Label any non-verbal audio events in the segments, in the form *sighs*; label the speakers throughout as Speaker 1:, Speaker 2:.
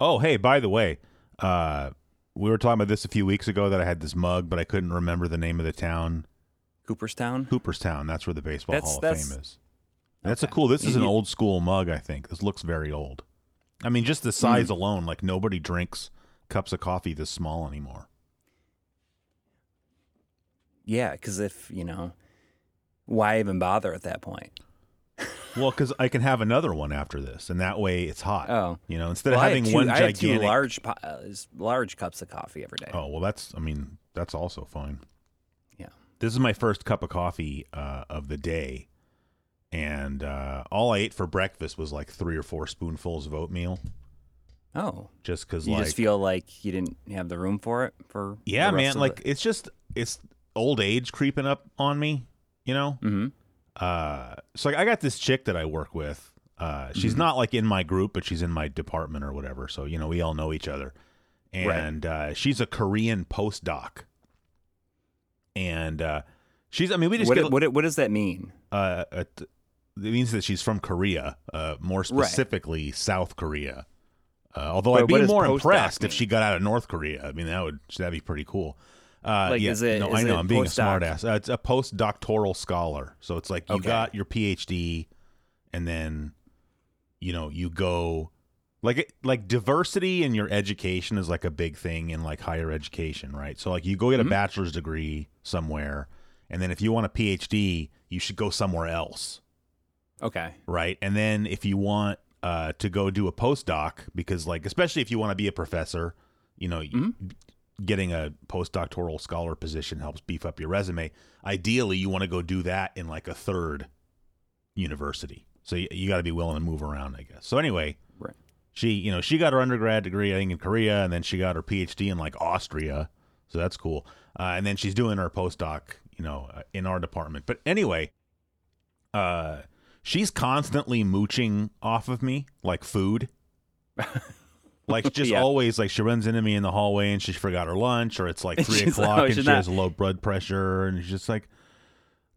Speaker 1: Oh, hey, by the way, uh, we were talking about this a few weeks ago that I had this mug, but I couldn't remember the name of the town.
Speaker 2: Cooperstown.
Speaker 1: Cooperstown. That's where the Baseball
Speaker 2: That's-
Speaker 1: Hall of
Speaker 2: that's-
Speaker 1: Fame is. That's a cool. This is an
Speaker 2: You-
Speaker 1: old school mug, I think. This looks very old. I mean,
Speaker 2: Hmm.
Speaker 1: just the size alone, like nobody drinks cups of coffee this small anymore.
Speaker 2: Yeah, because if you know, why even bother at that point?
Speaker 1: Well, because I can have another one after this, and that way it's hot.
Speaker 2: Oh.
Speaker 1: you know, instead
Speaker 2: Well,
Speaker 1: of
Speaker 2: I
Speaker 1: having
Speaker 2: have two,
Speaker 1: one
Speaker 2: I have
Speaker 1: gigantic.
Speaker 2: two large po- uh, s- large cups of coffee every day.
Speaker 1: Oh well, that's. I mean, that's also fine.
Speaker 2: Yeah.
Speaker 1: This is my first cup of coffee uh, of the day, and uh, all I ate for breakfast was like three or four spoonfuls of oatmeal,
Speaker 2: Oh,
Speaker 1: just because
Speaker 2: you
Speaker 1: like
Speaker 2: just feel like you didn't have the room for it for
Speaker 1: yeah,
Speaker 2: the rest
Speaker 1: man,
Speaker 2: of
Speaker 1: like
Speaker 2: the-
Speaker 1: it's just it's old age creeping up on me, you know.
Speaker 2: Mhm.
Speaker 1: Uh, so like, I got this chick that I work with. Uh, she's
Speaker 2: Mm-hmm.
Speaker 1: not like in my group, but she's in my department or whatever. So you know, we all know each other,
Speaker 2: Right.
Speaker 1: and uh, she's a Korean postdoc, and uh, she's. I mean, we just
Speaker 2: what,
Speaker 1: get,
Speaker 2: what what does that mean?
Speaker 1: uh, a t- it means that she's from Korea, uh, more specifically South Korea. Uh, although
Speaker 2: Wait,
Speaker 1: I'd
Speaker 2: what
Speaker 1: be
Speaker 2: does
Speaker 1: more
Speaker 2: postdoc
Speaker 1: impressed if
Speaker 2: mean?
Speaker 1: she got out of North Korea. I mean, that would that'd be pretty cool. Uh,
Speaker 2: Like,
Speaker 1: yeah,
Speaker 2: is it-
Speaker 1: no,
Speaker 2: is
Speaker 1: I know
Speaker 2: it
Speaker 1: I'm being
Speaker 2: postdoc?
Speaker 1: a smartass. Uh, it's a postdoctoral scholar, so it's like you
Speaker 2: Okay.
Speaker 1: got your PhD, and then you know you go like it- like diversity in your education is like a big thing in like higher education, right? So like you go get a bachelor's degree somewhere, and then if you want a PhD, you should go somewhere else,
Speaker 2: Okay,
Speaker 1: right? And then if you want uh, to go do a postdoc, because like especially if you want to be a professor, you know, you- getting a postdoctoral scholar position helps beef up your resume. Ideally, you want to go do that in like a third university. So you, you got to be willing to move around, I guess. So anyway,
Speaker 2: right.
Speaker 1: she you know she got her undergrad degree I think in Korea and then she got her PhD in like Austria, so that's cool. Uh, and then she's doing her postdoc, you know, uh, in our department. But anyway, uh, she's constantly mooching off of me like
Speaker 2: *laughs*
Speaker 1: food. Like just
Speaker 2: Yeah.
Speaker 1: always, like she runs into me in the hallway and she forgot her lunch, or it's
Speaker 2: *laughs*
Speaker 1: like three
Speaker 2: She's like,
Speaker 1: o'clock
Speaker 2: "Oh,
Speaker 1: and she
Speaker 2: she's not-
Speaker 1: has low blood pressure, and she's just like,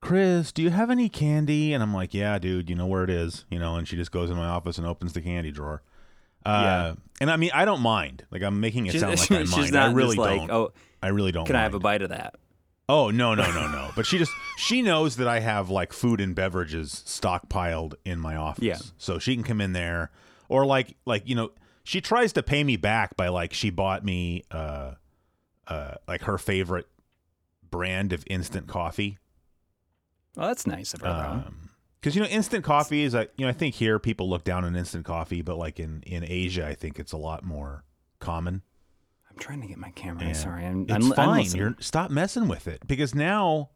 Speaker 1: "Chris, do you have any candy?" And I'm like, "Yeah, dude, you know where it is, you know." And she just goes in my office and opens the candy drawer. Uh, And I mean, I don't mind. Like I'm making it
Speaker 2: She's- *laughs*
Speaker 1: sound like I
Speaker 2: she's
Speaker 1: mind.
Speaker 2: not
Speaker 1: I really
Speaker 2: just like,
Speaker 1: don't.
Speaker 2: "Oh,
Speaker 1: I really don't.
Speaker 2: can I have a
Speaker 1: mind.
Speaker 2: bite of that?
Speaker 1: Oh no no no no! But she just she knows that I have like food and beverages stockpiled in my office.
Speaker 2: Yeah.
Speaker 1: So she can come in there, or like like you know she tries to pay me back by like she bought me uh uh like her favorite brand of instant coffee.
Speaker 2: Well, that's nice of her. though.
Speaker 1: Um 'cause because you know instant coffee is like you know I think here people look down on instant coffee, but like in in Asia I think it's a lot more common.
Speaker 2: I'm trying to get my camera.
Speaker 1: And
Speaker 2: Sorry, I'm.
Speaker 1: It's
Speaker 2: I'm, I'm
Speaker 1: fine.
Speaker 2: listening.
Speaker 1: You're stop messing with it because now.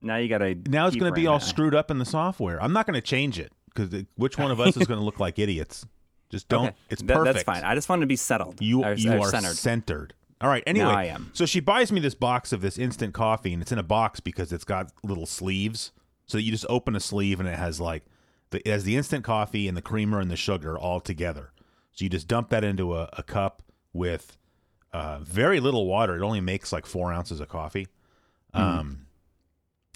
Speaker 2: now you gotta.
Speaker 1: now it's
Speaker 2: keep
Speaker 1: going to be
Speaker 2: her in
Speaker 1: all
Speaker 2: that. *laughs*
Speaker 1: screwed up in the software. I'm not going to change it because which one of us is going to look like idiots? Just don't.
Speaker 2: Okay.
Speaker 1: It's
Speaker 2: That-
Speaker 1: perfect.
Speaker 2: That's fine. I just wanted to be settled.
Speaker 1: You
Speaker 2: I was-
Speaker 1: you
Speaker 2: I was
Speaker 1: are
Speaker 2: centered.
Speaker 1: centered. All right. Anyway,
Speaker 2: Now I am.
Speaker 1: so she buys me this box of this instant coffee, and it's in a box because it's got little sleeves. So you just open a sleeve, and it has like the, it has the instant coffee and the creamer and the sugar all together. So you just dump that into a, a cup with uh, very little water. It only makes like four ounces of coffee.
Speaker 2: Hmm.
Speaker 1: Um,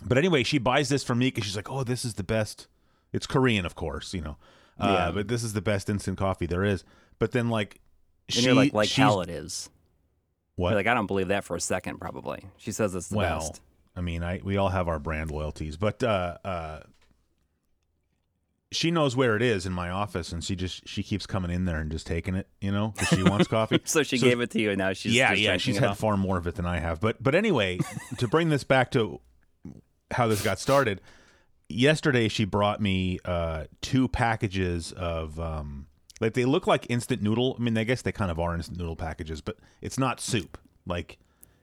Speaker 1: but anyway, she buys this for me because she's like, "Oh, this is the best." It's Korean, of course, you know. Uh,
Speaker 2: Yeah.
Speaker 1: But this is the best instant coffee there is. But then, like,
Speaker 2: And
Speaker 1: she
Speaker 2: you're like, like
Speaker 1: she's-
Speaker 2: hell it is.
Speaker 1: What?
Speaker 2: You're like I don't believe that for a second. Probably. She says it's the
Speaker 1: well,
Speaker 2: best.
Speaker 1: I mean, I we all have our brand loyalties, but uh, uh, she knows where it is in my office, and she just she keeps coming in there and just taking it, you know, 'cause she wants
Speaker 2: *laughs*
Speaker 1: coffee.
Speaker 2: So she gave it to you, and now she's
Speaker 1: yeah,
Speaker 2: just
Speaker 1: yeah,
Speaker 2: drinking
Speaker 1: she's
Speaker 2: it
Speaker 1: had
Speaker 2: all.
Speaker 1: far more of it than I have. But but anyway, to bring this back to how this got started, yesterday she brought me uh, two packages of um, like they look like instant noodle. I mean, I guess they kind of are instant noodle packages, but it's not soup. Like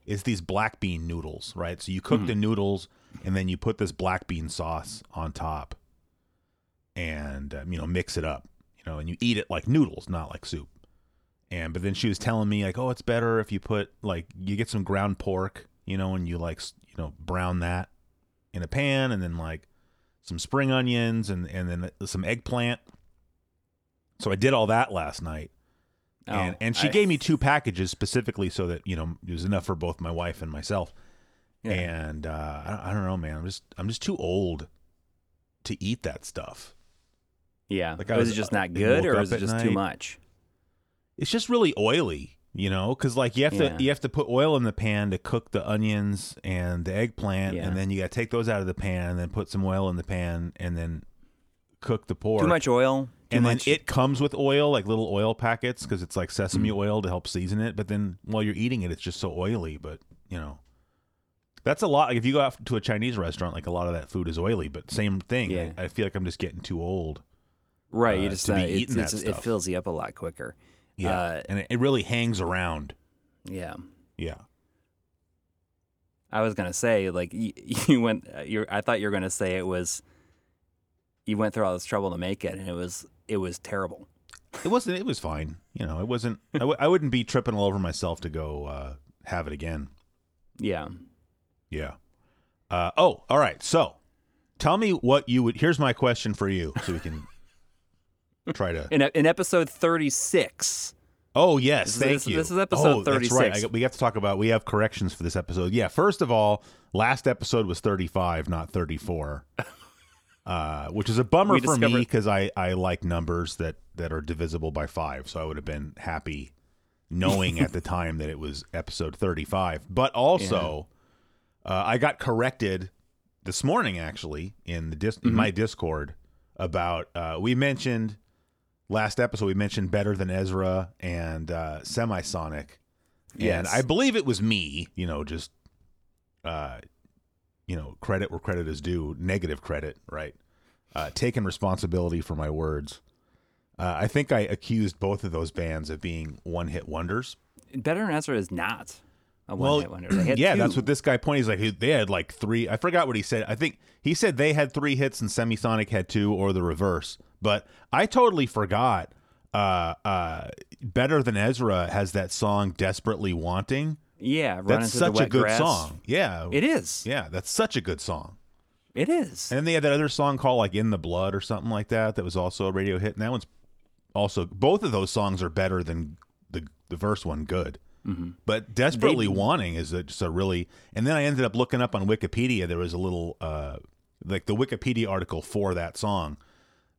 Speaker 1: it's these black bean noodles, right? So you cook
Speaker 2: Hmm.
Speaker 1: the noodles and then you put this black bean sauce on top, and um, you know mix it up, you know, and you eat it like noodles, not like soup. And but then she was telling me like, oh, it's better if you put like you get some ground pork, you know, and you like s- you know brown that in a pan, and then like some spring onions and and then uh, some eggplant. So I did all that last night,
Speaker 2: *laughs* Oh,
Speaker 1: and and she
Speaker 2: I-
Speaker 1: gave me two packages specifically so that you know it was enough for both my wife and myself.
Speaker 2: Yeah.
Speaker 1: And uh, I, don't- I don't know, man. I'm just I'm just too old to eat that stuff.
Speaker 2: Yeah.
Speaker 1: Like, I
Speaker 2: was,
Speaker 1: was-
Speaker 2: it just
Speaker 1: I
Speaker 2: not good,
Speaker 1: woke
Speaker 2: or
Speaker 1: up
Speaker 2: is it
Speaker 1: at
Speaker 2: just too
Speaker 1: night.
Speaker 2: much?
Speaker 1: it's just really oily, you know, because like you have
Speaker 2: Yeah.
Speaker 1: to you have to put oil in the pan to cook the onions and the eggplant,
Speaker 2: Yeah.
Speaker 1: and then you got to take those out of the pan and then put some oil in the pan and then cook the pork.
Speaker 2: Too much oil. Too
Speaker 1: and then
Speaker 2: much.
Speaker 1: it comes with oil, like little oil packets, because it's like sesame
Speaker 2: Mm.
Speaker 1: oil to help season it. But then while you're eating it, it's just so oily. But you know, that's a lot. Like if you go out to a Chinese restaurant, like a lot of that food is oily. But same thing.
Speaker 2: Yeah.
Speaker 1: I, I feel like I'm just getting too old.
Speaker 2: right.
Speaker 1: uh,
Speaker 2: you just
Speaker 1: to be
Speaker 2: uh, it-
Speaker 1: eating
Speaker 2: it's-
Speaker 1: that
Speaker 2: it
Speaker 1: stuff.
Speaker 2: fills you up a lot quicker.
Speaker 1: Yeah,
Speaker 2: Uh,
Speaker 1: and it, it really hangs around.
Speaker 2: Yeah.
Speaker 1: Yeah.
Speaker 2: I was gonna say like you, *laughs* you went. uh, You I thought you were gonna say it was. You went through all this trouble to make it, and it was it was terrible.
Speaker 1: It wasn't. It was fine. You know, it wasn't. I, w- I wouldn't be tripping all over myself to go uh, have it again.
Speaker 2: Yeah.
Speaker 1: Yeah. Uh, oh, all right. So, tell me what you would. Here's my question for you, so we can try to.
Speaker 2: In e, in episode thirty six.
Speaker 1: Oh yes,
Speaker 2: This is-
Speaker 1: thank
Speaker 2: this-
Speaker 1: you.
Speaker 2: this is episode
Speaker 1: oh, That's right.
Speaker 2: 36.
Speaker 1: I got- we have to talk about. We have corrections for this episode. Yeah. First of all, last episode was 35, not
Speaker 2: *laughs*
Speaker 1: 34. Uh, which is a bummer
Speaker 2: We
Speaker 1: for me
Speaker 2: discovered-
Speaker 1: because I, I like numbers that, that are divisible by five. So I would have been happy knowing
Speaker 2: *laughs*
Speaker 1: at the time that it was episode 35. But also, uh, I got corrected this morning actually in the dis- in my Discord about uh, we mentioned last episode we mentioned better than Ezra and uh, Semisonic, and
Speaker 2: Yes.
Speaker 1: I believe it was me. You know, just uh, you know, credit where credit is due, negative credit, right? Uh, taking responsibility for my words. Uh, I think I accused both of those bands of being one-hit wonders.
Speaker 2: Better than Ezra is not a one
Speaker 1: Well,
Speaker 2: hit wonder. They had
Speaker 1: *clears throat* yeah,
Speaker 2: two.
Speaker 1: that's what this guy pointed. He's like, he- they had like three. I forgot what he said. I think he said they had three hits and Semisonic had two, or the reverse. But I totally forgot. Uh, uh, Better than Ezra has that song "Desperately Wanting."
Speaker 2: Yeah, run
Speaker 1: That's
Speaker 2: into
Speaker 1: such
Speaker 2: the wet
Speaker 1: a good
Speaker 2: grass.
Speaker 1: song. Yeah,
Speaker 2: It is.
Speaker 1: Yeah, that's such a good song.
Speaker 2: It is.
Speaker 1: And then they had that other song called like "In the Blood" or something like that. That was also a radio hit. And that one's also both of those songs are better than the the first one. Good,
Speaker 2: Mm-hmm.
Speaker 1: but desperately wanting is a, just a really. And then I ended up looking up on Wikipedia. There was a little uh, like the Wikipedia article for that song.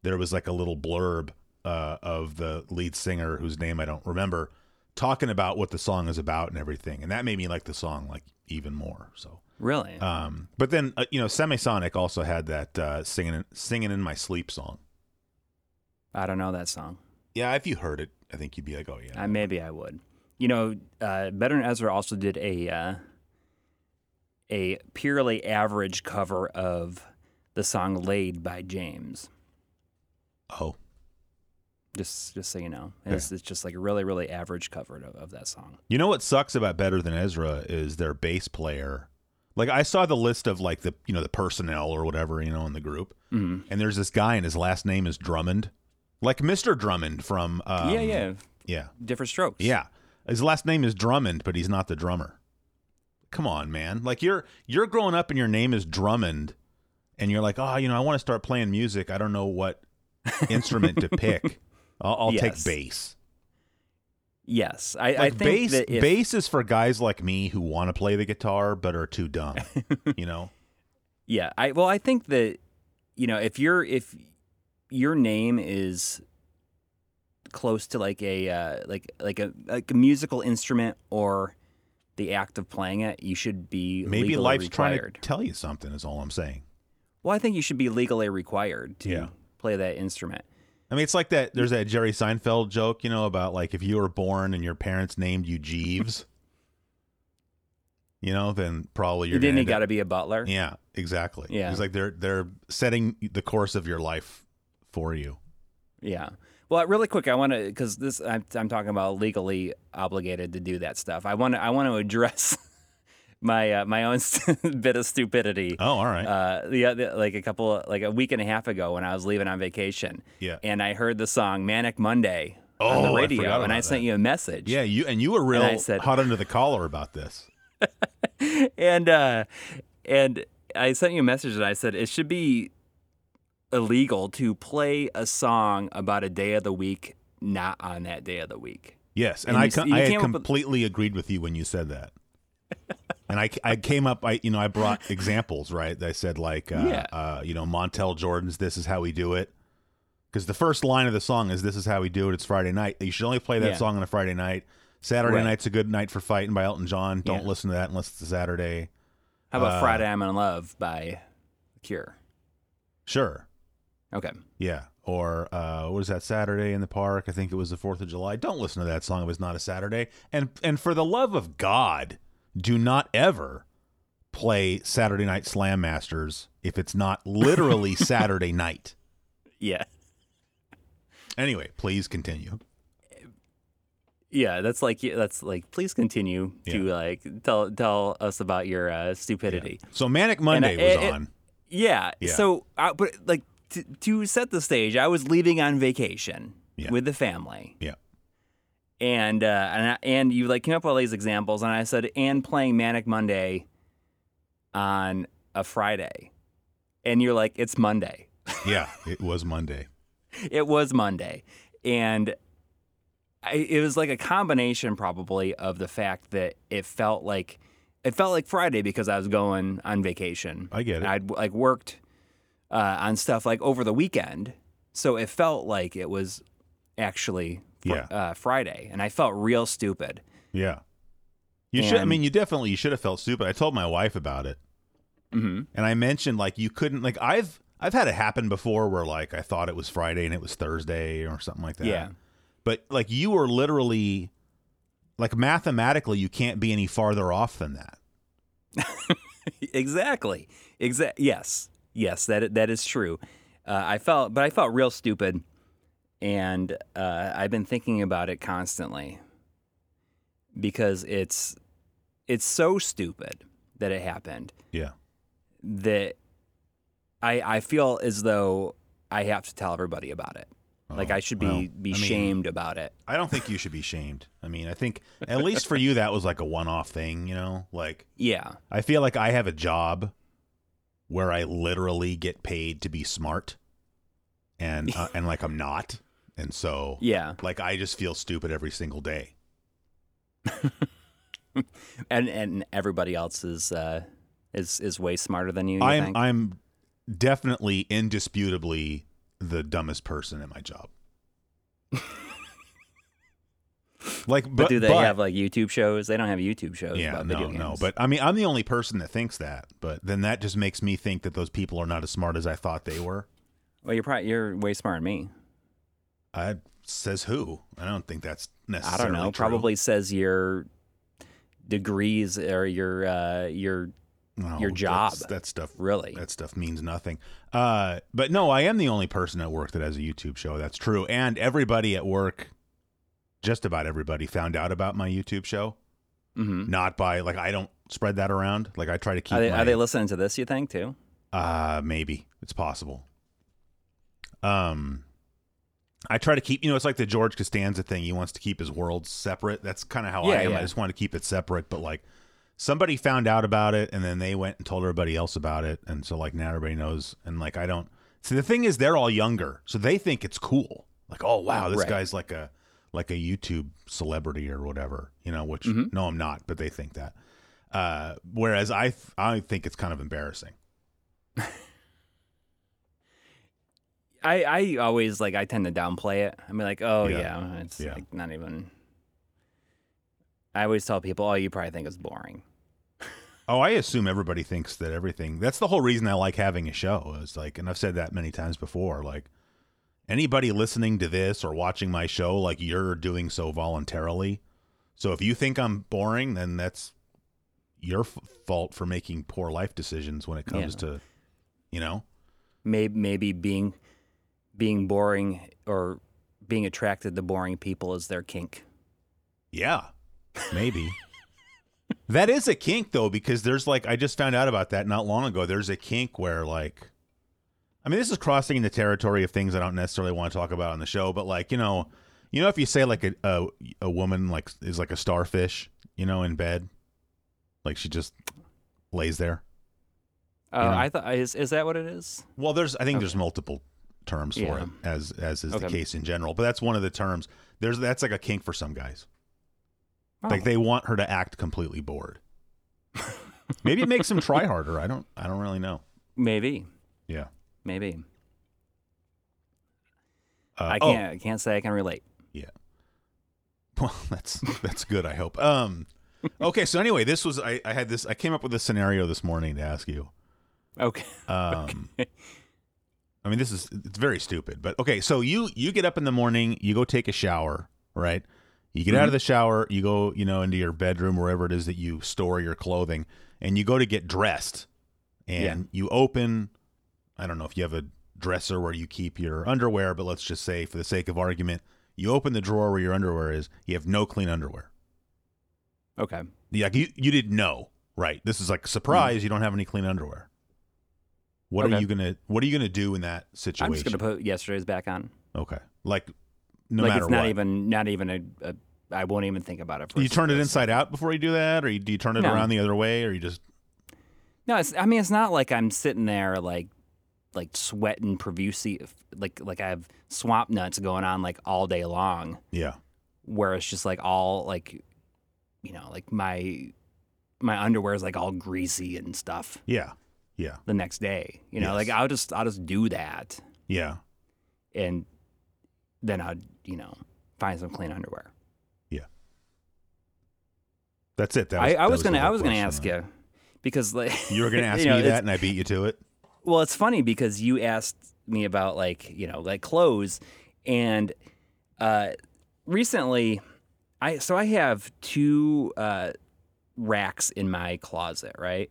Speaker 1: There was like a little blurb uh, of the lead singer whose name I don't remember talking about what the song is about and everything. And that made me like the song like even more. So.
Speaker 2: Really?
Speaker 1: Um, but then uh, you know, Semisonic also had that uh, singing singing in my sleep song.
Speaker 2: I don't know that song.
Speaker 1: Yeah, if you heard it, I think you'd be like, oh yeah,
Speaker 2: I, maybe I would. You know, uh, Better Than Ezra also did a uh, a purely average cover of the song "Laid" by James.
Speaker 1: oh
Speaker 2: Just just so you know, it's, it's just like a really really average cover of, of that song.
Speaker 1: You know what sucks about Better Than Ezra is their bass player. Like I saw the list of like the you know the personnel or whatever you know in the group,
Speaker 2: Mhm.
Speaker 1: and there's this guy and his last name is Drummond, like Mr. Drummond from um,
Speaker 2: yeah, yeah,
Speaker 1: yeah
Speaker 2: different strokes.
Speaker 1: yeah. His last name is Drummond, but he's not the drummer. Come on, man! Like you're you're growing up and your name is Drummond, and you're like, oh, you know, I want to start playing music. I don't know what instrument to
Speaker 2: *laughs*
Speaker 1: pick. I'll, I'll take
Speaker 2: Yes.
Speaker 1: bass.
Speaker 2: Yes, I, I
Speaker 1: like
Speaker 2: think
Speaker 1: bass,
Speaker 2: that if,
Speaker 1: bass is for guys like me who want to play the guitar but are too dumb. you
Speaker 2: *laughs*
Speaker 1: know,
Speaker 2: Yeah, I well, I think that you know if your if your name is close to like a uh, like like a like a musical instrument or the act of playing it, you should be
Speaker 1: maybe
Speaker 2: legally
Speaker 1: life's
Speaker 2: required.
Speaker 1: trying to tell you something. Is all I'm saying.
Speaker 2: Well, I think you should be legally required to
Speaker 1: Yeah.
Speaker 2: play that instrument.
Speaker 1: I mean, it's like that. There's that Jerry Seinfeld joke, you know, about like if you were born and your parents named you Jeeves, you know, then probably you're
Speaker 2: You then
Speaker 1: gonna
Speaker 2: you
Speaker 1: end
Speaker 2: got
Speaker 1: up-
Speaker 2: to be a butler.
Speaker 1: Yeah, exactly.
Speaker 2: Yeah.
Speaker 1: it's like they're they're setting the course of your life for you.
Speaker 2: Yeah. Well, really quick, I want to because this I'm, I'm talking about legally obligated to do that stuff. I want to I want to address *laughs* my uh, my own *laughs* bit of stupidity.
Speaker 1: Oh, all right.
Speaker 2: uh, the other, like a couple, like a week and a half ago when I was leaving on vacation.
Speaker 1: Yeah.
Speaker 2: And I heard the song Manic Monday on
Speaker 1: Oh,
Speaker 2: the
Speaker 1: I
Speaker 2: radio,
Speaker 1: forgot
Speaker 2: and I
Speaker 1: about
Speaker 2: sent
Speaker 1: that.
Speaker 2: you a message.
Speaker 1: yeah, you and you were real
Speaker 2: I said-
Speaker 1: hot under the collar about this.
Speaker 2: *laughs* And uh, and I sent you a message, and I said it should be illegal to play a song about a day of the week not on that day of the week.
Speaker 1: Yes, and,
Speaker 2: And
Speaker 1: I,
Speaker 2: you
Speaker 1: co-
Speaker 2: s- you
Speaker 1: I had
Speaker 2: came up with-
Speaker 1: completely agreed with you when you said that. and I, I came up, I you know, I
Speaker 2: *laughs*
Speaker 1: brought examples, right? I said like, uh,
Speaker 2: Yeah.
Speaker 1: uh, you know, Montel Jordan's "This Is How We Do It" because the first line of the song is "This is how we do it." It's Friday night. You should only play that
Speaker 2: Yeah.
Speaker 1: song on a Friday night. Saturday
Speaker 2: Right.
Speaker 1: night's a good night for fighting by Elton John. Don't
Speaker 2: Yeah.
Speaker 1: listen to that unless it's a Saturday.
Speaker 2: How about
Speaker 1: Uh,
Speaker 2: Friday I'm in Love by Cure?
Speaker 1: Sure,
Speaker 2: Okay.
Speaker 1: yeah. Or uh, what is that Saturday in the park? I think it was the Fourth of July. Don't listen to that song if it's not a Saturday. And and for the love of God, do not ever play Saturday Night Slam Masters if it's not
Speaker 2: *laughs*
Speaker 1: literally Saturday night.
Speaker 2: Yeah.
Speaker 1: Anyway, please continue.
Speaker 2: Yeah, that's like that's like please continue to like tell tell us about your uh, stupidity.
Speaker 1: So Manic Monday
Speaker 2: And I-
Speaker 1: was
Speaker 2: it-
Speaker 1: on.
Speaker 2: Yeah.
Speaker 1: Yeah.
Speaker 2: So, I, but like to, to set the stage, I was leaving on vacation
Speaker 1: Yeah.
Speaker 2: with the family.
Speaker 1: Yeah.
Speaker 2: And uh, and I, and you like came up with all these examples, and I said, and playing Manic Monday on a Friday, and you're like, it's Monday.
Speaker 1: yeah, it was Monday.
Speaker 2: It was Monday, and. I, it was like a combination probably of the fact that it felt like it felt like Friday because I was going on vacation.
Speaker 1: I get it.
Speaker 2: I'd like worked uh, on stuff like over the weekend, so it felt like it was actually fr-
Speaker 1: Yeah.
Speaker 2: uh, Friday, and I felt real stupid.
Speaker 1: yeah. You should I
Speaker 2: And-
Speaker 1: mean you definitely you should have felt stupid. I told my wife about it.
Speaker 2: hmm
Speaker 1: And I mentioned like you couldn't like I've I've had it happen before where like I thought it was Friday and it was Thursday or something like that.
Speaker 2: Yeah.
Speaker 1: But like you were literally like mathematically you can't be any farther off than that.
Speaker 2: exactly. Exact. Yes. Yes. That i- that is true. Uh, I felt, but I felt real stupid, and uh, I've been thinking about it constantly because it's it's so stupid that it happened.
Speaker 1: Yeah.
Speaker 2: that I I feel as though I have to tell everybody about it. like
Speaker 1: Oh,
Speaker 2: I should be
Speaker 1: well,
Speaker 2: be
Speaker 1: I mean-
Speaker 2: shamed about it.
Speaker 1: I don't think you should be shamed. I mean, I think at least for you that was like a one-off thing, you know? Like
Speaker 2: Yeah.
Speaker 1: I feel like I have a job where I literally get paid to be smart, and uh, and like I'm not, and so
Speaker 2: *laughs* Yeah.
Speaker 1: like I just feel stupid every single day.
Speaker 2: And and everybody else is uh is is way smarter than you, you
Speaker 1: I'm
Speaker 2: think?
Speaker 1: I'm definitely indisputably the dumbest person at my
Speaker 2: *laughs*
Speaker 1: job. like, but,
Speaker 2: but, do they have like YouTube shows? They don't have YouTube shows
Speaker 1: Yeah,
Speaker 2: about
Speaker 1: no,
Speaker 2: video games.
Speaker 1: no. But I mean, I'm the only person that thinks that. But then that just makes me think that those people are not as smart as I thought they were.
Speaker 2: well, you're probably you're way smarter than me.
Speaker 1: I says who? I don't think that's
Speaker 2: I
Speaker 1: necessarily.
Speaker 2: don't know.
Speaker 1: true.
Speaker 2: Probably says your degrees or your uh your
Speaker 1: No,
Speaker 2: your job.
Speaker 1: that's- that stuff
Speaker 2: really.
Speaker 1: that stuff means nothing. Uh, but no, I am the only person at work that has a YouTube show. That's true. And everybody at work, just about everybody, found out about my YouTube show.
Speaker 2: hmm
Speaker 1: Not by like I don't spread that around. Like I try to keep.
Speaker 2: Are they,
Speaker 1: my,
Speaker 2: are they listening to this? You think too?
Speaker 1: uh, maybe it's possible. Um, I try to keep. You know, it's like the George Costanza thing. He wants to keep his world separate. That's kind of how I
Speaker 2: Yeah,
Speaker 1: am. I
Speaker 2: yeah.
Speaker 1: just want to keep it separate. But like, somebody found out about it, and then they went and told everybody else about it, and so like now everybody knows. And like, I don't. See, the thing is, they're all younger, so they think it's cool. Like, oh wow, this
Speaker 2: Right.
Speaker 1: guy's like a like a YouTube celebrity or whatever. You know, which
Speaker 2: Mhm.
Speaker 1: no, I'm not, but they think that. Uh, whereas I, th- I think it's kind of embarrassing.
Speaker 2: I, I always like I tend to downplay it. I'm like, oh
Speaker 1: Yeah.
Speaker 2: yeah, it's
Speaker 1: Yeah.
Speaker 2: like not even. I always tell people, oh, you probably think it's boring.
Speaker 1: Oh, I assume everybody thinks that everything. That's the whole reason I like having a show. Is like, and I've said that many times before. Like, anybody listening to this or watching my show, like you're doing so voluntarily. So if you think I'm boring, then that's your f- fault for making poor life decisions when it comes
Speaker 2: Yeah.
Speaker 1: to, you know,
Speaker 2: Maybe maybe being being boring or being attracted to boring people is their kink.
Speaker 1: yeah, maybe. that is a kink though, because there's like I just found out about that not long ago. There's a kink where like I mean, this is crossing the territory of things I don't necessarily want to talk about on the show, but like you know, you know, if you say like a a, a woman like is like a starfish, you know, in bed, like she just lays there.
Speaker 2: Uh,
Speaker 1: Yeah.
Speaker 2: I thought is is that what it is?
Speaker 1: Well, there's I think there's multiple terms for
Speaker 2: Yeah.
Speaker 1: it, as as is the
Speaker 2: Okay.
Speaker 1: case in general. But that's one of the terms. There's that's like a kink for some guys.
Speaker 2: Oh.
Speaker 1: Like they want her to act completely bored. Maybe it makes them try harder. I don't I don't really know.
Speaker 2: maybe
Speaker 1: Yeah.
Speaker 2: maybe.
Speaker 1: Uh,
Speaker 2: I
Speaker 1: oh,
Speaker 2: can't. I can't say I can relate.
Speaker 1: *laughs* Well, that's that's good. I hope. Um, okay. So anyway, this was I, I had this. I came up with this scenario this morning to ask you.
Speaker 2: Okay. *laughs*
Speaker 1: Um, I mean, this is it's very stupid, but okay. So you you get up in the morning, you go take a shower, right? You get out of the shower, you go, you know, into your bedroom, wherever it is that you store your clothing, and you go to get dressed, and you open. I don't know if you have a dresser where you keep your underwear, but let's just say, for the sake of argument, you open the drawer where your underwear is. You have no clean underwear.
Speaker 2: Okay.
Speaker 1: Yeah, like you you didn't know, right? This is like surprise. You don't have any clean underwear. What are
Speaker 2: Okay.
Speaker 1: you gonna What are you gonna do in that situation?
Speaker 2: I'm just gonna put yesterday's back on.
Speaker 1: okay, like no
Speaker 2: like
Speaker 1: matter
Speaker 2: it's not
Speaker 1: what.
Speaker 2: even. Not even a. a I won't even think about it. For a
Speaker 1: you turn it
Speaker 2: second.
Speaker 1: inside out before you do that, or you, do you turn it
Speaker 2: No.
Speaker 1: around the other way, or you just
Speaker 2: No, it's, I mean it's not like I'm sitting there like like sweating profusely, like like I have swamp nuts going on like all day long,
Speaker 1: yeah,
Speaker 2: where it's just like all like you know like my my underwear is like all greasy and stuff
Speaker 1: yeah, yeah,
Speaker 2: the next day. You know,
Speaker 1: Yes.
Speaker 2: like I'll just I'll just do that,
Speaker 1: yeah,
Speaker 2: and then I'll you know find some clean underwear.
Speaker 1: that's it. That
Speaker 2: I, I
Speaker 1: that
Speaker 2: was
Speaker 1: the
Speaker 2: gonna I
Speaker 1: whole
Speaker 2: was gonna
Speaker 1: question,
Speaker 2: ask
Speaker 1: right?
Speaker 2: you because like
Speaker 1: You were
Speaker 2: *laughs*
Speaker 1: gonna ask
Speaker 2: you know,
Speaker 1: me
Speaker 2: it's-
Speaker 1: that, and I beat you to it.
Speaker 2: Well, it's funny because you asked me about like you know like clothes, and uh, recently, I so I have two uh, racks in my closet, right?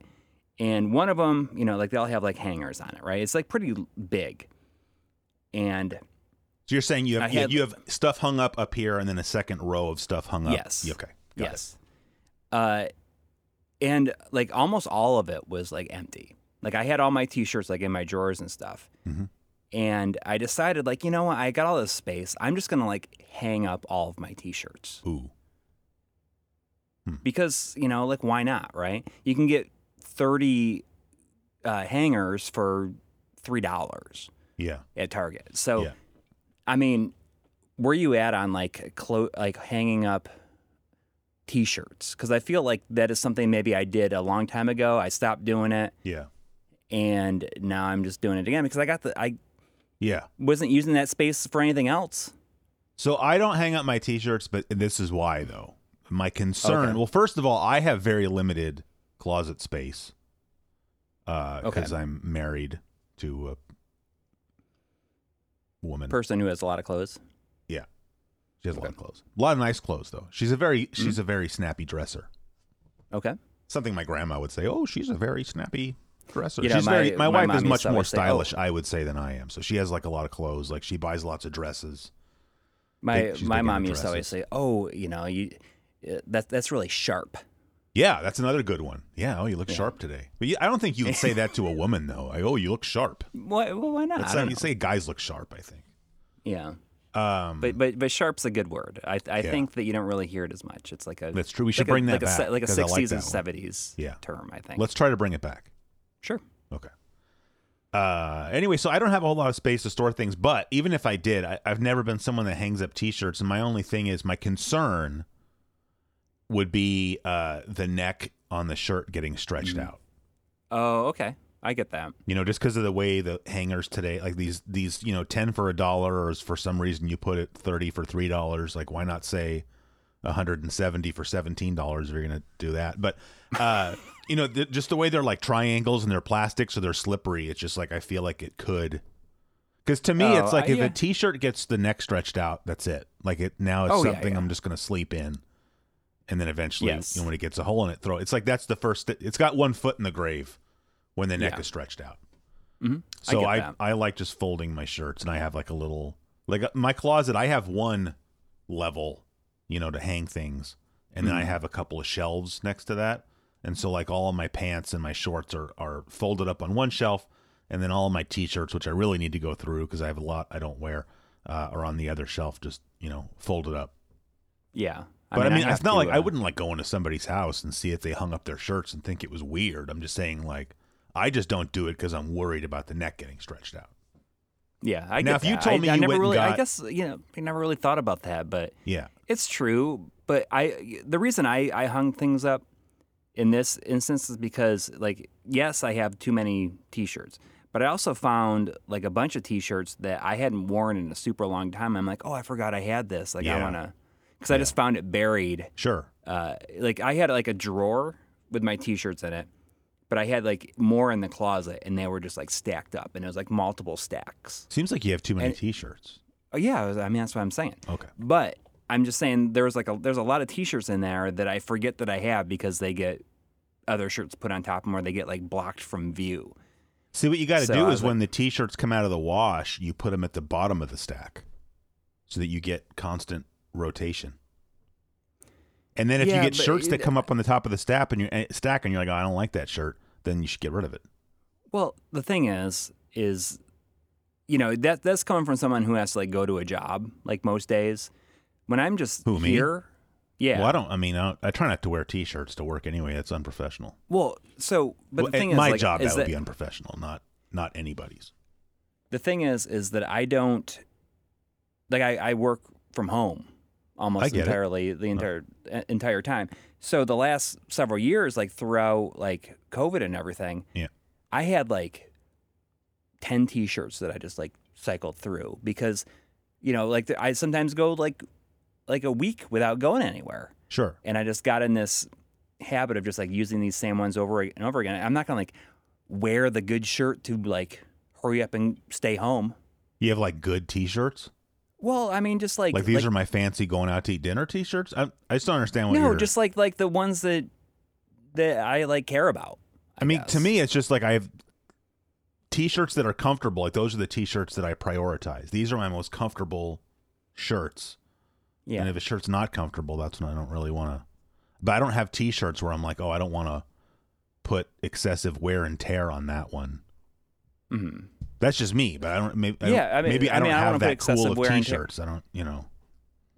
Speaker 2: And one of them, you know, like they all have like hangers on it, right? It's like pretty big, and
Speaker 1: So you're saying you have
Speaker 2: I
Speaker 1: you-
Speaker 2: had-
Speaker 1: you have stuff hung up up here, and then a second row of stuff hung up.
Speaker 2: Yes.
Speaker 1: Yeah, Okay. Got it.
Speaker 2: yes, uh, and like almost all of it was like empty. Like I had all my t-shirts like in my drawers and stuff.
Speaker 1: Mhm.
Speaker 2: And I decided like, you know what? I got all this space. I'm just going to like hang up all of my t-shirts
Speaker 1: Ooh.
Speaker 2: because, you know, like why not, right? You can get 30 uh, hangers for $3
Speaker 1: Yeah.
Speaker 2: at Target. So
Speaker 1: Yeah.
Speaker 2: I mean, where you at on like clo- like hanging up t-shirts cuz I feel like that is something maybe I did a long time ago. I stopped doing it.
Speaker 1: Yeah.
Speaker 2: and now I'm just doing it again because I got the I
Speaker 1: Yeah.
Speaker 2: wasn't using that space for anything else.
Speaker 1: So I don't hang up my t-shirts, but this is why though. My concern,
Speaker 2: Okay.
Speaker 1: well, first of all, I have very limited closet space because
Speaker 2: Okay.
Speaker 1: I'm married to a woman.
Speaker 2: Person who has a lot of clothes.
Speaker 1: she has a lot of clothes, a lot of nice clothes though. She's a very
Speaker 2: Mm.
Speaker 1: she's a very snappy dresser.
Speaker 2: Okay.
Speaker 1: Something my grandma would say. Oh, she's a very snappy dresser.
Speaker 2: You know,
Speaker 1: she's
Speaker 2: my-
Speaker 1: very. My,
Speaker 2: my
Speaker 1: wife
Speaker 2: mom
Speaker 1: is
Speaker 2: used
Speaker 1: much
Speaker 2: to
Speaker 1: more
Speaker 2: always say, "Oh."
Speaker 1: stylish, I would say, than I am. So she has like a lot of clothes. Like she buys lots of dresses.
Speaker 2: My
Speaker 1: Big- she's big
Speaker 2: my
Speaker 1: into
Speaker 2: mom used to always
Speaker 1: dresses.
Speaker 2: say, "Oh, you know, you uh, that that's really sharp."
Speaker 1: Yeah, that's another good one. Yeah, oh, you look sharp today. But you, I don't think you would say that to a woman though. Like, oh, you look sharp.
Speaker 2: Why? Well, why not?
Speaker 1: That's
Speaker 2: I
Speaker 1: how
Speaker 2: don't
Speaker 1: you say guys look sharp. I think.
Speaker 2: know. Yeah.
Speaker 1: Um,
Speaker 2: But but but sharp's a good word. I I
Speaker 1: Yeah.
Speaker 2: think that you don't really hear it as much. It's like a
Speaker 1: That's true. We should
Speaker 2: like a-
Speaker 1: bring that
Speaker 2: like a, se-
Speaker 1: back,
Speaker 2: like a
Speaker 1: 'cause I like
Speaker 2: sixties
Speaker 1: that
Speaker 2: and
Speaker 1: one.
Speaker 2: seventies
Speaker 1: Yeah.
Speaker 2: term. I think.
Speaker 1: let's try to bring it back.
Speaker 2: sure.
Speaker 1: Okay. Uh, anyway, so I don't have a whole lot of space to store things, but even if I did, I, I've never been someone that hangs up T-shirts, and my only thing is my concern would be uh, the neck on the shirt getting stretched
Speaker 2: Mm.
Speaker 1: out.
Speaker 2: Oh, okay. I get that.
Speaker 1: You know, just because of the way the hangers today, like these these, you know, ten for a dollar, or is for some reason you put it thirty for three dollars. Like, why not say hundred and seventy for seventeen dollars if you're gonna do that? But uh, *laughs* you know, th- just the way they're like triangles and they're plastic, so they're slippery. It's just like I feel like it could. Because to me,
Speaker 2: Oh,
Speaker 1: it's like
Speaker 2: I-
Speaker 1: if
Speaker 2: yeah.
Speaker 1: a T-shirt gets the neck stretched out, that's it. Like it now, it's
Speaker 2: Oh, yeah,
Speaker 1: something
Speaker 2: yeah.
Speaker 1: I'm just gonna sleep in, and then eventually,
Speaker 2: Yes.
Speaker 1: you know, when it gets a hole in it, throw. It's like that's the first. Th- it's got one foot in the grave when the neck
Speaker 2: Yeah.
Speaker 1: is stretched out.
Speaker 2: Mhm. I
Speaker 1: So
Speaker 2: get
Speaker 1: I
Speaker 2: that.
Speaker 1: I, like just folding my shirts, and I have like a little like uh, my closet. I have one level, you know, to hang things, and
Speaker 2: Mm-hmm.
Speaker 1: then I have a couple of shelves next to that, and so like all of my pants and my shorts are are folded up on one shelf, and then all of my t-shirts, which I really need to go through because I have a lot I don't wear, uh, are on the other shelf, just you know, folded up.
Speaker 2: Yeah.
Speaker 1: But I mean,
Speaker 2: have
Speaker 1: it's not
Speaker 2: to,
Speaker 1: like I
Speaker 2: uh,
Speaker 1: wouldn't like go into somebody's house and see if they hung up their shirts and think it was weird. I'm just saying, like, I just don't do it because I'm worried about the neck getting stretched out.
Speaker 2: Yeah, I
Speaker 1: Now,
Speaker 2: get
Speaker 1: if you
Speaker 2: that.
Speaker 1: told
Speaker 2: I,
Speaker 1: me
Speaker 2: I
Speaker 1: you
Speaker 2: never
Speaker 1: went and
Speaker 2: really,
Speaker 1: got-
Speaker 2: I guess you know, I never really thought about that, but
Speaker 1: Yeah.
Speaker 2: it's true. But I, the reason I I hung things up in this instance is because, like, yes, I have too many T-shirts, But I also found like a bunch of T-shirts that I hadn't worn in a super long time. I'm like, oh, I forgot I had this. Like I
Speaker 1: Yeah.
Speaker 2: want to, because I just found it buried.
Speaker 1: Sure.
Speaker 2: Uh, like I had like a drawer with my T-shirts in it, but I had like more in the closet, and they were just like stacked up, and it was like multiple stacks.
Speaker 1: Seems like you have too many
Speaker 2: And-
Speaker 1: T-shirts.
Speaker 2: Oh, yeah, I was- I mean that's what I'm saying.
Speaker 1: Okay.
Speaker 2: But I'm just saying there was like a there's a lot of t-shirts in there that I forget that I have because they get other shirts put on top of them or they get like blocked from view.
Speaker 1: See, what you got to
Speaker 2: So I
Speaker 1: do
Speaker 2: was
Speaker 1: is when the T-shirts come out of the wash, you put them at the bottom of the stack, so that you get constant rotation. And then if
Speaker 2: Yeah,
Speaker 1: you get
Speaker 2: but
Speaker 1: shirts that
Speaker 2: it-
Speaker 1: come up on the top of the stack, and you eh, stack, and you're like, oh, I don't like that shirt, then you should get rid of it.
Speaker 2: Well, the thing is is you know, that that's coming from someone who has to like go to a job like most days. When I'm just
Speaker 1: Who, me?
Speaker 2: here, yeah.
Speaker 1: Well, I don't. I mean, I, I try not to wear T-shirts to work anyway. That's unprofessional.
Speaker 2: Well, so but
Speaker 1: Well,
Speaker 2: the
Speaker 1: at
Speaker 2: thing is
Speaker 1: my
Speaker 2: like,
Speaker 1: job
Speaker 2: is
Speaker 1: that would be unprofessional, not not anybody's.
Speaker 2: the thing is is that I don't like I, I work from home
Speaker 1: I get
Speaker 2: almost
Speaker 1: it. Uh-huh.
Speaker 2: entirely the entire e- entire time. So the last several years, like throughout like COVID and everything,
Speaker 1: Yeah.
Speaker 2: I had like ten T-shirts that I just like cycled through because you know like I sometimes go like like a week without going anywhere
Speaker 1: Sure.
Speaker 2: and I just got in this habit of just like using these same ones over and over again. I'm not gonna like wear the good shirt to like hurry up and stay home.
Speaker 1: You have like good T-shirts.
Speaker 2: Well, I mean, just like
Speaker 1: Like, these are my fancy going out to eat dinner T-shirts. I, I just don't understand what
Speaker 2: no,
Speaker 1: you're.
Speaker 2: just like like the ones that that I like care about.
Speaker 1: I mean, to
Speaker 2: guess.
Speaker 1: me, it's just like I have T-shirts that are comfortable. Like those are the T-shirts that I prioritize. These are my most comfortable shirts.
Speaker 2: Yeah,
Speaker 1: And if a shirt's not comfortable, that's when I don't really want to. But I don't have T-shirts where I'm like, oh, I don't want to put excessive wear and tear on that one.
Speaker 2: hmm
Speaker 1: That's just me, but I don't. Maybe, I
Speaker 2: Yeah,
Speaker 1: don't,
Speaker 2: I mean-
Speaker 1: maybe I,
Speaker 2: I mean,
Speaker 1: don't
Speaker 2: I don't
Speaker 1: have
Speaker 2: wanna
Speaker 1: that
Speaker 2: put
Speaker 1: cool
Speaker 2: excessive
Speaker 1: of
Speaker 2: wear and tear.
Speaker 1: T-shirts. I don't, you know.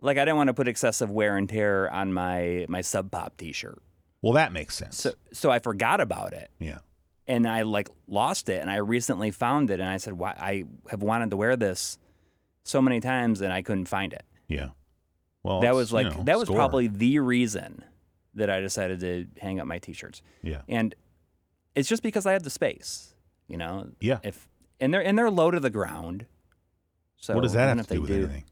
Speaker 2: like I didn't want to put excessive wear and tear on my my sub pop T-shirt,
Speaker 1: Well, that makes sense.
Speaker 2: so so I forgot about it.
Speaker 1: yeah,
Speaker 2: and I like lost it and I recently found it and I said why I have wanted to wear this so many times and I couldn't find it.
Speaker 1: yeah. Well,
Speaker 2: that
Speaker 1: it's,
Speaker 2: was
Speaker 1: you
Speaker 2: like
Speaker 1: know,
Speaker 2: that was
Speaker 1: score.
Speaker 2: probably the reason that I decided to hang up my t-shirts.
Speaker 1: yeah,
Speaker 2: And it's just because I had the space, you know.
Speaker 1: yeah.
Speaker 2: If and they're and they're low to the ground. So
Speaker 1: what does that
Speaker 2: even
Speaker 1: have
Speaker 2: if
Speaker 1: to
Speaker 2: they
Speaker 1: do with anything?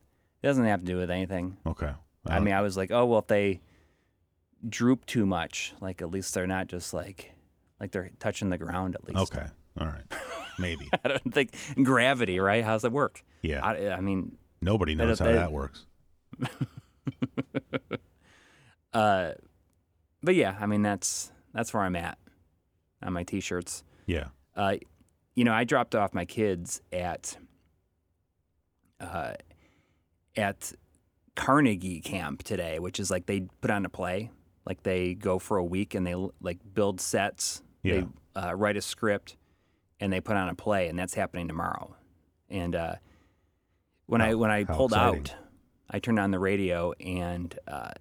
Speaker 2: It doesn't have to do with anything.
Speaker 1: Okay.
Speaker 2: I mean, I was like, oh well, if they droop too much, like at least they're not just like like they're touching the ground at least.
Speaker 1: Uh, Okay. All right. Maybe.
Speaker 2: *laughs* I don't think gravity, right? How's that work?
Speaker 1: Yeah.
Speaker 2: I, I mean,
Speaker 1: Nobody
Speaker 2: But
Speaker 1: knows
Speaker 2: if
Speaker 1: how
Speaker 2: they-
Speaker 1: that works.
Speaker 2: uh, but yeah, I mean that's that's where I'm at on my t-shirts.
Speaker 1: Yeah.
Speaker 2: Uh, you know, I dropped off my kids at uh, at Carnegie Camp today, which is like they put on a play. Like they go for a week and they like build sets.
Speaker 1: Yeah.
Speaker 2: They uh, write a script and they put on a play, and that's happening tomorrow. And uh, when I
Speaker 1: Wow,
Speaker 2: when I
Speaker 1: how
Speaker 2: pulled
Speaker 1: exciting.
Speaker 2: out, I turned on the radio and uh,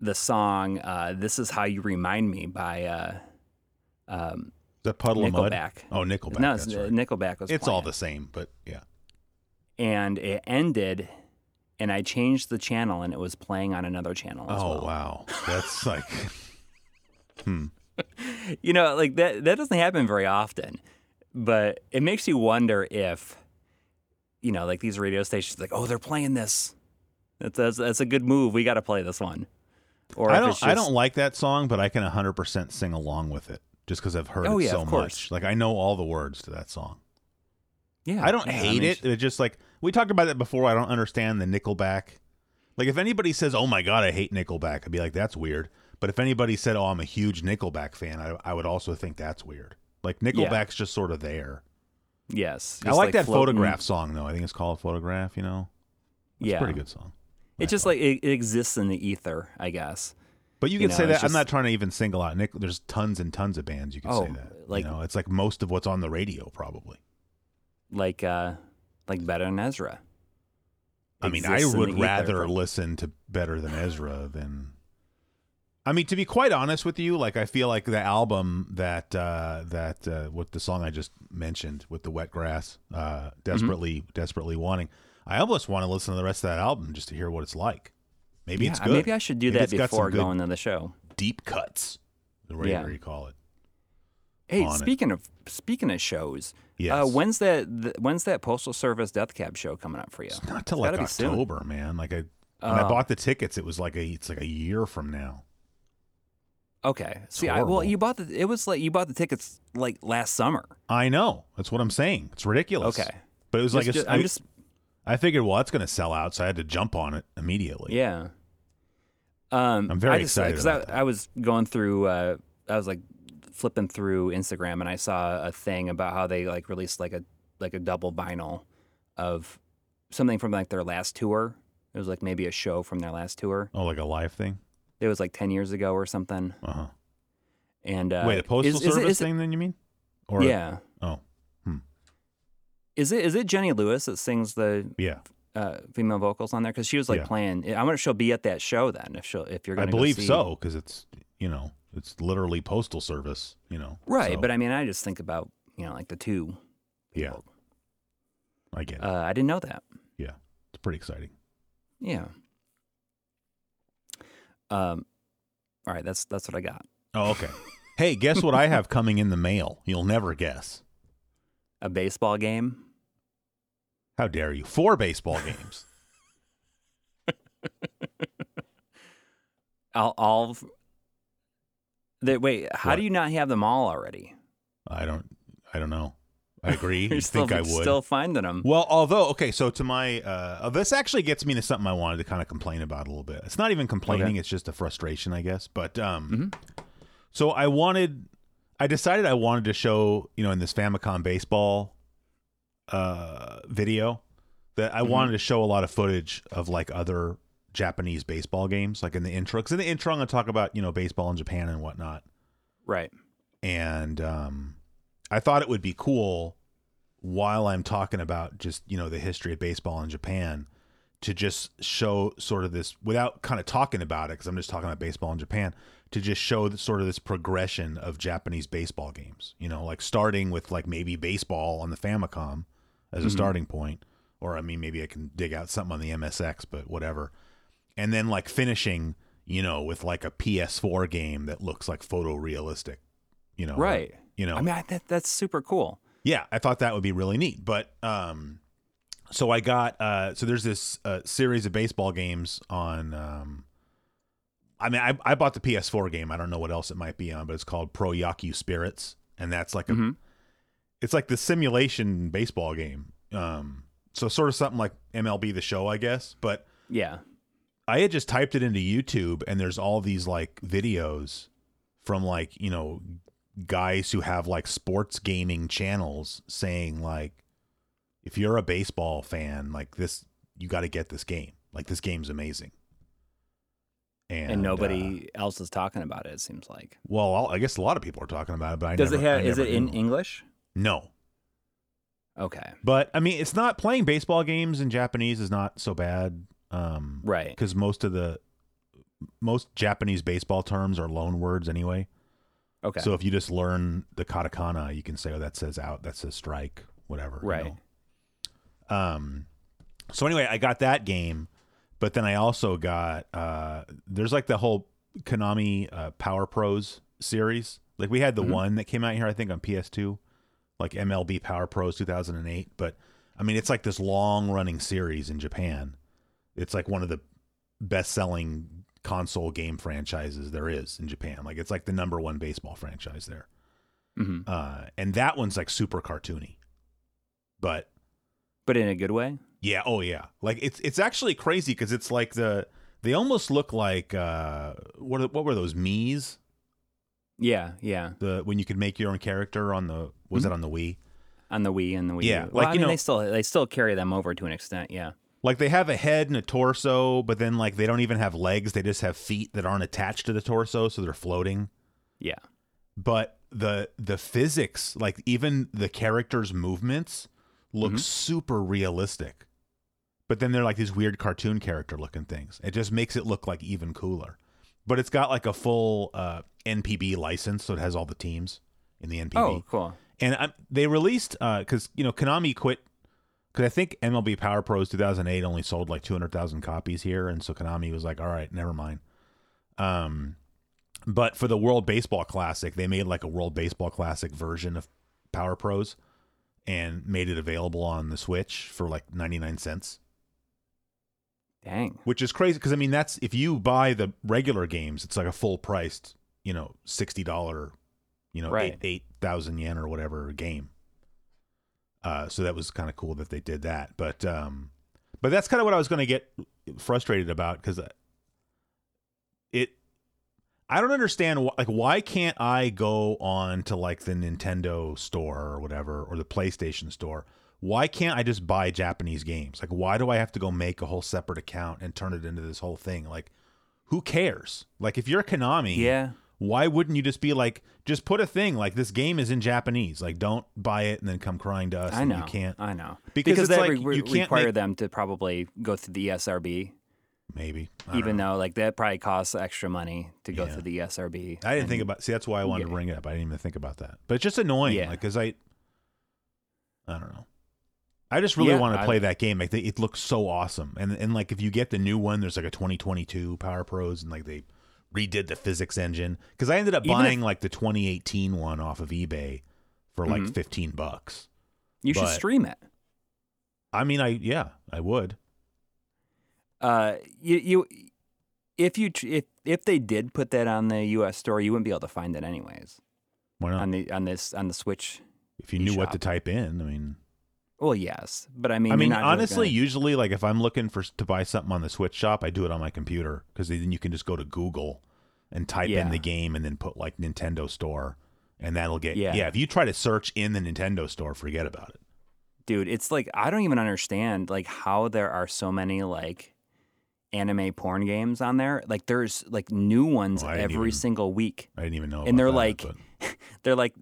Speaker 2: the song uh, "This Is How You Remind Me" by uh, um,
Speaker 1: Is that puddle of mud?
Speaker 2: Nickelback.
Speaker 1: Oh, Nickelback.
Speaker 2: no, it's,
Speaker 1: that's
Speaker 2: uh,
Speaker 1: right.
Speaker 2: Nickelback was.
Speaker 1: It's all
Speaker 2: playing.
Speaker 1: the same, but yeah.
Speaker 2: and it ended, and I changed the channel, and it was playing on another channel. As
Speaker 1: oh
Speaker 2: well.
Speaker 1: wow,
Speaker 2: *laughs*
Speaker 1: that's like Oh.
Speaker 2: You know, like that that doesn't happen very often, but it makes you wonder if, you know, like these radio stations, like, oh, they're playing this. That's that's, that's a good move. We got to play this one. Or
Speaker 1: I
Speaker 2: if
Speaker 1: don't.
Speaker 2: it's
Speaker 1: I
Speaker 2: just-
Speaker 1: don't like that song, but I can 100 percent sing along with it just because I've heard
Speaker 2: Oh,
Speaker 1: it
Speaker 2: yeah,
Speaker 1: so
Speaker 2: of
Speaker 1: much.
Speaker 2: course.
Speaker 1: Like I know all the words to that song.
Speaker 2: Yeah,
Speaker 1: I don't
Speaker 2: Oh, yeah,
Speaker 1: hate
Speaker 2: mean,
Speaker 1: it. It's just like we talked about that before. I don't understand the Nickelback. Like if anybody says, "Oh my god, I hate Nickelback," I'd be like, "That's weird." But if anybody said, "Oh, I'm a huge Nickelback fan," I, I would also think that's weird. Like Nickelback's just sort of there.
Speaker 2: Yes,
Speaker 1: I
Speaker 2: just,
Speaker 1: like, that
Speaker 2: floating-
Speaker 1: photograph song though. I think it's called Photograph. You know, it's
Speaker 2: Yeah,
Speaker 1: a pretty good song.
Speaker 2: It's just like it, it exists in the ether, I guess.
Speaker 1: But you
Speaker 2: you
Speaker 1: can
Speaker 2: know,
Speaker 1: say that.
Speaker 2: it's
Speaker 1: I'm
Speaker 2: just-
Speaker 1: not trying to even single out Nick. There's tons and tons of bands you can
Speaker 2: Oh,
Speaker 1: say that.
Speaker 2: like-
Speaker 1: you know, it's like most of what's on the radio probably.
Speaker 2: Like, uh, like better than Ezra.
Speaker 1: I mean, I
Speaker 2: Exists in the
Speaker 1: would
Speaker 2: ether,
Speaker 1: rather
Speaker 2: but-
Speaker 1: listen to Better Than Ezra than. I mean, to be quite honest with you, like I feel like the album that uh, that uh, what the song I just mentioned with the wet grass,
Speaker 2: Mm-hmm.
Speaker 1: uh, desperately, desperately wanting. I almost want to listen to the rest of that album just to hear what it's like. Maybe it's
Speaker 2: Yeah,
Speaker 1: good.
Speaker 2: Maybe I should do
Speaker 1: Maybe
Speaker 2: that
Speaker 1: it's got some
Speaker 2: before
Speaker 1: good
Speaker 2: going to the show.
Speaker 1: deep cuts, or whatever
Speaker 2: Yeah. Uh,
Speaker 1: you call it.
Speaker 2: Hey,
Speaker 1: on it.
Speaker 2: speaking of speaking of shows,
Speaker 1: Yes.
Speaker 2: uh, when's that? The, when's that Postal Service Death Cab show coming up for you?
Speaker 1: Not till
Speaker 2: gotta
Speaker 1: like
Speaker 2: be soon.
Speaker 1: October, man. Like I when I
Speaker 2: Oh.
Speaker 1: bought the tickets, it was like a it's like a year from now.
Speaker 2: Okay. See, I, well,
Speaker 1: horrible.
Speaker 2: you bought the. It was like you bought the tickets like last summer.
Speaker 1: I know. That's what I'm saying. It's ridiculous.
Speaker 2: Okay.
Speaker 1: But it was like
Speaker 2: Just-
Speaker 1: it's-
Speaker 2: I'm just
Speaker 1: I figured, well, that's going to sell out, so I had to jump on it immediately.
Speaker 2: Yeah. Um,
Speaker 1: I'm very
Speaker 2: I just,
Speaker 1: excited
Speaker 2: Because
Speaker 1: about
Speaker 2: I, I was going through, uh, I was like flipping through Instagram, and I saw a thing about how they like released like a like a double vinyl of something from like their last tour. It was like maybe a show from their last tour.
Speaker 1: Oh, like a live thing.
Speaker 2: It was like ten years ago or something.
Speaker 1: Uh huh.
Speaker 2: And uh,
Speaker 1: Wait, the postal
Speaker 2: is- is it-
Speaker 1: service
Speaker 2: is it-
Speaker 1: thing? Then you mean? Or
Speaker 2: yeah.
Speaker 1: Oh,
Speaker 2: Is it is it Jenny Lewis that sings the
Speaker 1: yeah.
Speaker 2: uh, female vocals on there? Because she was like
Speaker 1: Yeah.
Speaker 2: playing. I wonder if she'll be at that show then. If she'll if you're
Speaker 1: I
Speaker 2: going to
Speaker 1: believe
Speaker 2: see,
Speaker 1: so because it's you know it's literally postal service. You know.
Speaker 2: Right,
Speaker 1: so,
Speaker 2: but I mean, I just think about you know like the two.
Speaker 1: Yeah.
Speaker 2: people.
Speaker 1: I get it.
Speaker 2: uh, I didn't know that.
Speaker 1: It's pretty exciting.
Speaker 2: Yeah. Um, all right, that's that's what I got.
Speaker 1: Oh, okay. *laughs* hey, guess what I have coming in the mail? You'll never guess.
Speaker 2: A baseball game.
Speaker 1: How dare you? Four baseball games.
Speaker 2: I'll. I'll that, wait, how
Speaker 1: What?
Speaker 2: do you not have them all already?
Speaker 1: I don't. I don't know. I
Speaker 2: *laughs*
Speaker 1: agree. *laughs* you
Speaker 2: still,
Speaker 1: think I would?
Speaker 2: still finding them.
Speaker 1: Well, although okay, so to my uh, this actually gets me to something I wanted to kind of complain about a little bit. It's not even complaining;
Speaker 2: Okay.
Speaker 1: it's just a frustration, I guess. But um, so I wanted, I decided I wanted to show you know in this Famicom baseball uh video that I wanted to show a lot of footage of like other Japanese baseball games, like in the intro. Because in the intro, I'm going to talk about you know baseball in Japan and whatnot
Speaker 2: Right.
Speaker 1: and um, I thought it would be cool while I'm talking about just you know the history of baseball in Japan to just show sort of this without kind of talking about it because I'm just talking about baseball in Japan to just show the, sort of this progression of Japanese baseball games. You know, like starting with like maybe baseball on the Famicom as
Speaker 2: Mm-hmm.
Speaker 1: a starting point, or I mean maybe I can dig out something on the MSX, but whatever and then like finishing you know with like a ps4 game that looks like photorealistic you know
Speaker 2: Right.
Speaker 1: you know
Speaker 2: I mean, I, that that's super cool.
Speaker 1: yeah i thought that would be really neat but um so i got uh so there's this uh, series of baseball games on um i mean I, I bought the ps4 game i don't know what else it might be on but it's called pro yaku spirits and that's like a
Speaker 2: Mhm.
Speaker 1: it's like the simulation baseball game um so sort of something like mlb the show i guess but
Speaker 2: Yeah.
Speaker 1: I had just typed it into YouTube and there's all these like videos from like, you know, guys who have like sports gaming channels saying like if you're a baseball fan, like this you got to get this game. Like this game's amazing. And,
Speaker 2: And
Speaker 1: uh,
Speaker 2: nobody else is talking about it. It seems like.
Speaker 1: well, I'll- I guess a lot of people are talking about it, but I
Speaker 2: Does
Speaker 1: never-
Speaker 2: it have?
Speaker 1: I
Speaker 2: Is it
Speaker 1: never
Speaker 2: in
Speaker 1: knew.
Speaker 2: English?
Speaker 1: No,
Speaker 2: Okay.
Speaker 1: but I mean, it's not playing baseball games in Japanese is not so bad. Um,
Speaker 2: Right.
Speaker 1: because most of the most Japanese baseball terms are loan words anyway.
Speaker 2: Okay.
Speaker 1: So if you just learn the katakana, you can say, "Oh, that says out. That says strike. Whatever." you
Speaker 2: Right.
Speaker 1: know? Um. So anyway, I got that game, but then I also got uh. There's like the whole Konami uh, Power Pros series. Like we had the one that came out here, I think, on PS2, like MLB Power Pros 2008. But I mean, it's like this long running series in Japan. It's like one of the best selling console game franchises there is in Japan. Like it's like the number one baseball franchise there.
Speaker 2: hmm
Speaker 1: Uh, and that one's like super cartoony, but
Speaker 2: But in a good way.
Speaker 1: yeah, oh yeah, like it's it's actually crazy because it's like the they almost look like uh, what are- what were those Mii's
Speaker 2: Yeah. Yeah.
Speaker 1: the when you could make your own character on the was it on the Wii
Speaker 2: on the Wii and the Wii
Speaker 1: Yeah,
Speaker 2: U.
Speaker 1: like,
Speaker 2: well, I
Speaker 1: you
Speaker 2: mean,
Speaker 1: know-
Speaker 2: they still they still carry them over to an extent. Yeah,
Speaker 1: like they have a head and a torso but then like they don't even have legs they just have feet that aren't attached to the torso so they're floating
Speaker 2: yeah,
Speaker 1: but the the physics like even the characters movements look
Speaker 2: Mm-hmm.
Speaker 1: super realistic but then they're like these weird cartoon character looking things it just makes it look like even cooler but it's got like a full uh, npb license so it has all the teams in the npb
Speaker 2: Oh, cool.
Speaker 1: and I, they released because you know konami quit because i think mlb power pros 2008 only sold like 200000 copies here and so konami was like all right never mind um, but for the World Baseball Classic, they made like a World Baseball Classic version of Power Pros and made it available on the Switch for like 99 cents,
Speaker 2: Dang.
Speaker 1: which is crazy because I mean that's if you buy the regular games, it's like a full priced, you know, sixty dollar, you know,
Speaker 2: Right.
Speaker 1: eight eight thousand yen or whatever game. Uh, so that was kind of cool that they did that, but um, but that's kind of what I was going to get frustrated about uh, because it, I don't understand wh- like why can't I go on to like the Nintendo store or whatever or the PlayStation store? Why can't I just buy Japanese games? Like, why do I have to go make a whole separate account and turn it into this whole thing? Like, who cares? Like, if you're Konami,
Speaker 2: Yeah.
Speaker 1: why wouldn't you just be like, just put a thing like this game is in Japanese? Like, don't buy it and then come crying to us.
Speaker 2: I
Speaker 1: and
Speaker 2: know.
Speaker 1: you can't.
Speaker 2: I know.
Speaker 1: Because it's
Speaker 2: that
Speaker 1: like,
Speaker 2: re- re-
Speaker 1: you can't
Speaker 2: require
Speaker 1: make-
Speaker 2: them to probably go through the E ESRB,
Speaker 1: Maybe I don't
Speaker 2: even
Speaker 1: know.
Speaker 2: though like that probably costs extra money to go
Speaker 1: Yeah.
Speaker 2: through the E ESRB.
Speaker 1: I didn't
Speaker 2: and-
Speaker 1: think about. See, that's why I wanted to
Speaker 2: Yeah.
Speaker 1: bring it up. I didn't even think about that. But it's just annoying,
Speaker 2: Yeah.
Speaker 1: like because I, I don't know. I just really
Speaker 2: Yeah,
Speaker 1: want to
Speaker 2: I-
Speaker 1: play that game. Like they, it looks so awesome, and and like if you get the new one, there's like a 2022 Power Pros, and like they redid the physics engine. Because I ended up
Speaker 2: Even if-
Speaker 1: buying like the 2018 one off of eBay for like
Speaker 2: Mhm.
Speaker 1: 15 bucks.
Speaker 2: You should
Speaker 1: but-
Speaker 2: stream it.
Speaker 1: I mean, I yeah, I would.
Speaker 2: Uh, you you if you tr- if if they did put that on the U.S. store, you wouldn't be able to find it anyways
Speaker 1: Why not?
Speaker 2: on the on this on the Switch.
Speaker 1: if you knew what
Speaker 2: eShop.
Speaker 1: to type in, I mean.
Speaker 2: Well, yes, but I mean,
Speaker 1: I
Speaker 2: you're
Speaker 1: mean,
Speaker 2: not really
Speaker 1: honestly,
Speaker 2: gonna-
Speaker 1: usually, like if I'm looking for to buy something on the Switch shop, I do it on my computer because then you can just go to Google and type in
Speaker 2: Yeah.
Speaker 1: the game and then put like Nintendo Store, and that'll get yeah.
Speaker 2: Yeah.
Speaker 1: If you try to search in the Nintendo Store, forget about it.
Speaker 2: dude, it's like I don't even understand like how there are so many like anime porn games on there. Like there's like new ones
Speaker 1: Oh, I didn't
Speaker 2: every
Speaker 1: even-
Speaker 2: single week.
Speaker 1: I didn't even know.
Speaker 2: And
Speaker 1: about
Speaker 2: they're
Speaker 1: that,
Speaker 2: like-
Speaker 1: but-
Speaker 2: They're like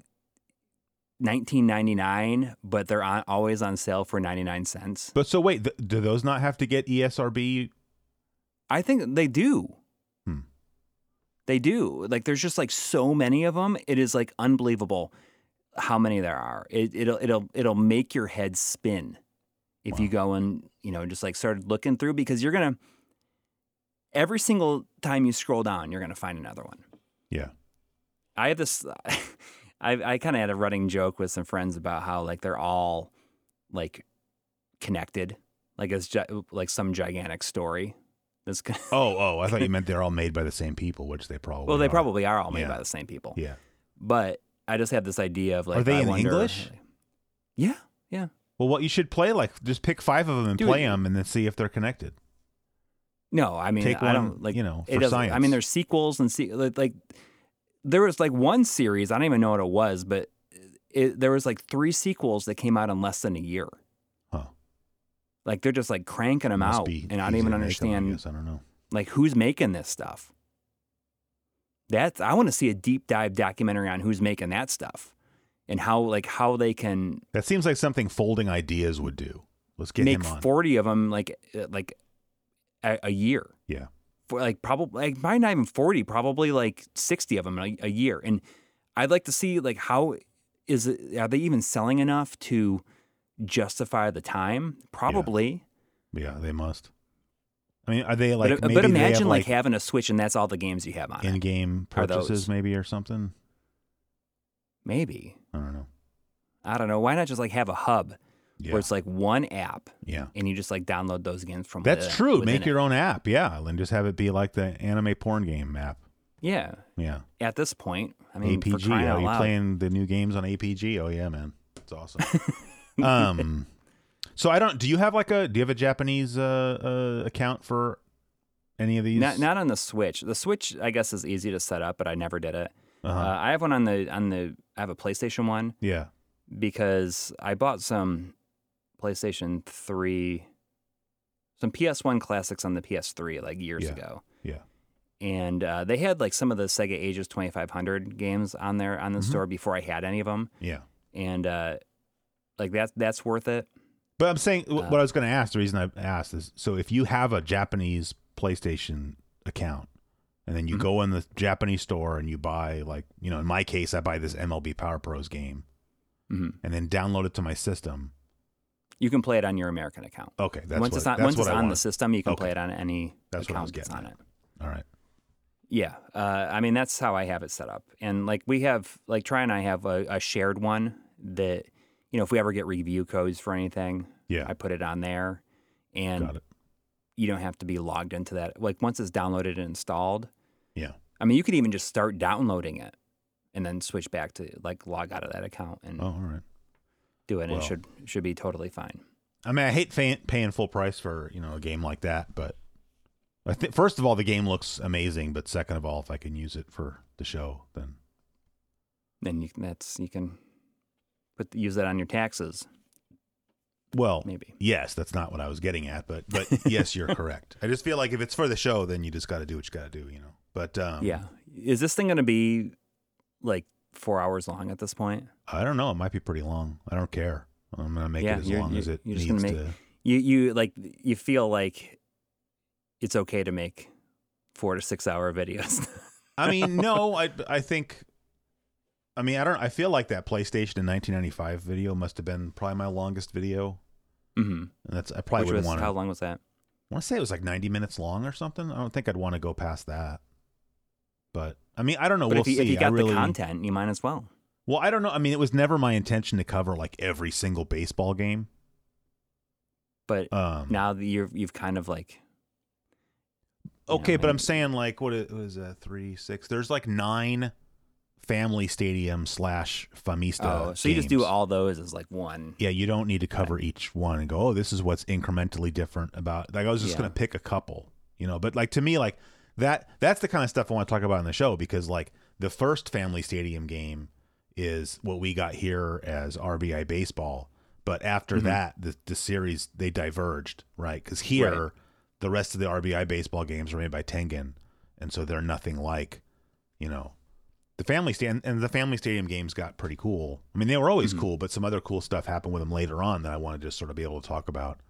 Speaker 2: 19.99, but they're on, always on sale for 99 cents.
Speaker 1: but so wait, th- do those not have to get E ESRB?
Speaker 2: I think they do.
Speaker 1: Hmm.
Speaker 2: They do. Like there's just like so many of them. It is like unbelievable how many there are. It, it'll it'll it'll make your head spin if you
Speaker 1: Wow.
Speaker 2: go and you know just like started looking through because you're gonna every single time you scroll down you're gonna find another one.
Speaker 1: Yeah.
Speaker 2: I have this. *laughs* I I kind of had a running joke with some friends about how like they're all like connected, like it's gi- like some gigantic story. That's gonna,
Speaker 1: Oh, oh, I thought you meant they're all made by the same people, which Oh, they probably.
Speaker 2: *laughs* well, they
Speaker 1: are.
Speaker 2: probably are all made
Speaker 1: Yeah.
Speaker 2: by the same people.
Speaker 1: Yeah.
Speaker 2: But I just have this idea of like,
Speaker 1: Are they
Speaker 2: I
Speaker 1: in
Speaker 2: wonder-
Speaker 1: English?
Speaker 2: Yeah,
Speaker 1: Well, what you should play like just pick five of them and play 'em
Speaker 2: Dude,
Speaker 1: play them, and then see if they're connected.
Speaker 2: no, I mean,
Speaker 1: Take one,
Speaker 2: I don't like
Speaker 1: you know,
Speaker 2: it
Speaker 1: for
Speaker 2: doesn't-
Speaker 1: science.
Speaker 2: I mean, there's sequels and se- like, like there was like one series. I don't even know what it was, but it, there was like three sequels that came out in less than a year.
Speaker 1: Huh.
Speaker 2: Like they're just like cranking them
Speaker 1: Must
Speaker 2: out,
Speaker 1: be
Speaker 2: and I
Speaker 1: easy
Speaker 2: don't even
Speaker 1: to make 'em, I
Speaker 2: understand
Speaker 1: guess. I don't know.
Speaker 2: like who's making this stuff. That's I want to see a deep dive documentary on who's making that stuff and how like how they can
Speaker 1: That seems like something folding ideas would do. Let's get
Speaker 2: make
Speaker 1: him on.
Speaker 2: forty of them like uh, like a, a year.
Speaker 1: Yeah.
Speaker 2: for like probably like probably not even forty, probably like sixty of them a, a year. And I'd like to see like how is it, are they even selling enough to justify the time? Probably.
Speaker 1: yeah, they must. I mean, are they like
Speaker 2: but,
Speaker 1: maybe
Speaker 2: but
Speaker 1: they have,
Speaker 2: imagine like,
Speaker 1: like,
Speaker 2: having a Switch and that's all the games you have on it.
Speaker 1: in-game
Speaker 2: Are those-
Speaker 1: purchases maybe or something?
Speaker 2: Maybe.
Speaker 1: I don't know.
Speaker 2: I don't know. Why not just like have a hub
Speaker 1: Yeah,
Speaker 2: where it's like one app
Speaker 1: yeah,
Speaker 2: and you just like download those games from
Speaker 1: that's
Speaker 2: within-
Speaker 1: true.
Speaker 2: within
Speaker 1: Make your own app. Yeah, and just have it be like the anime porn game app.
Speaker 2: it. Yeah.
Speaker 1: Yeah,
Speaker 2: At this point, I mean, for
Speaker 1: APG.
Speaker 2: crying
Speaker 1: Are
Speaker 2: out
Speaker 1: you
Speaker 2: loud.
Speaker 1: Oh, playing the new games on APG? Oh yeah, man, it's
Speaker 2: *laughs*
Speaker 1: awesome. um, so I don't. Do you have like a? Do you have a Japanese uh, uh account for any of these?
Speaker 2: Not, not on the Switch. The Switch, I guess, is easy to set up, but I never did it.
Speaker 1: Uh-huh.
Speaker 2: Uh, I have one on the on the. I have a PlayStation one
Speaker 1: yeah.
Speaker 2: because I bought some PlayStation three, some PS one classics on the PS three like years
Speaker 1: Yeah.
Speaker 2: ago.
Speaker 1: Yeah.
Speaker 2: And uh, they had like some of the Sega Ages 2500 games on there on the
Speaker 1: Mhm.
Speaker 2: store before I had any of them,
Speaker 1: Yeah.
Speaker 2: and uh, like that that's worth it.
Speaker 1: But I'm saying wh-
Speaker 2: Uh,
Speaker 1: what I was going to ask. The reason I asked is so if you have a Japanese PlayStation account, and then you
Speaker 2: Mhm.
Speaker 1: go in the Japanese store and you buy like you know, in my case, I buy this MLB Power Pros game
Speaker 2: hmm
Speaker 1: and then download it to my system.
Speaker 2: You can play it on your American account.
Speaker 1: Okay, that's
Speaker 2: once
Speaker 1: what
Speaker 2: it's on,
Speaker 1: that's
Speaker 2: once
Speaker 1: what
Speaker 2: it's
Speaker 1: I
Speaker 2: on the
Speaker 1: want.
Speaker 2: system, you can
Speaker 1: Okay.
Speaker 2: play it on any
Speaker 1: That's what I was
Speaker 2: account that's
Speaker 1: getting
Speaker 2: on
Speaker 1: at.
Speaker 2: it.
Speaker 1: All right.
Speaker 2: Yeah, uh, I mean that's how I have it set up, and like we have like Try and I have a, a shared one that you know if we ever get review codes for anything,
Speaker 1: Yeah.
Speaker 2: I put it on there, and
Speaker 1: Got it.
Speaker 2: you don't have to be logged into that. Like once it's downloaded and installed,
Speaker 1: Yeah.
Speaker 2: I mean, you could even just start downloading it, and then switch back to like log out of that account and
Speaker 1: Oh, all right.
Speaker 2: do it, and
Speaker 1: well.
Speaker 2: it should should be totally fine.
Speaker 1: I mean, I hate fan- paying full price for you know a game like that, but I think first of all, the game looks amazing, but second of all, if I can use it for the show, then
Speaker 2: Then you can- that's you can put use that on your taxes
Speaker 1: well,
Speaker 2: maybe.
Speaker 1: yes, that's not what I was getting at, but
Speaker 2: *laughs*
Speaker 1: but yes, you're correct. I just feel like if it's for the show, then you just got to do what you got to do, you know. But um,
Speaker 2: yeah, is this thing going to be like four hours long at this point?
Speaker 1: I don't know. It might be pretty long. I don't care. I'm gonna make
Speaker 2: Yeah,
Speaker 1: it as
Speaker 2: you're-
Speaker 1: long as
Speaker 2: you're-
Speaker 1: it
Speaker 2: you're
Speaker 1: needs
Speaker 2: just gonna
Speaker 1: to.
Speaker 2: *laughs* you you like you feel like it's okay to make four to six hour videos. *laughs*
Speaker 1: I mean, no, I I think. I mean, I don't. I feel like that PlayStation in 1995 video must have been probably my longest video,
Speaker 2: mm-hmm.
Speaker 1: and that's I probably
Speaker 2: Which
Speaker 1: would
Speaker 2: was
Speaker 1: want to.
Speaker 2: how long was that?
Speaker 1: I want to say it was like 90 minutes long or something. I don't think I'd want to go past that. But I mean, I don't know.
Speaker 2: but
Speaker 1: we'll
Speaker 2: if you,
Speaker 1: see.
Speaker 2: if you
Speaker 1: I
Speaker 2: got
Speaker 1: really,
Speaker 2: the content, you might as well.
Speaker 1: Well, I don't know. I mean, it was never my intention to cover like every single baseball game.
Speaker 2: But
Speaker 1: Um,
Speaker 2: now that you're you've kind of like you know,
Speaker 1: okay, but
Speaker 2: maybe-
Speaker 1: I'm saying like what it was uh, three, six. There's like nine family stadium slash famista.
Speaker 2: oh, so you just do
Speaker 1: uh, games.
Speaker 2: all those as like one.
Speaker 1: Yeah, you don't need to cover each one and go, oh, this is what's incrementally different about. Like I was just
Speaker 2: Yeah.
Speaker 1: gonna pick a couple, you know. But like to me, like that that's the kind of stuff I want to talk about in the show because like the first Family Stadium game is what we got here as RBI baseball, but after
Speaker 2: Mhm.
Speaker 1: that, the the series they diverged, right? Because here, the rest of the RBI baseball games are made by Tengen, and so they're nothing like, you know, the family stand and the family stadium games got pretty cool. I mean, they were always cool, but some other cool stuff happened with them later on that I want to just sort of be able to talk about.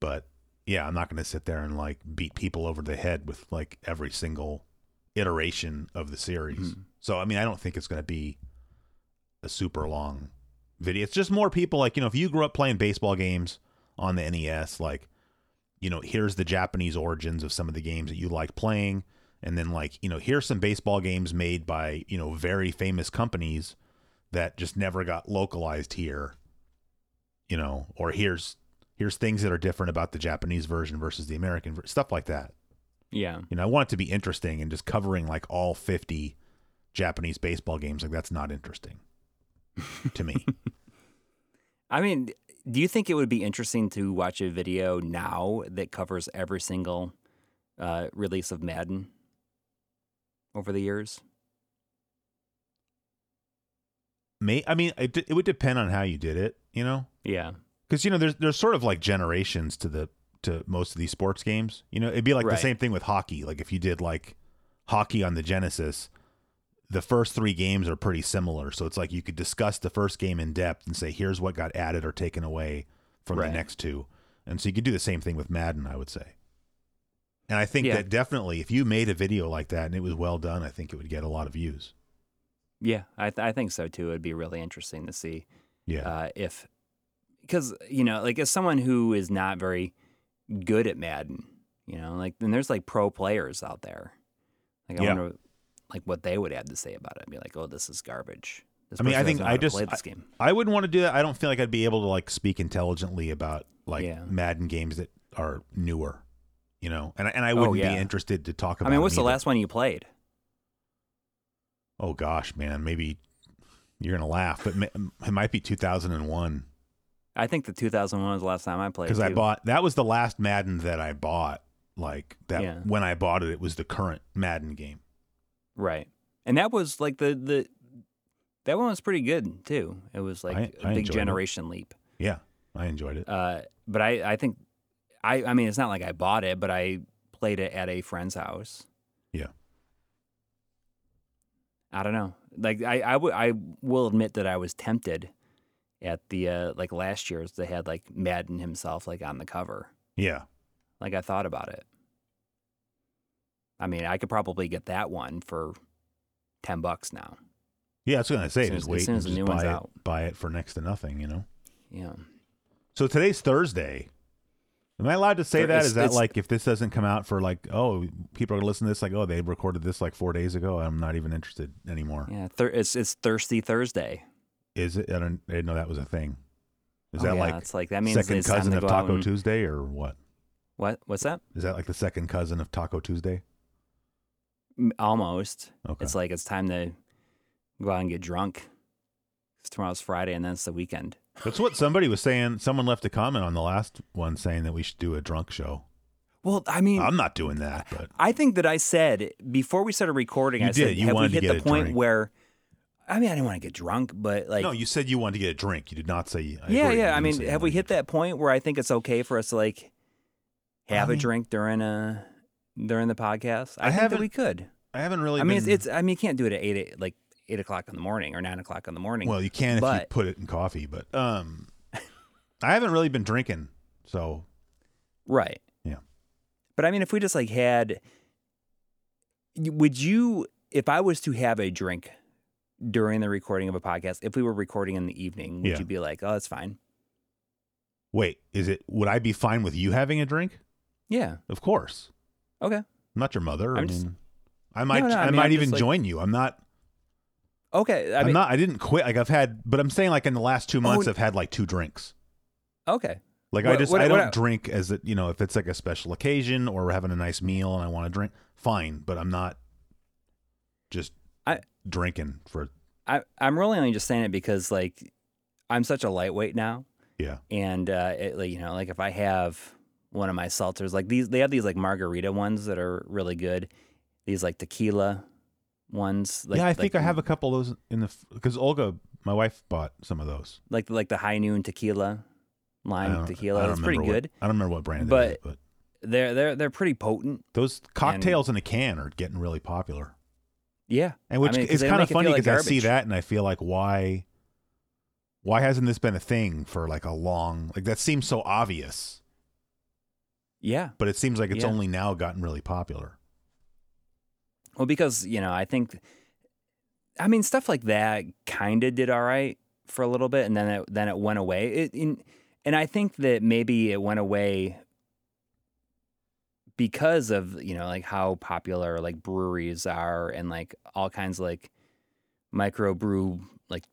Speaker 1: But yeah, I'm not going to sit there and like beat people over the head with like every single iteration of the series. So I mean, I don't think it's going to be a super long video. It's just more people like, you know, if you grew up playing baseball games on the NES, like you know, here's the Japanese origins of some of the games that you like playing. And then, like, you know, here's some baseball games made by, you know, very famous companies that just never got localized here, you know, or here's, here's things that are different about the Japanese version versus the American, ver- stuff like that.
Speaker 2: Yeah,
Speaker 1: You know, I want it to be interesting and just covering like all 50 Japanese baseball games, like, that's not interesting to me.
Speaker 2: I mean, do you think it would be interesting to watch a video now that covers every single uh, release of Madden over the years?
Speaker 1: May, I mean, it, it would depend on how you did it, you know?
Speaker 2: Yeah,
Speaker 1: because you know there's there's sort of like generations to the to most of these sports games. You know, it'd be like the
Speaker 2: Right.
Speaker 1: same thing with hockey. Like if you did like hockey on the Genesis, the first three games are pretty similar. So it's like you could discuss the first game in depth and say here's what got added or taken away from
Speaker 2: Right.
Speaker 1: the next two. And so you could do the same thing with Madden, I would say. And I think
Speaker 2: Yeah.
Speaker 1: that definitely if you made a video like that and it was well done, I think it would get a lot of views.
Speaker 2: yeah, I th- I think so too. It'd be really interesting to see.
Speaker 1: Yeah.
Speaker 2: uh, if because you know like as someone who is not very good at madden you know like then there's like pro players out there like i
Speaker 1: Yeah.
Speaker 2: wonder like what they would have to say about it be like oh this is garbage this
Speaker 1: I mean, I
Speaker 2: person
Speaker 1: think
Speaker 2: doesn't know
Speaker 1: I
Speaker 2: how to
Speaker 1: just-
Speaker 2: play this game
Speaker 1: I wouldn't want to do that. I don't feel like I'd be able to like speak intelligently about like
Speaker 2: Yeah.
Speaker 1: Madden games that are newer, you know. And I, and I
Speaker 2: Oh,
Speaker 1: wouldn't
Speaker 2: yeah.
Speaker 1: be interested to talk
Speaker 2: i
Speaker 1: about.
Speaker 2: mean what's
Speaker 1: them
Speaker 2: the
Speaker 1: either.
Speaker 2: last one you played
Speaker 1: Oh gosh, man, maybe you're gonna laugh, but ma- it might be 2001
Speaker 2: i think the 2001 was the last time i played
Speaker 1: because I
Speaker 2: too.
Speaker 1: bought that was the last Madden that I bought. Like that
Speaker 2: Yeah.
Speaker 1: when I bought it, it was the current Madden game.
Speaker 2: right and that was like the the that one was pretty good too it was like
Speaker 1: I-
Speaker 2: a
Speaker 1: I enjoyed
Speaker 2: big
Speaker 1: it.
Speaker 2: generation leap
Speaker 1: Yeah, I enjoyed it.
Speaker 2: Uh, but I, I think I I mean it's not like I bought it, but I played it at a friend's house.
Speaker 1: Yeah.
Speaker 2: I don't know. Like I I would- I will admit that I was tempted at the uh, like last year's they had like Madden himself like on the cover.
Speaker 1: yeah,
Speaker 2: Like I thought about it. I mean, I could probably get that one for ten bucks now.
Speaker 1: yeah, I was gonna say
Speaker 2: soon
Speaker 1: just
Speaker 2: as- as
Speaker 1: wait
Speaker 2: soon
Speaker 1: and
Speaker 2: as the
Speaker 1: just
Speaker 2: new
Speaker 1: buy
Speaker 2: one's
Speaker 1: it,
Speaker 2: out.
Speaker 1: buy it for next to nothing, you know.
Speaker 2: Yeah.
Speaker 1: So today's Thursday. Am I allowed to say
Speaker 2: Thur-
Speaker 1: that?
Speaker 2: it's-
Speaker 1: Is that
Speaker 2: it's-
Speaker 1: like if this doesn't come out for like, oh, people are gonna listen to this like, oh, they recorded this like four days ago. I'm not even interested anymore.
Speaker 2: Yeah. Thir- it's it's thirsty Thursday.
Speaker 1: Is it? I don't. I didn't know that was a thing. Is
Speaker 2: Oh,
Speaker 1: that
Speaker 2: yeah,
Speaker 1: like
Speaker 2: it's like that means
Speaker 1: second
Speaker 2: it's time
Speaker 1: cousin
Speaker 2: to
Speaker 1: of
Speaker 2: go out
Speaker 1: Taco
Speaker 2: and-
Speaker 1: Tuesday or what?
Speaker 2: What? What's that?
Speaker 1: Is that like the second cousin of Taco Tuesday?
Speaker 2: M- Almost.
Speaker 1: Okay.
Speaker 2: It's like it's time to go out and get drunk. 'Cause Tomorrow's Friday, and then it's the weekend.
Speaker 1: That's what somebody was saying. Someone left a comment on the last one saying that we should do a drunk show.
Speaker 2: Well, I mean,
Speaker 1: I'm not doing that, but
Speaker 2: I think that I said before we started recording,
Speaker 1: You
Speaker 2: I
Speaker 1: did.
Speaker 2: said,
Speaker 1: You
Speaker 2: have we
Speaker 1: wanted to
Speaker 2: hit
Speaker 1: get
Speaker 2: the
Speaker 1: a
Speaker 2: point
Speaker 1: drink.
Speaker 2: where, I mean, I didn't want to get drunk, but like,
Speaker 1: no, you said you wanted to get a drink. You did not say. I
Speaker 2: yeah,
Speaker 1: agree, you
Speaker 2: yeah. I
Speaker 1: didn't
Speaker 2: mean,
Speaker 1: say you
Speaker 2: have we
Speaker 1: wanted to
Speaker 2: hit that point where I think it's okay for us to like have
Speaker 1: I
Speaker 2: a
Speaker 1: mean-
Speaker 2: drink during a during the podcast? I,
Speaker 1: I
Speaker 2: think
Speaker 1: haven't
Speaker 2: that we could.
Speaker 1: I haven't really.
Speaker 2: I mean, it's,
Speaker 1: been-
Speaker 2: it's. I mean, you can't do it at eight at, like eight o'clock in the morning or nine o'clock in the morning.
Speaker 1: well, you can if you
Speaker 2: but-
Speaker 1: put it in coffee, but um, *laughs* I haven't really been drinking, so
Speaker 2: Right.
Speaker 1: Yeah.
Speaker 2: But I mean, if we just like had, y- would you, if I was to have a drink during the recording of a podcast, if we were recording in the evening, would
Speaker 1: Yeah.
Speaker 2: you be like, oh, that's fine?
Speaker 1: wait, is it? Would I be fine with you having a drink?
Speaker 2: Yeah.
Speaker 1: Of course.
Speaker 2: Okay.
Speaker 1: I'm not your mother. i
Speaker 2: I'm
Speaker 1: mean,
Speaker 2: just-
Speaker 1: I might.
Speaker 2: no,
Speaker 1: I,
Speaker 2: I mean,
Speaker 1: might
Speaker 2: I'm just
Speaker 1: even
Speaker 2: like-
Speaker 1: join you. I'm not.
Speaker 2: Okay. I
Speaker 1: I am
Speaker 2: mean,
Speaker 1: not. I didn't quit. Like I've had, but I'm saying like in the last two months, I've had like two drinks.
Speaker 2: okay.
Speaker 1: Like I
Speaker 2: What-
Speaker 1: just
Speaker 2: what-
Speaker 1: I
Speaker 2: what
Speaker 1: don't
Speaker 2: I-
Speaker 1: drink as it you know if it's like a special occasion or we're having a nice meal and I want to drink, fine. But I'm not just
Speaker 2: I-
Speaker 1: drinking for
Speaker 2: I, I'm really only just saying it because like I'm such a lightweight now.
Speaker 1: yeah.
Speaker 2: And, uh, it, like, you know, like if I have one of my seltzers, like these, they have these like margarita ones that are really good. These like tequila ones. Like,
Speaker 1: yeah, I think
Speaker 2: like-
Speaker 1: I have a couple of those in the because Olga, my wife, bought some of those.
Speaker 2: like like the high noon tequila,
Speaker 1: I
Speaker 2: lime
Speaker 1: don't- I
Speaker 2: tequila.
Speaker 1: don't
Speaker 2: It's pretty
Speaker 1: remember what-
Speaker 2: good.
Speaker 1: I don't remember what brand, it
Speaker 2: But-
Speaker 1: is, but
Speaker 2: They're they're they're pretty potent.
Speaker 1: those cocktails in a can are getting really popular.
Speaker 2: Yeah,
Speaker 1: And which
Speaker 2: mean, 'cause
Speaker 1: is
Speaker 2: they
Speaker 1: kind of
Speaker 2: make it feel
Speaker 1: funny
Speaker 2: like
Speaker 1: because I see
Speaker 2: garbage.
Speaker 1: that and I feel like why why hasn't this been a thing for like a long like that seems so obvious,
Speaker 2: yeah.
Speaker 1: but it seems like it's
Speaker 2: Yeah.
Speaker 1: only now gotten really popular.
Speaker 2: Well, because you know, I think, I mean, stuff like that kind of did all right for a little bit, and then it then it went away. It in, and I think that maybe it went away because of you know like how popular like breweries are and like all kinds of like micro brew like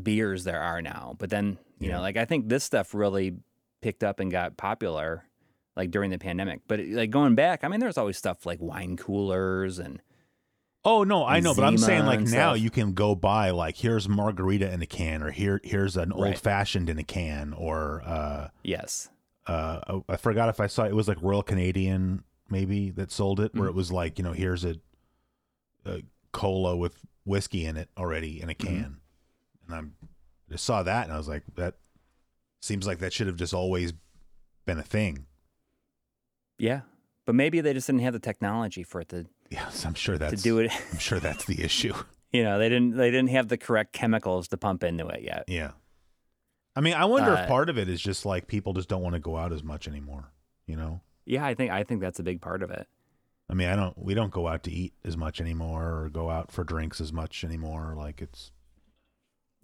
Speaker 2: beers there are now. But then you
Speaker 1: Yeah.
Speaker 2: know like I think this stuff really picked up and got popular like during the pandemic. But like going back, I mean, there's always stuff like wine coolers and
Speaker 1: Oh no, I
Speaker 2: And
Speaker 1: know, but I'm
Speaker 2: Zima
Speaker 1: saying like
Speaker 2: and
Speaker 1: now
Speaker 2: stuff.
Speaker 1: you can go buy like here's margarita in a can or here here's an
Speaker 2: Right.
Speaker 1: old fashioned in a can or uh
Speaker 2: yes,
Speaker 1: uh I forgot if I saw it was like Royal Canadian maybe that sold it where it
Speaker 2: Hmm.
Speaker 1: was like, you know, here's a, a cola with whiskey in it already in
Speaker 2: Hmm.
Speaker 1: a can. And I'm I just saw that and I was like that seems like that should have just always been a thing. *laughs*
Speaker 2: yeah. But maybe they just didn't have the technology for it to
Speaker 1: Yes, I'm sure that's
Speaker 2: to do it. *laughs*
Speaker 1: I'm sure that's the issue. *laughs*
Speaker 2: you know, they didn't they didn't have the correct chemicals to pump into it yet.
Speaker 1: Yeah. I mean, I wonder if
Speaker 2: Uh,
Speaker 1: part of it is just like people just don't want to go out as much anymore, you know?
Speaker 2: Yeah, I think I think that's a big part of it.
Speaker 1: I mean, I don't we don't go out to eat as much anymore or go out for drinks as much anymore like it's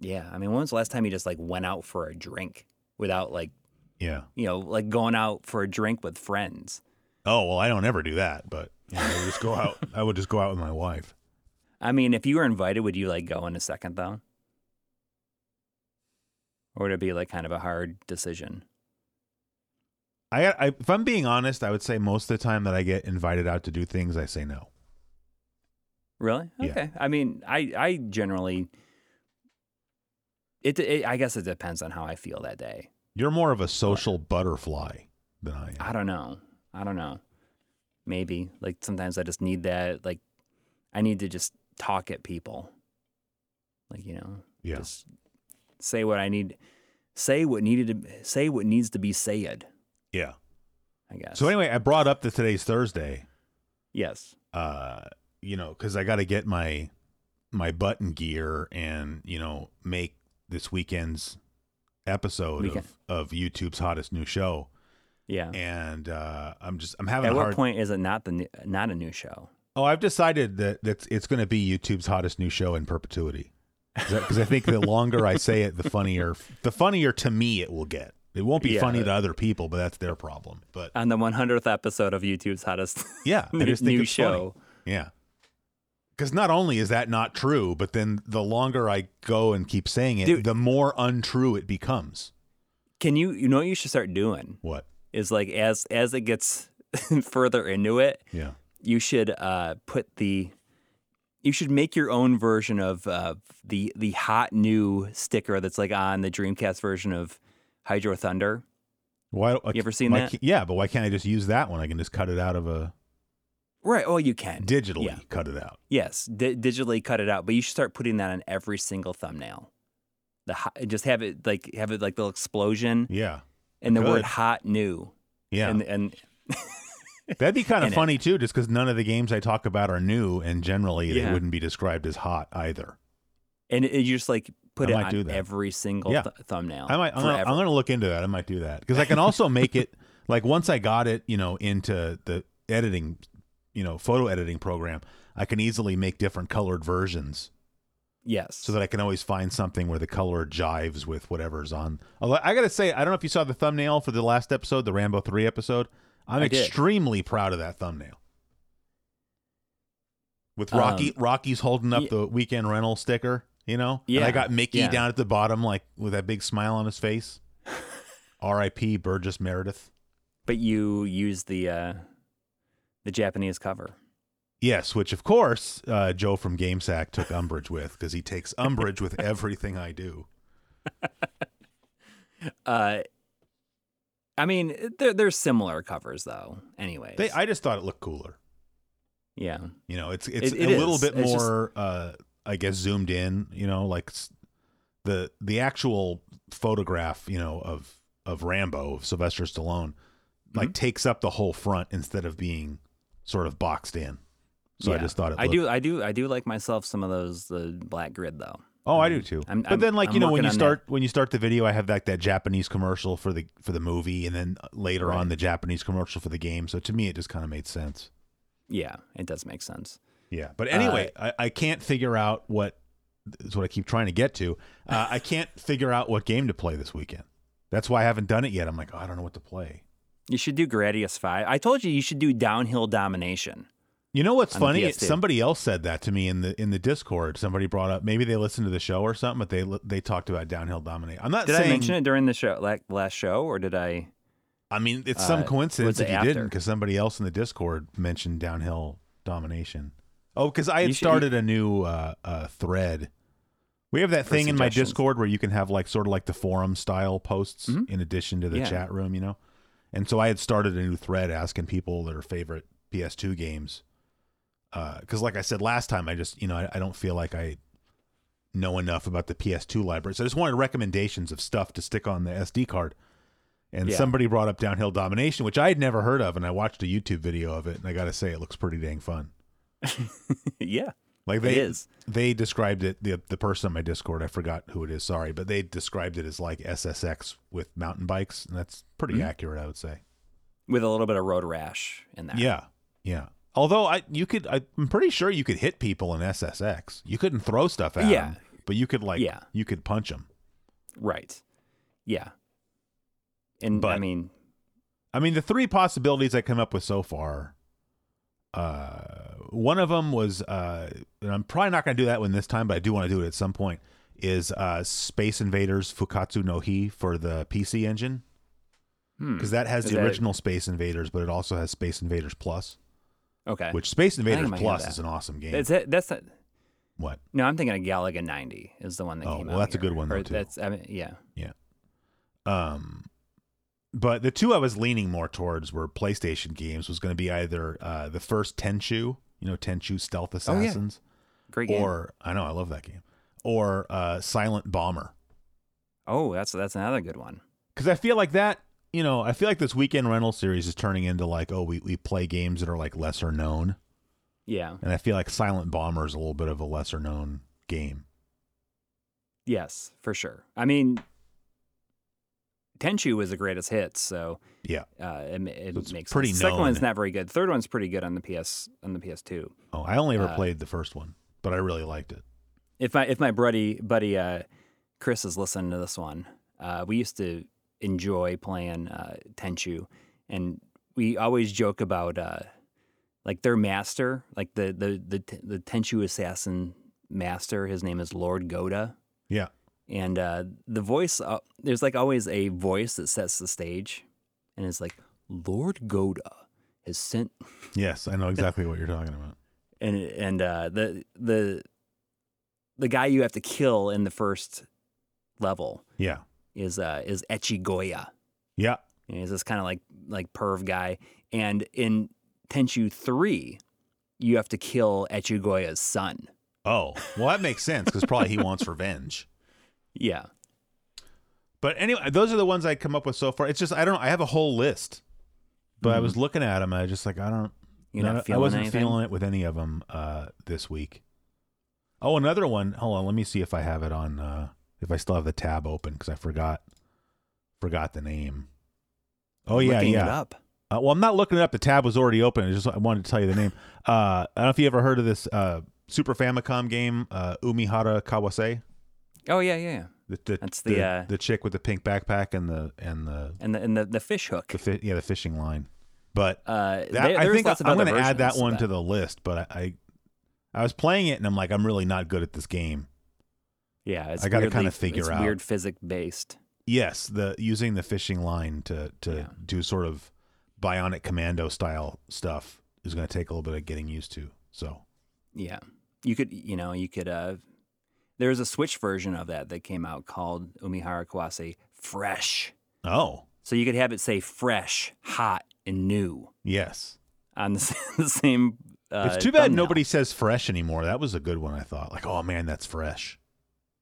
Speaker 2: Yeah, I mean, when was the last time you just like went out for a drink without like
Speaker 1: yeah.
Speaker 2: you know like going out for a drink with friends?
Speaker 1: Oh, well, I don't ever do that, but you know, I would just go
Speaker 2: *laughs*
Speaker 1: out I would just go out with my wife.
Speaker 2: I mean, if you were invited, would you like go in a second though? Or would it be like kind of a hard decision?
Speaker 1: I, I if I'm being honest, I would say most of the time that I get invited out to do things, I say no.
Speaker 2: Really?
Speaker 1: Yeah.
Speaker 2: Okay. I mean, I I generally it, it I guess it depends on how I feel that day.
Speaker 1: You're more of a social butterfly than I am.
Speaker 2: I don't know. I don't know. Maybe like sometimes I just need that like I need to just talk at people. Like, you know,
Speaker 1: Yeah.
Speaker 2: just say what I need say what needed to say what needs to be said,
Speaker 1: Yeah.
Speaker 2: I guess.
Speaker 1: So anyway, I brought up that today's Thursday.
Speaker 2: Yes.
Speaker 1: uh you know because i gotta get my my button gear and you know make this weekend's episode
Speaker 2: Weekend.
Speaker 1: of of youtube's hottest new show
Speaker 2: Yeah.
Speaker 1: and uh i'm just i'm having
Speaker 2: At
Speaker 1: a
Speaker 2: what
Speaker 1: hard
Speaker 2: point is it not the new, not a new show?
Speaker 1: oh i've decided that that's it's going to be youtube's hottest new show in perpetuity because i think the longer i say it the funnier the funnier to me it will get it won't be
Speaker 2: Yeah.
Speaker 1: funny to other people but that's their problem but
Speaker 2: On the 100th episode of YouTube's hottest
Speaker 1: yeah i
Speaker 2: *laughs* new,
Speaker 1: just think
Speaker 2: new
Speaker 1: it's funny.
Speaker 2: show.
Speaker 1: yeah Because not only is that not true, but then the longer I go and keep saying it,
Speaker 2: Dude.
Speaker 1: the more untrue it becomes.
Speaker 2: Can you you know what you should start doing
Speaker 1: What?
Speaker 2: is like as as it gets *laughs* further into it,
Speaker 1: Yeah.
Speaker 2: you should uh, put the you should make your own version of uh, the the hot new sticker that's like on the Dreamcast version of Hydro Thunder.
Speaker 1: Why? You
Speaker 2: ever seen that?
Speaker 1: Yeah, but why can't I just use that one? I can just cut it out of a
Speaker 2: Right. Oh, you can.
Speaker 1: digitally
Speaker 2: Yeah.
Speaker 1: cut it out.
Speaker 2: Yes, di- digitally cut it out, but you should start putting that on every single thumbnail. The hot, just have it like have it like the explosion
Speaker 1: Yeah.
Speaker 2: and the
Speaker 1: Good.
Speaker 2: word hot new
Speaker 1: Yeah.
Speaker 2: and and
Speaker 1: That'd be kind
Speaker 2: in
Speaker 1: of
Speaker 2: it.
Speaker 1: funny too, just because none of the games I talk about are new, and generally they
Speaker 2: Yeah.
Speaker 1: wouldn't be described as hot either.
Speaker 2: and it, you just like put
Speaker 1: I
Speaker 2: it
Speaker 1: might do
Speaker 2: on
Speaker 1: that.
Speaker 2: every single
Speaker 1: Yeah.
Speaker 2: th- thumbnail.
Speaker 1: I might. I'm gonna,
Speaker 2: forever.
Speaker 1: I'm gonna look into that. I might do that because I can also make
Speaker 2: *laughs*
Speaker 1: it like once I got it, you know, into the editing, you know, photo editing program, I can easily make different colored versions
Speaker 2: yes.
Speaker 1: so that I can always find something where the color jives with whatever's on. Although I gotta say, I don't know if you saw the thumbnail for the last episode, the Rambo three episode. I'm
Speaker 2: I did.
Speaker 1: extremely proud of that thumbnail. With
Speaker 2: Um,
Speaker 1: Rocky, Rocky's holding up
Speaker 2: yeah.
Speaker 1: the weekend rental sticker, you know. and I
Speaker 2: Yeah,
Speaker 1: got Mickey
Speaker 2: yeah.
Speaker 1: down at the bottom, like with that big smile on his
Speaker 2: *laughs*
Speaker 1: face. R.I.P. Burgess Meredith.
Speaker 2: but you use the uh, the Japanese cover.
Speaker 1: Yes, which of course uh, Joe from GameSack took umbrage with because he takes umbrage
Speaker 2: *laughs*
Speaker 1: with everything I do.
Speaker 2: Uh, I mean, they're they're similar covers though. Anyways,
Speaker 1: They, I just thought it looked cooler.
Speaker 2: yeah,
Speaker 1: You know, it's it's
Speaker 2: It- it
Speaker 1: a little
Speaker 2: is.
Speaker 1: bit
Speaker 2: It's just-
Speaker 1: more, uh, I guess, zoomed in. You know, like s- the the actual photograph, you know, of of Rambo of Sylvester Stallone,
Speaker 2: Mm-hmm.
Speaker 1: like takes up the whole front instead of being sort of boxed in. So I
Speaker 2: Yeah.
Speaker 1: just thought it.
Speaker 2: I
Speaker 1: looked-
Speaker 2: do, I do, I do like myself some of those the black grid though.
Speaker 1: Oh, I do too.
Speaker 2: I'm-
Speaker 1: but
Speaker 2: I'm-
Speaker 1: then, like
Speaker 2: I'm
Speaker 1: you know, when
Speaker 2: working
Speaker 1: you
Speaker 2: on
Speaker 1: start when you start the video, I have like that Japanese commercial for the for the movie, and then later
Speaker 2: Right.
Speaker 1: on the Japanese commercial for the game. So to me, it just kind of made sense.
Speaker 2: Yeah, it does make sense.
Speaker 1: Yeah,
Speaker 2: Uh,
Speaker 1: but anyway, I, I can't figure out what is what I keep trying to get to.
Speaker 2: *laughs*
Speaker 1: Uh, I can't figure out what game to play this weekend. That's why I haven't done it yet. I'm like, oh, I don't know what to play.
Speaker 2: You should do Gradius Five. I told you you should do Downhill Domination.
Speaker 1: You know what's
Speaker 2: On the
Speaker 1: funny?
Speaker 2: PS2.
Speaker 1: Somebody else said that to me in the in the Discord. Somebody brought up maybe they listened to the show or something, but they li- they talked about downhill dominate. I'm not
Speaker 2: Did
Speaker 1: saying.
Speaker 2: I mention it during the show, like last show, or did I? *laughs*
Speaker 1: I mean, it's some
Speaker 2: Uh,
Speaker 1: coincidence
Speaker 2: was it
Speaker 1: if you
Speaker 2: after?
Speaker 1: didn't, because somebody else in the Discord mentioned downhill domination. Oh, because I had
Speaker 2: You should-
Speaker 1: started a new uh, uh, thread. We have that
Speaker 2: For
Speaker 1: thing in my
Speaker 2: suggestions.
Speaker 1: Discord where you can have like sort of like the forum style posts
Speaker 2: Mhm.
Speaker 1: in addition to the
Speaker 2: Yeah.
Speaker 1: chat room, you know. And so I had started a new thread asking people their favorite PS2 games. Because, like I said last time, I just you know I, I don't feel like I know enough about the PS2 library, so I just wanted recommendations of stuff to stick on the SD card. And
Speaker 2: Yeah.
Speaker 1: somebody brought up Downhill Domination, which I had never heard of, and I watched a YouTube video of it, and I got to say, it looks pretty dang fun.
Speaker 2: yeah,
Speaker 1: Like they
Speaker 2: it is.
Speaker 1: they described it the the person on my Discord, I forgot who it is, sorry, but they described it as like SSX with mountain bikes, and that's pretty
Speaker 2: Mm-hmm.
Speaker 1: accurate, I would say.
Speaker 2: with a little bit of road rash in there.
Speaker 1: Yeah, yeah. Although I you could I, I'm pretty sure you could hit people in SSX. You couldn't throw stuff at
Speaker 2: Yeah.
Speaker 1: them, but you could like
Speaker 2: Yeah.
Speaker 1: you could punch them.
Speaker 2: right. Yeah, and I
Speaker 1: But-
Speaker 2: mean,
Speaker 1: I mean, the three possibilities I come up with so far. Uh, one of them was, uh, and I'm probably not going to do that one this time, but I do want to do it at some point. Is uh, Space Invaders Fukatsu no Hi for the PC engine
Speaker 2: hmm,
Speaker 1: because that has
Speaker 2: Is
Speaker 1: the
Speaker 2: that-
Speaker 1: original Space Invaders, but it also has Space Invaders Plus,
Speaker 2: okay,
Speaker 1: which Space Invaders
Speaker 2: might have
Speaker 1: Plus
Speaker 2: that.
Speaker 1: is an awesome game.
Speaker 2: that's it. That's not,
Speaker 1: what?
Speaker 2: no. I'm thinking of Galaga 90 is the one that
Speaker 1: Oh,
Speaker 2: came out.
Speaker 1: well, that's a
Speaker 2: here.
Speaker 1: good one, though,
Speaker 2: Or
Speaker 1: too.
Speaker 2: That's I mean, yeah.
Speaker 1: Um, but the two I was leaning more towards were PlayStation games. Was going to be either uh, the first Tenchu, you know, Tenchu Stealth
Speaker 2: Oh, yeah.
Speaker 1: Assassins.
Speaker 2: Great game.
Speaker 1: Or I know I love that game. Or uh, Silent Bomber,
Speaker 2: oh, that's that's another good one.
Speaker 1: because I feel like that. You know, I feel like this weekend rental series is turning into like, oh, we, we play games that are like lesser known,
Speaker 2: Yeah.
Speaker 1: and I feel like Silent Bomber is a little bit of a lesser known game.
Speaker 2: Yes, for sure. I mean, Tenchu was the greatest hit, so
Speaker 1: Yeah.
Speaker 2: uh, it, ma- it
Speaker 1: So it's
Speaker 2: makes
Speaker 1: pretty
Speaker 2: sense. Second one's
Speaker 1: known.
Speaker 2: not very good. Third one's pretty good on the PS on the PS2.
Speaker 1: Oh, I only ever
Speaker 2: Uh,
Speaker 1: played the first one, but I really liked it.
Speaker 2: If my if my buddy buddy uh, Chris is listening to this one, uh, we used to enjoy playing uh, Tenchu, and we always joke about uh, like their master, like the the the the Tenchu assassin master. His name is Lord Goda,
Speaker 1: Yeah.
Speaker 2: and uh, the voice uh, there's like always a voice that sets the stage, and it's like Lord Goda has sent
Speaker 1: Yes, I know exactly what you're talking about.
Speaker 2: and and uh, the the the guy you have to kill in the first level
Speaker 1: Yeah.
Speaker 2: is uh, is Echigoya.
Speaker 1: Yeah.
Speaker 2: And he's this kind of like like perv guy. And in Tenchu three, you have to kill Echigoya's son.
Speaker 1: Oh, well, that makes sense because probably he wants revenge.
Speaker 2: Yeah,
Speaker 1: But anyway, those are the ones I come up with so far. It's just I don't know. I have a whole list, but
Speaker 2: Hmm.
Speaker 1: I was looking at them. And I just like I don't.
Speaker 2: you're
Speaker 1: no,
Speaker 2: not
Speaker 1: I
Speaker 2: feeling
Speaker 1: wasn't
Speaker 2: anything?
Speaker 1: feeling it with any of them uh, this week. Oh, another one. Hold on. Let me see if I have it on. Uh, if I still have the tab open because I forgot forgot the name. Oh yeah,
Speaker 2: Looking
Speaker 1: yeah.
Speaker 2: It up.
Speaker 1: Uh, well, I'm not looking it up. The tab was already open. I just I wanted to tell you the name. *laughs* Uh, I don't know if you ever heard of this uh, Super Famicom game, uh, Umihara Kawase.
Speaker 2: Oh yeah, yeah, yeah.
Speaker 1: The, the,
Speaker 2: That's the, uh,
Speaker 1: the chick with the pink backpack and the and the,
Speaker 2: And the and the, the fish hook.
Speaker 1: the fi- yeah the fishing line. But
Speaker 2: Uh,
Speaker 1: that,
Speaker 2: there-
Speaker 1: I
Speaker 2: there's
Speaker 1: think
Speaker 2: lots of
Speaker 1: I'm
Speaker 2: other
Speaker 1: going to add that
Speaker 2: versions of
Speaker 1: one to the list. But I, I I was playing it and I'm like I'm really not good at this game.
Speaker 2: Yeah, it's
Speaker 1: I gotta
Speaker 2: weirdly-
Speaker 1: kinda figure
Speaker 2: it's
Speaker 1: out.
Speaker 2: Weird physic based.
Speaker 1: Yes, the using the fishing line to to
Speaker 2: Yeah.
Speaker 1: do sort of bionic commando style stuff is going to take a little bit of getting used to. So
Speaker 2: Yeah, you could you know you could. uh There's a Switch version of that that came out called Umihara Kawase Fresh.
Speaker 1: oh
Speaker 2: So you could have it say fresh, hot, and new
Speaker 1: yes.
Speaker 2: on the, *laughs* s- the same. Uh,
Speaker 1: It's too bad
Speaker 2: thumbnail.
Speaker 1: nobody says fresh anymore. That was a good one, I thought. Like, oh man, that's fresh.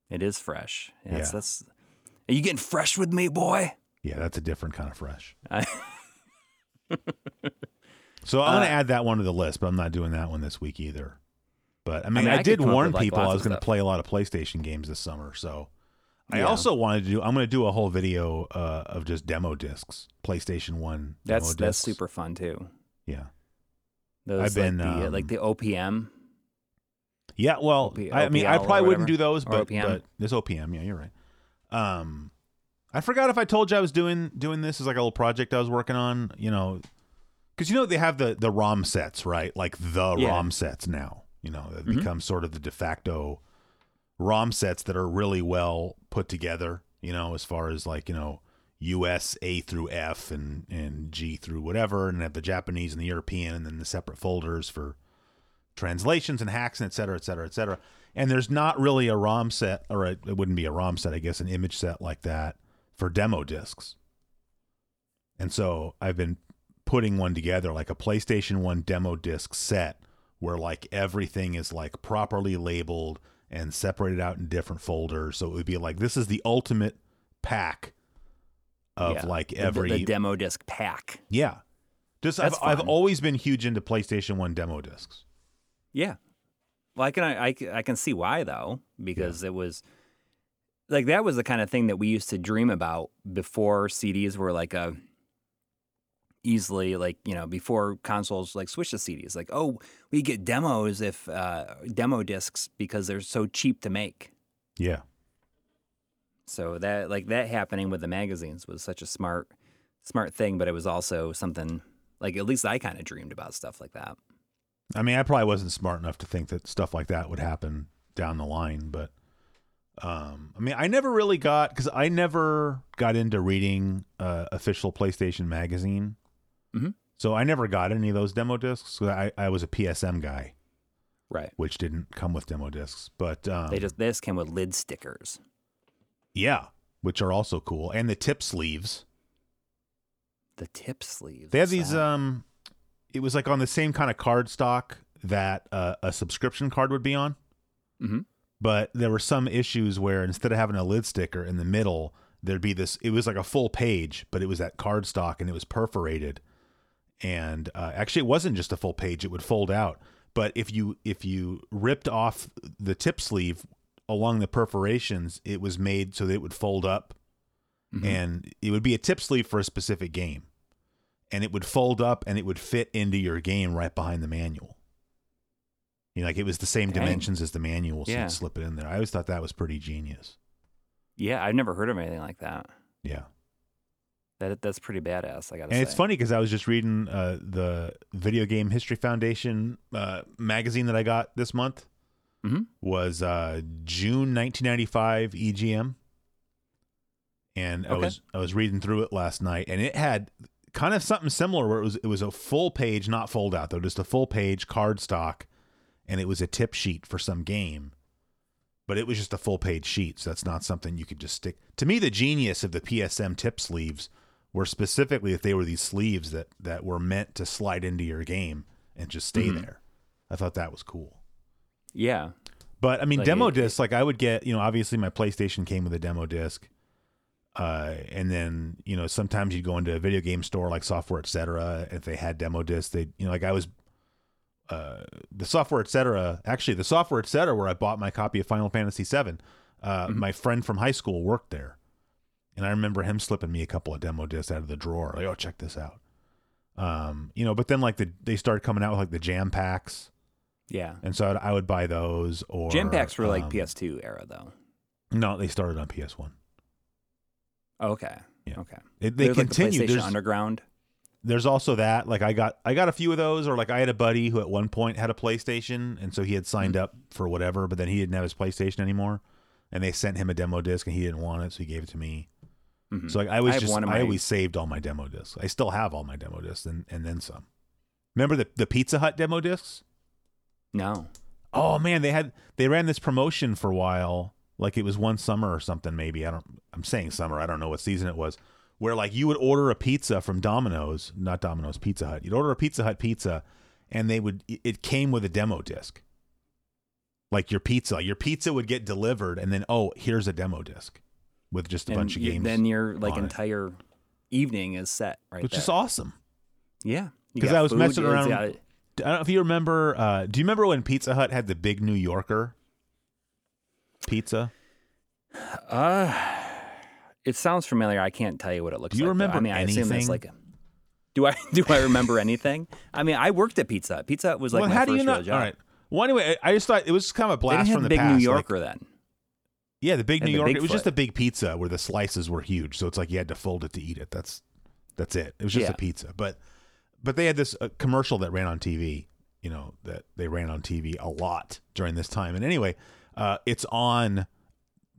Speaker 2: It is fresh. Yes,
Speaker 1: Yeah.
Speaker 2: that's. Are you getting fresh with me, boy?
Speaker 1: Yeah, that's a different kind of fresh.
Speaker 2: *laughs* I-
Speaker 1: So I'm
Speaker 2: Uh,
Speaker 1: gonna add that one to the list, but I'm not doing that one this week either. But I mean, I,
Speaker 2: mean, I could
Speaker 1: did
Speaker 2: come up
Speaker 1: warn
Speaker 2: with, like,
Speaker 1: people I
Speaker 2: lots
Speaker 1: was
Speaker 2: of
Speaker 1: gonna
Speaker 2: stuff.
Speaker 1: play a lot of PlayStation games this summer. So I
Speaker 2: Yeah.
Speaker 1: also wanted to do. I'm gonna do a whole video uh, of just demo discs, PlayStation One.
Speaker 2: That's
Speaker 1: demo
Speaker 2: that's
Speaker 1: discs.
Speaker 2: super fun too.
Speaker 1: Yeah,
Speaker 2: Those
Speaker 1: I've been,
Speaker 2: like the, uh, like
Speaker 1: um,
Speaker 2: the OPM.
Speaker 1: yeah. Well,
Speaker 2: OP-
Speaker 1: I mean, I
Speaker 2: OPL or
Speaker 1: probably wouldn't
Speaker 2: whatever.
Speaker 1: do those,
Speaker 2: Or
Speaker 1: but
Speaker 2: OPM.
Speaker 1: but this OPM. Yeah, you're right. Um, I forgot if I told you I was doing doing this as like a little project I was working on. You know, because you know they have the the ROM sets, right? Like the
Speaker 2: Yeah.
Speaker 1: ROM sets now. You know, that
Speaker 2: Mhm.
Speaker 1: become sort of the de facto ROM sets that are really well put together. You know, as far as like you know U.S. A through F and and G through whatever, and have the Japanese and the European, and then the separate folders for translations and hacks and et cetera, et cetera, et cetera. And there's not really a ROM set, or a, it wouldn't be a ROM set, I guess, an image set like that for demo discs. And so I've been putting one together, like a PlayStation 1 demo disc set, where like everything is like properly labeled and separated out in different folders. So it would be like this is the ultimate pack of
Speaker 2: Yeah.
Speaker 1: like
Speaker 2: The- the-
Speaker 1: every
Speaker 2: the, demo disc pack.
Speaker 1: yeah. Just I've,
Speaker 2: That's
Speaker 1: I've
Speaker 2: fun.
Speaker 1: always been huge into PlayStation 1 demo discs.
Speaker 2: Yeah. Well, I can I, I c- I can see why though because it was like that was the kind of thing that we used to dream about before CDs were like a easily like you know before consoles like switch to CDs like oh we get demos if uh, demo discs because they're so cheap to make
Speaker 1: Yeah.
Speaker 2: so that like that happening with the magazines was such a smart smart thing but it was also something like at least I kind of dreamed about stuff like that
Speaker 1: I mean, I probably wasn't smart enough to think that stuff like that would happen down the line, but um, I mean, I never really got because I never got into reading uh, official PlayStation magazine,
Speaker 2: Mhm.
Speaker 1: so I never got any of those demo discs. So I, I was a PSM guy,
Speaker 2: right
Speaker 1: which didn't come with demo discs, but um,
Speaker 2: they just this came with lid stickers
Speaker 1: yeah, which are also cool, and the tip sleeves.
Speaker 2: The tip sleeves.
Speaker 1: They have
Speaker 2: what's
Speaker 1: these.
Speaker 2: that?
Speaker 1: Um, it was like on the same kind of card stock that uh, a subscription card would be on. Mm-hmm.
Speaker 2: Mhm.
Speaker 1: But there were some issues where instead of having a lid sticker in the middle, there'd be this. It was like a full page, but it was that card stock and it was perforated. And uh, actually, it wasn't just a full page; it would fold out. But if you if you ripped off the tip sleeve along the perforations, it was made so that it would fold up
Speaker 2: Mhm.
Speaker 1: and it would be a tip sleeve for a specific game and it would fold up and it would fit into your game right behind the manual you know like it was the same
Speaker 2: Dang.
Speaker 1: dimensions as the manual so
Speaker 2: Yeah.
Speaker 1: you'd slip it in there i always thought that was pretty genius
Speaker 2: yeah, I've never heard of anything like that.
Speaker 1: yeah
Speaker 2: That that's pretty badass. I gotta
Speaker 1: And
Speaker 2: say.
Speaker 1: it's funny because I was just reading uh, the Video Game History Foundation uh, magazine that I got this month.
Speaker 2: Mhm.
Speaker 1: Was uh, June 1995 EGM, and I
Speaker 2: Okay.
Speaker 1: was I was reading through it last night, and it had kind of something similar where it was it was a full page, not fold out though, just a full page cardstock, and it was a tip sheet for some game, but it was just a full page sheet, so that's not something you could just stick. To me, the genius of the PSM tip sleeves were specifically that they were these sleeves that that were meant to slide into your game and just stay there. I thought that was cool.
Speaker 2: Yeah.
Speaker 1: But I mean,
Speaker 2: Like,
Speaker 1: demo
Speaker 2: it-
Speaker 1: discs. Like I would get, you know, obviously my PlayStation came with a demo disc, uh, and then you know sometimes you'd go into a video game store like Software Etc. If they had demo discs, they you know like I was, uh, the Software Etc. Actually, the Software Etc. Where I bought my copy of Final Fantasy VII, uh,
Speaker 2: Mm-hmm.
Speaker 1: my friend from high school worked there, and I remember him slipping me a couple of demo discs out of the drawer. Like, oh, check this out. Um, you know, but then like the they started coming out with like the jam packs,
Speaker 2: Yeah.
Speaker 1: and so I'd, I would buy those. Or
Speaker 2: Jam packs were like
Speaker 1: um,
Speaker 2: PS2 era though.
Speaker 1: no, they started on PS1.
Speaker 2: Oh, Okay.
Speaker 1: Yeah.
Speaker 2: Okay.
Speaker 1: It, they
Speaker 2: There's, like, the
Speaker 1: continue.
Speaker 2: PlayStation
Speaker 1: there's,
Speaker 2: Underground.
Speaker 1: there's also that. Like I got I got a few of those, or like I had a buddy who at one point had a PlayStation, and so he had signed
Speaker 2: Mm-hmm.
Speaker 1: up for whatever, but then he didn't have his PlayStation anymore, and they sent him a demo disc, and he didn't want it, so he gave it to me.
Speaker 2: Mhm.
Speaker 1: So like I was
Speaker 2: have
Speaker 1: just
Speaker 2: one of
Speaker 1: I
Speaker 2: my-
Speaker 1: always saved all my demo discs. I still have all my demo discs, and and then some. Remember the the Pizza Hut demo discs?
Speaker 2: No.
Speaker 1: Oh man, they had they ran this promotion for a while. Like it was one summer or something, maybe. I don't. I'm saying summer. I don't know what season it was. Where like you would order a pizza from Domino's, not Domino's Pizza Hut. You'd order a Pizza Hut pizza, and they would. it- It came with a demo disc. Like your pizza, your pizza would get delivered, and then oh, here's a demo disc with just a
Speaker 2: And
Speaker 1: bunch of
Speaker 2: you-
Speaker 1: games,
Speaker 2: Then your like
Speaker 1: on it.
Speaker 2: entire evening is set right
Speaker 1: which
Speaker 2: there.
Speaker 1: is awesome.
Speaker 2: Yeah. You
Speaker 1: 'Cause
Speaker 2: got
Speaker 1: I was
Speaker 2: food,
Speaker 1: messing
Speaker 2: you
Speaker 1: around-
Speaker 2: got-
Speaker 1: I don't know if you remember. Uh, do you remember when Pizza Hut had the big New Yorker pizza?
Speaker 2: Uh, it sounds familiar. I can't tell you what it looks
Speaker 1: Do you
Speaker 2: like. though.
Speaker 1: remember
Speaker 2: I mean, I assume
Speaker 1: anything?
Speaker 2: that's like a. Do I *laughs* do I remember anything? I mean, I worked at Pizza Hut. Pizza Hut was like
Speaker 1: well,
Speaker 2: my
Speaker 1: how
Speaker 2: first
Speaker 1: do you
Speaker 2: real
Speaker 1: not?
Speaker 2: job.
Speaker 1: All right. Well, anyway, I I just thought it was kind of a
Speaker 2: They didn't
Speaker 1: blast
Speaker 2: have
Speaker 1: from the
Speaker 2: the big
Speaker 1: past.
Speaker 2: New
Speaker 1: like-
Speaker 2: Yorker then.
Speaker 1: yeah, the big
Speaker 2: and
Speaker 1: New
Speaker 2: the
Speaker 1: Yorker. It was just
Speaker 2: Bigfoot.
Speaker 1: a big pizza where the slices were huge, so it's like you had to fold it to eat it. That's that's it. It was just
Speaker 2: Yeah.
Speaker 1: a pizza, but but they had this uh, commercial that ran on TV. You know that they ran on TV a lot during this time. And anyway, uh, it's on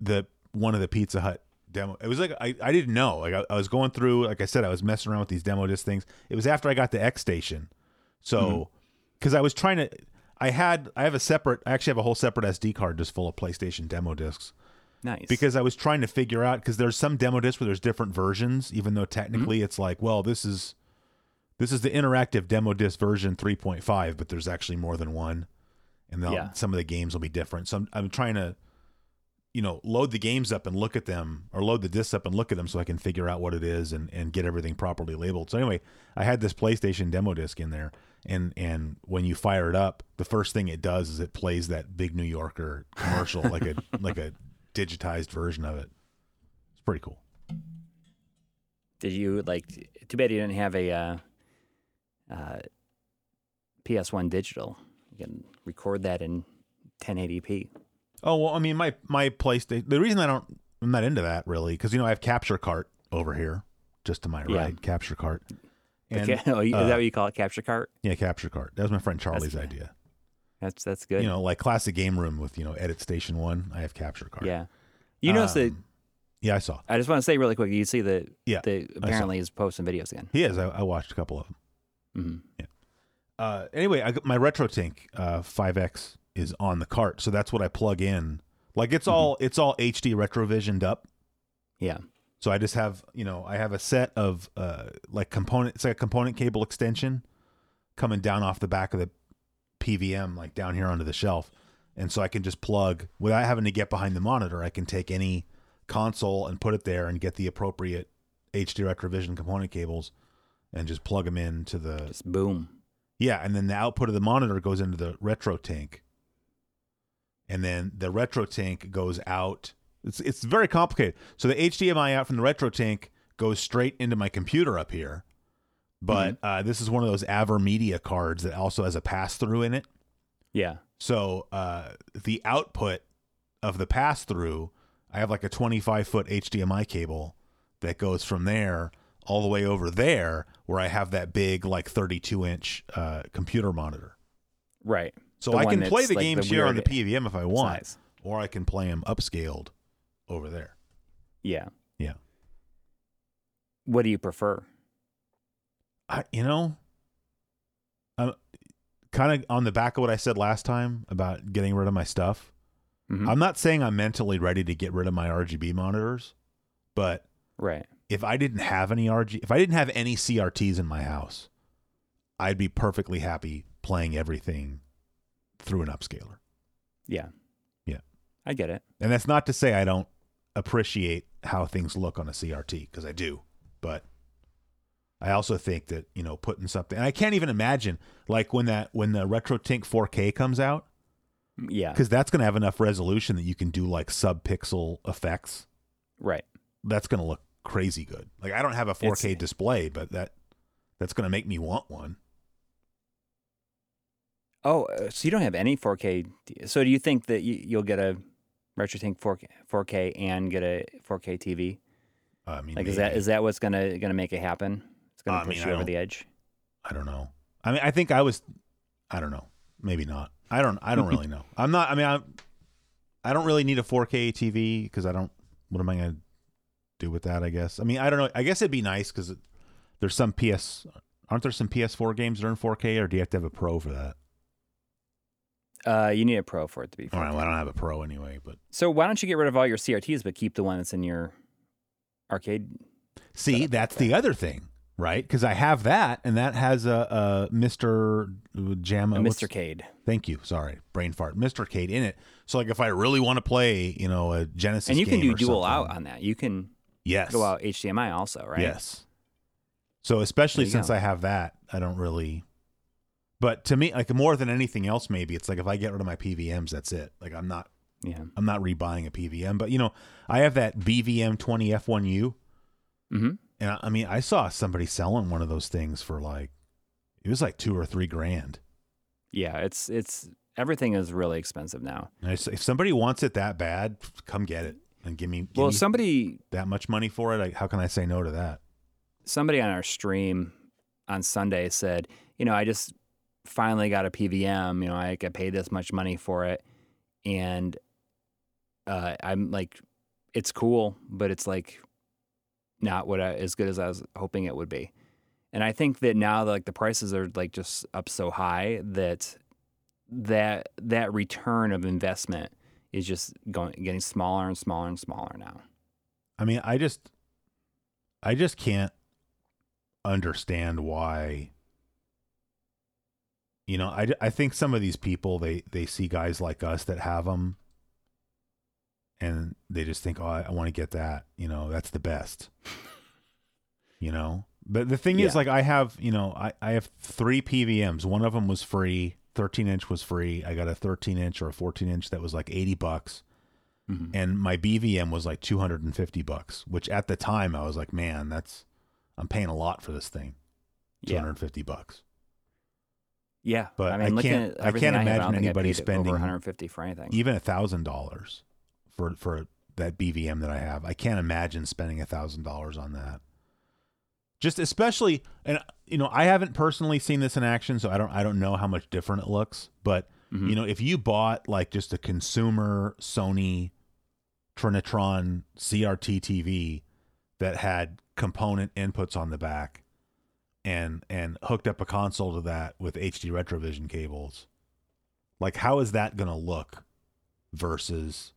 Speaker 1: the one of the Pizza Hut demo. It was like I, I didn't know. Like I, I was going through. Like I said, I was messing around with these demo disc things. It was after I got the X Station,
Speaker 2: Mm-hmm.
Speaker 1: so because I was trying to. I had I have a separate. I actually have a whole separate SD card just full of PlayStation demo discs
Speaker 2: Nice.
Speaker 1: because I was trying to figure out because there's some demo disc where there's different versions, even though technically it's like, well, this is this is the interactive demo disc version 3.5, but there's actually more than one, and then
Speaker 2: Yeah.
Speaker 1: some of the games will be different. So I'm, I'm trying to, you know, load the games up and look at them, or load the discs up and look at them, so I can figure out what it is and and get everything properly labeled. So anyway, I had this PlayStation demo disc in there. And, and when you fire it up, the first thing it does is it plays that big New Yorker commercial, like a *laughs* like a digitized version of it. It's pretty cool.
Speaker 2: Did you like? Too bad you didn't have a uh, uh, PS1 digital. You can record that in 1080p.
Speaker 1: Oh well, I mean my my PlayStation. The reason I don't I'm not into that really because you know I have capture cart over here, just to my
Speaker 2: Yeah.
Speaker 1: right, capture cart.
Speaker 2: The
Speaker 1: And,
Speaker 2: ca- *laughs* oh, you-
Speaker 1: uh,
Speaker 2: is that what you call it? Capture card?
Speaker 1: yeah, capture cart. That was my friend Charlie's
Speaker 2: That's-
Speaker 1: idea.
Speaker 2: That's that's good.
Speaker 1: You know, like classic game room with you know edit station one. I have capture cart.
Speaker 2: yeah. You notice that
Speaker 1: Um, Yeah, I saw.
Speaker 2: I just want to say really quick. You see that?
Speaker 1: Yeah,
Speaker 2: The apparently is posting videos again.
Speaker 1: He is. I, I watched a couple of them.
Speaker 2: Mhm.
Speaker 1: uh, anyway, I, got- my RetroTink uh, 5X is on the cart, so that's what I plug in. Like it's all it's all HD retrovisioned up.
Speaker 2: Yeah.
Speaker 1: So I just have you know I have a set of uh, like component it's like a component cable extension coming down off the back of the PVM like down here onto the shelf, and so I can just plug without having to get behind the monitor. I can take any console and put it there and get the appropriate HD retrovision component cables and just plug them in to the
Speaker 2: Just boom.
Speaker 1: yeah, and then the output of the monitor goes into the retro tank. And then the retro tank goes out. It's it's very complicated. So the HDMI out from the retro tank goes straight into my computer up here. But uh, this is one of those AverMedia cards that also has a pass through in it.
Speaker 2: Yeah.
Speaker 1: So uh, the output of the pass through, I have like a 25 foot HDMI cable that goes from there all the way over there where I have that big like 32 inch uh, computer monitor.
Speaker 2: Right.
Speaker 1: So
Speaker 2: The
Speaker 1: I
Speaker 2: one
Speaker 1: can
Speaker 2: that's,
Speaker 1: play the
Speaker 2: like,
Speaker 1: games
Speaker 2: the
Speaker 1: here on the
Speaker 2: weird
Speaker 1: PVM if I want,
Speaker 2: Size.
Speaker 1: or I can play them upscaled over there.
Speaker 2: Yeah.
Speaker 1: Yeah.
Speaker 2: What do you prefer?
Speaker 1: I, you know, I'm kind of on the back of what I said last time about getting rid of my stuff.
Speaker 2: Mhm.
Speaker 1: I'm not saying I'm mentally ready to get rid of my RGB monitors, but
Speaker 2: Right.
Speaker 1: if I didn't have any RG, if I didn't have any CRTs in my house, I'd be perfectly happy playing everything through an upscaler.
Speaker 2: Yeah.
Speaker 1: Yeah.
Speaker 2: I get it.
Speaker 1: And that's not to say I don't appreciate how things look on a CRT because I do, but I also think that you know putting something. And I can't even imagine like when that when the RetroTINK 4K comes out
Speaker 2: Yeah.
Speaker 1: because that's going to have enough resolution that you can do like sub pixel effects.
Speaker 2: Right.
Speaker 1: That's going to look crazy good. Like I don't have a 4K
Speaker 2: It's-
Speaker 1: display, but that that's going to make me want one.
Speaker 2: Oh, uh, so you don't have any 4K. t- So do you think that you, you'll get a RetroTink 4K, 4K and get a 4K TV?
Speaker 1: I mean,
Speaker 2: Like, is that
Speaker 1: maybe.
Speaker 2: is that what's gonna gonna make it happen? It's gonna
Speaker 1: I mean,
Speaker 2: push
Speaker 1: I
Speaker 2: you over
Speaker 1: don't-
Speaker 2: the edge.
Speaker 1: I don't know. I mean, I think I was. I don't know. Maybe not. I don't. I don't
Speaker 2: *laughs*
Speaker 1: really know. I'm not. I mean, I. I don't really need a 4K TV because I don't. What am I gonna do with that? I guess. I mean, I don't know. I guess it'd be nice because there's some PS. Aren't there some PS4 games that are in 4K, or do you have to have a Pro for that?
Speaker 2: Uh, you need a Pro for it to be.
Speaker 1: All right,
Speaker 2: 4K.
Speaker 1: well, I don't have a Pro anyway. But
Speaker 2: So why don't you get rid of all your CRTs but keep the one that's in your arcade?
Speaker 1: see, that's the other thing, right? Because I have that, and that has a, a Mr. Jama,
Speaker 2: a
Speaker 1: uh, what's-
Speaker 2: Mr. uh, Cade.
Speaker 1: Thank you. Sorry, brain fart. Mr. Kate in it. So like, if I really want to play, you know, a Genesis,
Speaker 2: And you can
Speaker 1: game
Speaker 2: do
Speaker 1: or
Speaker 2: dual
Speaker 1: something-
Speaker 2: out on that. You can
Speaker 1: Yes.
Speaker 2: go out HDMI also, right?
Speaker 1: Yes. So especially
Speaker 2: There you
Speaker 1: since
Speaker 2: go.
Speaker 1: I have that, I don't really. But to me, like more than anything else, maybe it's like if I get rid of my PVMs, that's it. Like I'm not,
Speaker 2: Yeah.
Speaker 1: I'm not rebuying a PVM. But you know, I have that BVM 20F1U,
Speaker 2: hmm
Speaker 1: and I, I mean, I saw somebody selling one of those things for like, it was like two or three grand.
Speaker 2: Yeah. It's it's everything is really expensive now.
Speaker 1: And I s if somebody wants it that bad, come get it and give me. Give
Speaker 2: well,
Speaker 1: me
Speaker 2: somebody
Speaker 1: that much money for it. Like, how can I say no to that?
Speaker 2: somebody on our stream on Sunday said, you know, I just finally got a PVM. You know, I got paid this much money for it, and uh, I'm like, it's cool, but it's like not what I, as good as I was hoping it would be. And I think that now, like the prices are like just up so high that that that return of investment is just going getting smaller and smaller and smaller now.
Speaker 1: I mean, I just, I just can't understand why. You know, I, I think some of these people they they see guys like us that have them, and they just think, oh, I, I want to get that. You know, that's the best. you know, but the thing is,
Speaker 2: Yeah.
Speaker 1: like, I have you know, I I have three PVMs. One of them was free. 13 inch was free. I got a 13 inch or a 14 inch that was like 80 bucks
Speaker 2: Mhm.
Speaker 1: and my BVM was like 250 bucks, which at the time I was like, man, that's I'm paying a lot for this thing.
Speaker 2: Yeah.
Speaker 1: 250 bucks.
Speaker 2: Yeah,
Speaker 1: But I
Speaker 2: looking
Speaker 1: can't-
Speaker 2: at
Speaker 1: I
Speaker 2: everything
Speaker 1: can't
Speaker 2: have,
Speaker 1: imagine
Speaker 2: don't think I
Speaker 1: anybody
Speaker 2: paid
Speaker 1: spending-
Speaker 2: over 150 for anything.
Speaker 1: Even a thousand dollars for for that BVM that I have. I can't imagine spending a thousand dollars on that. Just especially and you know, I haven't personally seen this in action, so I don't I don't know how much different it looks, but
Speaker 2: Mhm.
Speaker 1: you know, if you bought like just a consumer Sony Trinitron CRT TV that had component inputs on the back and and hooked up a console to that with HD retrovision cables, like how is that going to look versus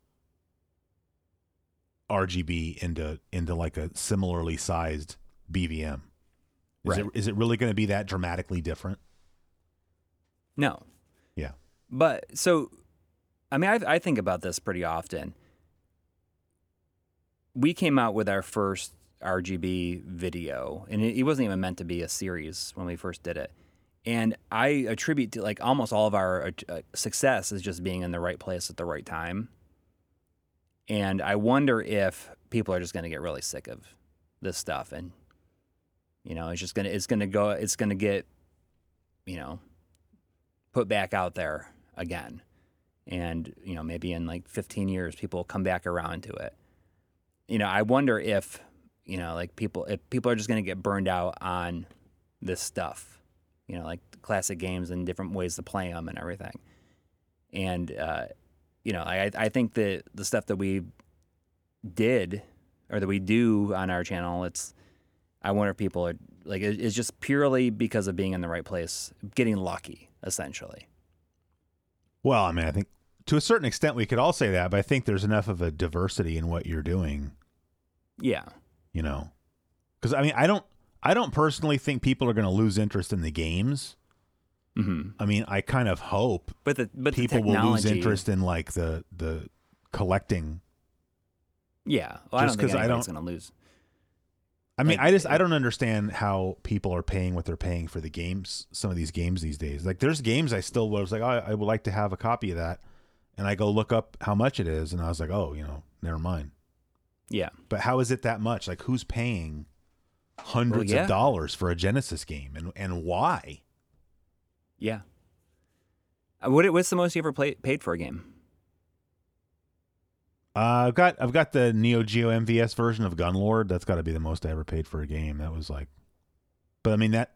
Speaker 1: RGB into into like a similarly sized BVM? Is it
Speaker 2: Right.
Speaker 1: is it really going to be that dramatically different?
Speaker 2: no,
Speaker 1: Yeah.
Speaker 2: but so, I mean, I, I think about this pretty often. We came out with our first RGB video, and it, it wasn't even meant to be a series when we first did it. And I attribute to like almost all of our uh, success is just being in the right place at the right time. And I wonder if people are just going to get really sick of this stuff, and you know, it's just gonna it's gonna go it's gonna get you know put back out there again, and you know maybe in like 15 years people will come back around to it. You know, I wonder if you know, like people if people are just going to get burned out on this stuff, you know, like classic games and different ways to play them and everything. And uh, you know, I I think that the stuff that we did or that we do on our channel, it's I wonder if people are like it- it's just purely because of being in the right place, getting lucky essentially.
Speaker 1: Well, I mean, I think to a certain extent we could all say that, but I think there's enough of a diversity in what you're doing,
Speaker 2: Yeah.
Speaker 1: you know. Cuz I mean, I don't I don't personally think people are going to lose interest in the games.
Speaker 2: hmm
Speaker 1: I mean, I kind of hope
Speaker 2: But the but
Speaker 1: people
Speaker 2: the
Speaker 1: will lose
Speaker 2: technology,
Speaker 1: interest in like the the collecting.
Speaker 2: Yeah, well, I don't
Speaker 1: Just
Speaker 2: think
Speaker 1: 'cause I
Speaker 2: anybody's going to lose.
Speaker 1: I mean,
Speaker 2: Like-
Speaker 1: I just I don't understand how people are paying what they're paying for the games. Some of these games these days, like there's games I still was like, oh, I would like to have a copy of that, and I go look up how much it is, and I was like, oh, you know, never mind.
Speaker 2: Yeah,
Speaker 1: But how is it that much? Like, who's paying hundreds
Speaker 2: yeah.
Speaker 1: of dollars for a Genesis game, and and why?
Speaker 2: yeah. Uh, What what's the most you ever play, paid for a game?
Speaker 1: Uh, I've got I've got the Neo Geo MVS version of Gunlord. That's got to be the most I ever paid for a game. That was like, but I mean that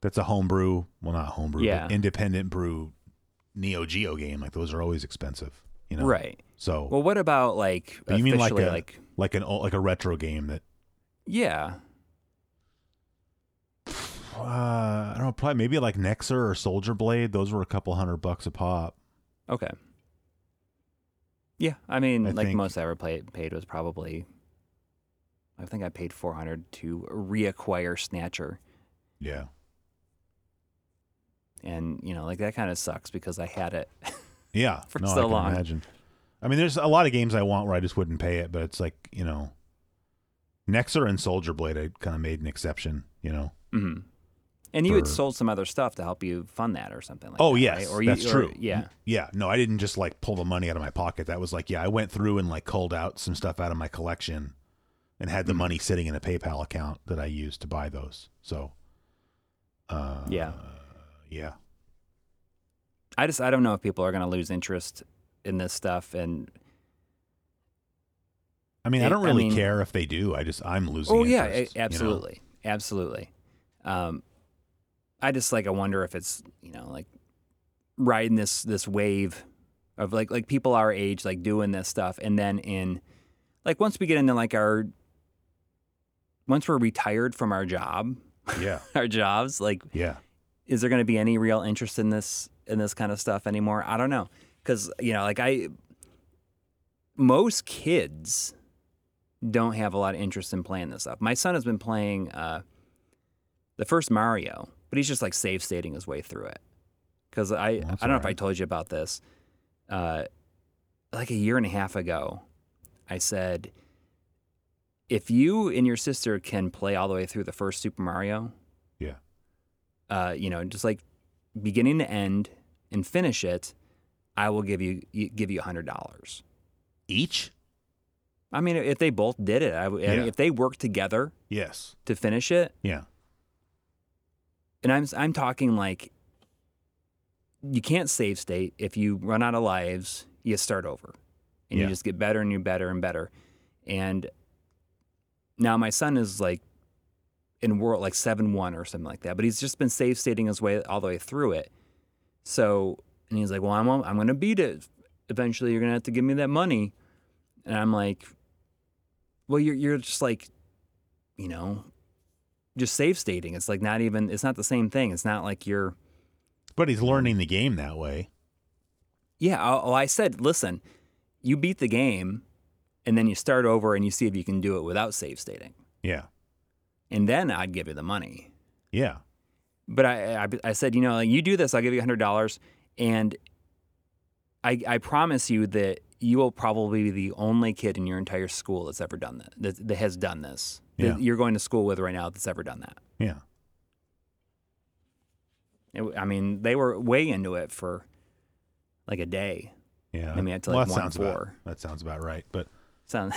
Speaker 1: that's a homebrew. Well, not homebrew,
Speaker 2: Yeah.
Speaker 1: but independent brew Neo Geo game. Like those are always expensive, you know.
Speaker 2: Right.
Speaker 1: So
Speaker 2: Well, what about like
Speaker 1: But you mean like
Speaker 2: officially,
Speaker 1: a- like an old- like a retro game that
Speaker 2: yeah,
Speaker 1: uh, I don't know, probably maybe like Nexer or Soldier Blade. Those were a couple hundred bucks a pop.
Speaker 2: okay. Yeah, I mean,
Speaker 1: I
Speaker 2: like
Speaker 1: think-
Speaker 2: most I ever play, paid was probably, I think I paid four hundred to reacquire Snatcher,
Speaker 1: Yeah.
Speaker 2: and you know, like that kind of sucks because I had it. *laughs*
Speaker 1: Yeah,
Speaker 2: for
Speaker 1: no, I
Speaker 2: so
Speaker 1: can
Speaker 2: long.
Speaker 1: Imagine. I mean, there's a lot of games I want where I just wouldn't pay it, but it's like you know, Nexer and Soldier Blade, I kind of made an exception. You know,
Speaker 2: hmm And you had
Speaker 1: Mm-hmm. For-
Speaker 2: sold some other stuff to help you fund that or something like
Speaker 1: oh
Speaker 2: that.
Speaker 1: yes,
Speaker 2: right? or
Speaker 1: that's
Speaker 2: you, or-
Speaker 1: true. Mm-hmm.
Speaker 2: Yeah.
Speaker 1: yeah. No, I didn't just like pull the money out of my pocket. That was like, yeah, I went through and like culled out some stuff out of my collection, and had
Speaker 2: Mm-hmm.
Speaker 1: the money sitting in a PayPal account that I used to buy those. So, uh,
Speaker 2: Yeah.
Speaker 1: yeah.
Speaker 2: I just I don't know if people are going to lose interest in this stuff and
Speaker 1: I mean, I
Speaker 2: It-
Speaker 1: don't
Speaker 2: I
Speaker 1: really
Speaker 2: mean-
Speaker 1: care if they do. I just I'm losing.
Speaker 2: oh yeah
Speaker 1: interest, you
Speaker 2: a-
Speaker 1: know?
Speaker 2: absolutely absolutely um I just like I wonder if it's you know like riding this this wave of like like people our age like doing this stuff and then in like once we get into like our once we're retired from our job *laughs*
Speaker 1: Yeah,
Speaker 2: our jobs like *laughs*
Speaker 1: yeah.
Speaker 2: is there going to be any real interest in this in this kind of stuff anymore? I don't know because you know, like I, most kids don't have a lot of interest in playing this stuff. My son has been playing uh, the first Mario, but he's just like save stating his way through it. Because I, I
Speaker 1: Well, that's
Speaker 2: don't know if I
Speaker 1: alright.
Speaker 2: told you about this. Uh, like a year and a half ago, I said, if you and your sister can play all the way through the first Super Mario,
Speaker 1: Yeah.
Speaker 2: uh, you know, just like beginning to end and finish it, I will give you you- give you hundred dollars.
Speaker 1: Each.
Speaker 2: I mean, if they both did it, I, would I mean,
Speaker 1: Yeah.
Speaker 2: if they worked together
Speaker 1: Yes.
Speaker 2: to finish it,
Speaker 1: Yeah.
Speaker 2: and I'm I'm talking like you can't save state. If you run out of lives, you start over, and
Speaker 1: Yeah.
Speaker 2: you just get better and you're better and better. And now my son is like in world like seven one or something like that, but he's just been save stating his way all the way through it. So and he's like, well, I'm I'm gonna beat it. Eventually, you're gonna have to give me that money. And I'm like, well, you're you're just like, you know, just save stating. It's like not even. It's not the same thing. It's not like you're.
Speaker 1: But
Speaker 2: Um,
Speaker 1: he's learning the game that way.
Speaker 2: Yeah. Oh, I said, listen, you beat the game, and then you start over and you see if you can do it without save stating,
Speaker 1: Yeah.
Speaker 2: and then I'd give you the money.
Speaker 1: Yeah.
Speaker 2: But I I, I said, you know, like, you do this, I'll give you hundred dollars, and I I promise you that you will probably be the only kid in your entire school that's ever done that that, that has done this.
Speaker 1: Yeah.
Speaker 2: That you're going to school with right now that's ever done that.
Speaker 1: Yeah.
Speaker 2: It- I mean, they were way into it for like a day.
Speaker 1: Yeah.
Speaker 2: I mean, it's like
Speaker 1: that
Speaker 2: one
Speaker 1: sounds
Speaker 2: four.
Speaker 1: About, that sounds about right. But
Speaker 2: So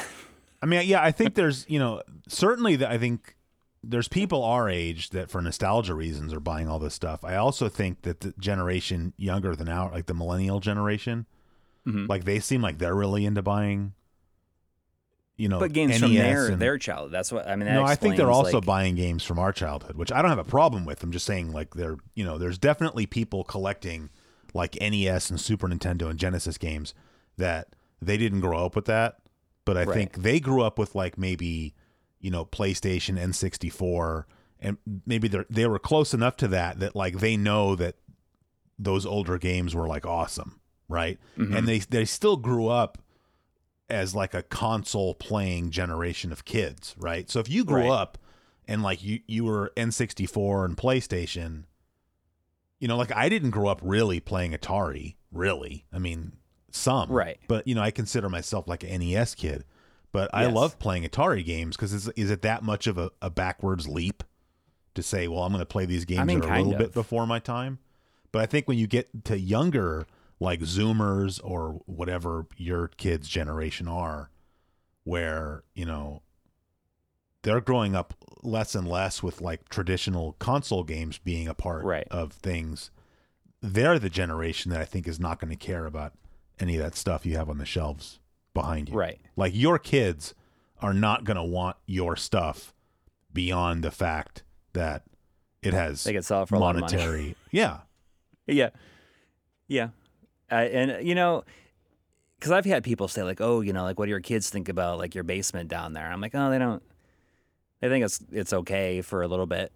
Speaker 1: I mean, yeah, I think there's, you know, certainly that I think there's people our age that for nostalgia reasons are buying all this stuff. I also think that the generation younger than our, like the millennial generation,
Speaker 2: Mhm.
Speaker 1: like they seem like they're really into buying you know,
Speaker 2: But games
Speaker 1: NES
Speaker 2: from their
Speaker 1: E and,
Speaker 2: their childhood. That's what I mean. That
Speaker 1: no, I think they're
Speaker 2: explains,
Speaker 1: also
Speaker 2: like,
Speaker 1: buying games from our childhood, which I don't have a problem with. I'm just saying, like, they're you know, there's definitely people collecting like NES and Super Nintendo and Genesis games that they didn't grow up with that, but I
Speaker 2: Right.
Speaker 1: think they grew up with like maybe you know PlayStation N64, and maybe they are they were close enough to that that like they know that those older games were like awesome, right?
Speaker 2: mhm.
Speaker 1: and they they still grew up as like a console playing generation of kids, right? So if you grew
Speaker 2: Right.
Speaker 1: up and like you you were N64 and PlayStation, you know, like I didn't grow up really playing Atari, really. I mean, some.
Speaker 2: Right.
Speaker 1: But you know, I consider myself like an NES kid, but I
Speaker 2: Yes.
Speaker 1: love playing Atari games cuz is is it that much of a, a backwards leap to say, well, I'm going to play these games
Speaker 2: mean,
Speaker 1: that are a
Speaker 2: kind
Speaker 1: little
Speaker 2: of.
Speaker 1: bit before my time? But I think when you get to younger, like Zoomers or whatever your kids' generation are, where, you know, they're growing up less and less with like traditional console games being a part
Speaker 2: Right.
Speaker 1: of things, they're the generation that I think is not going to care about any of that stuff you have on the shelves behind you.
Speaker 2: right.
Speaker 1: Like your kids are not going to want your stuff beyond the fact that it has
Speaker 2: They could sell it for a lot of money.
Speaker 1: monetary. yeah.
Speaker 2: *laughs* Yeah. Yeah. Uh, and, you know, because I've had people say, like, oh, you know, like, what do your kids think about, like, your basement down there? I'm like, oh, they don't, they think it's, it's okay for a little bit,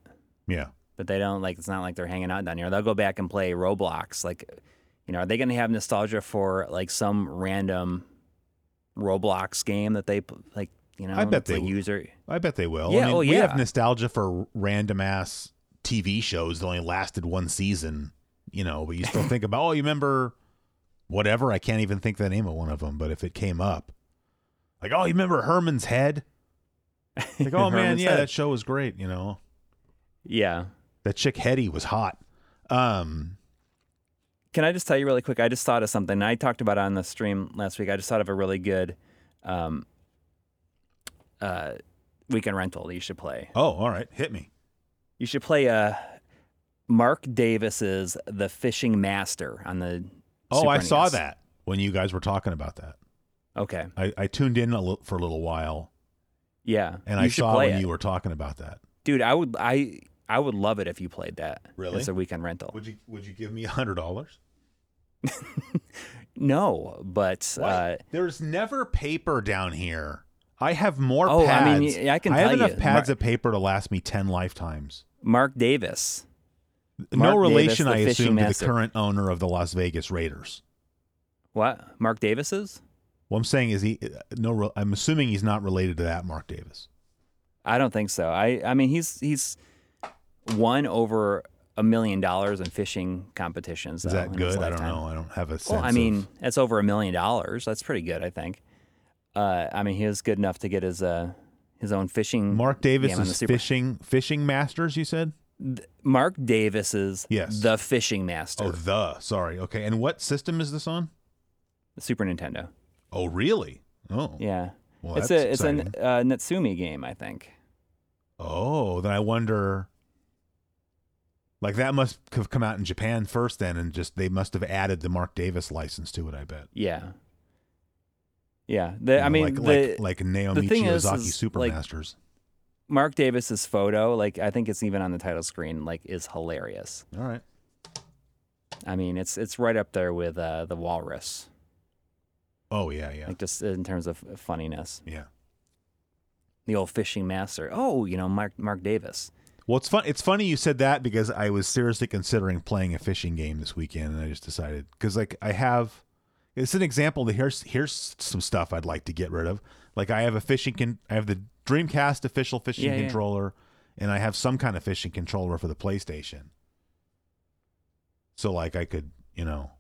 Speaker 1: Yeah.
Speaker 2: but they don't, like, it's not like they're hanging out down here. They'll go back and play Roblox. Like, you know, are they going to have nostalgia for, like, some random Roblox game that they, p- like, you know,
Speaker 1: I bet
Speaker 2: it's a
Speaker 1: they will.
Speaker 2: user.
Speaker 1: I bet they will. I
Speaker 2: Yeah,
Speaker 1: mean,
Speaker 2: oh,
Speaker 1: We have
Speaker 2: yeah.
Speaker 1: nostalgia for random ass TV shows that only lasted one season, you know, but you still
Speaker 2: *laughs*
Speaker 1: think about, oh, you remember whatever? I can't even think the name of one of them, but if it came up, like, oh, you remember Herman's Head?
Speaker 2: *laughs*
Speaker 1: Like, oh, man,
Speaker 2: Herman's
Speaker 1: yeah,
Speaker 2: Head.
Speaker 1: that show was great, you know.
Speaker 2: Yeah.
Speaker 1: That chick Hetty was hot. Um,
Speaker 2: Can I just tell you really quick? I just thought of something. I talked about it on the stream last week. I just thought of a really good um, uh, weekend rental that you should play.
Speaker 1: oh, all right. Hit me.
Speaker 2: You should play uh, Mark Davis's The Fishing Master on the.
Speaker 1: Oh,
Speaker 2: Super E
Speaker 1: I saw
Speaker 2: NES.
Speaker 1: that when you guys were talking about that.
Speaker 2: Okay.
Speaker 1: I, I tuned in a li- for a little while
Speaker 2: Yeah.
Speaker 1: and
Speaker 2: you
Speaker 1: I
Speaker 2: should
Speaker 1: saw
Speaker 2: play
Speaker 1: when
Speaker 2: it.
Speaker 1: you were talking about that.
Speaker 2: Dude, I would I I would love it if you played that.
Speaker 1: Really?
Speaker 2: As a weekend rental.
Speaker 1: Would you would you give me a hundred dollars?
Speaker 2: No, but uh,
Speaker 1: There's never paper down here. I have more
Speaker 2: Oh,
Speaker 1: pads.
Speaker 2: I mean, y- I can
Speaker 1: have
Speaker 2: tell
Speaker 1: enough
Speaker 2: you.
Speaker 1: pads
Speaker 2: Mar-
Speaker 1: of paper to last me ten lifetimes.
Speaker 2: Mark Davis.
Speaker 1: no
Speaker 2: Mark
Speaker 1: relation, I
Speaker 2: Davis, the fishing
Speaker 1: assume, to the
Speaker 2: master.
Speaker 1: current owner of the Las Vegas Raiders.
Speaker 2: What? Mark Davis's?
Speaker 1: What I'm saying is, he no. re- I'm assuming he's not related to that Mark Davis.
Speaker 2: I don't think so. I I mean he's he's won over a million dollars in fishing competitions.
Speaker 1: Is
Speaker 2: though,
Speaker 1: that
Speaker 2: in his
Speaker 1: good? I don't
Speaker 2: lifetime.
Speaker 1: know. I don't have a sense.
Speaker 2: Well, I
Speaker 1: of-
Speaker 2: mean, that's over a million dollars. That's pretty good, I think. Uh, I mean, he was good enough to get his uh, his own fishing.
Speaker 1: Mark Davis
Speaker 2: Mm-hmm. Yeah, I'm
Speaker 1: is
Speaker 2: the super-
Speaker 1: fishing fishing masters. You said.
Speaker 2: Mark Davis's
Speaker 1: Yes.
Speaker 2: the fishing master,
Speaker 1: Oh, the sorry. Okay, and what system is this on?
Speaker 2: Super Nintendo.
Speaker 1: Oh, really? Oh,
Speaker 2: Yeah,
Speaker 1: Well,
Speaker 2: it's
Speaker 1: that's
Speaker 2: a it's
Speaker 1: exciting.
Speaker 2: an uh, Natsumi game, I think.
Speaker 1: Oh, then I wonder. Like that must have come out in Japan first, then, and just they must have added the Mark Davis license to it. I bet.
Speaker 2: Yeah, yeah. The, I
Speaker 1: You know,
Speaker 2: mean,
Speaker 1: like
Speaker 2: the,
Speaker 1: like, like Naomi
Speaker 2: thing is-
Speaker 1: Chiyosaki
Speaker 2: is, like-
Speaker 1: Supermasters.
Speaker 2: Mark Davis's photo, like I think it's even on the title screen, like is hilarious.
Speaker 1: All right,
Speaker 2: I mean, it's it's right up there with uh, the Walrus,
Speaker 1: oh yeah, yeah,
Speaker 2: like just in terms of funniness.
Speaker 1: yeah.
Speaker 2: The old fishing master. Oh, you know, Mark Mark Davis.
Speaker 1: Well, it's fun. It's funny you said that because I was seriously considering playing a fishing game this weekend, and I just decided because like I have, it's an example. That here's here's some stuff I'd like to get rid of. Like I have a fishing con- I have the Dreamcast official fishing
Speaker 2: Yeah, yeah.
Speaker 1: controller, and I have some kind of fishing controller for the PlayStation. So like I could you know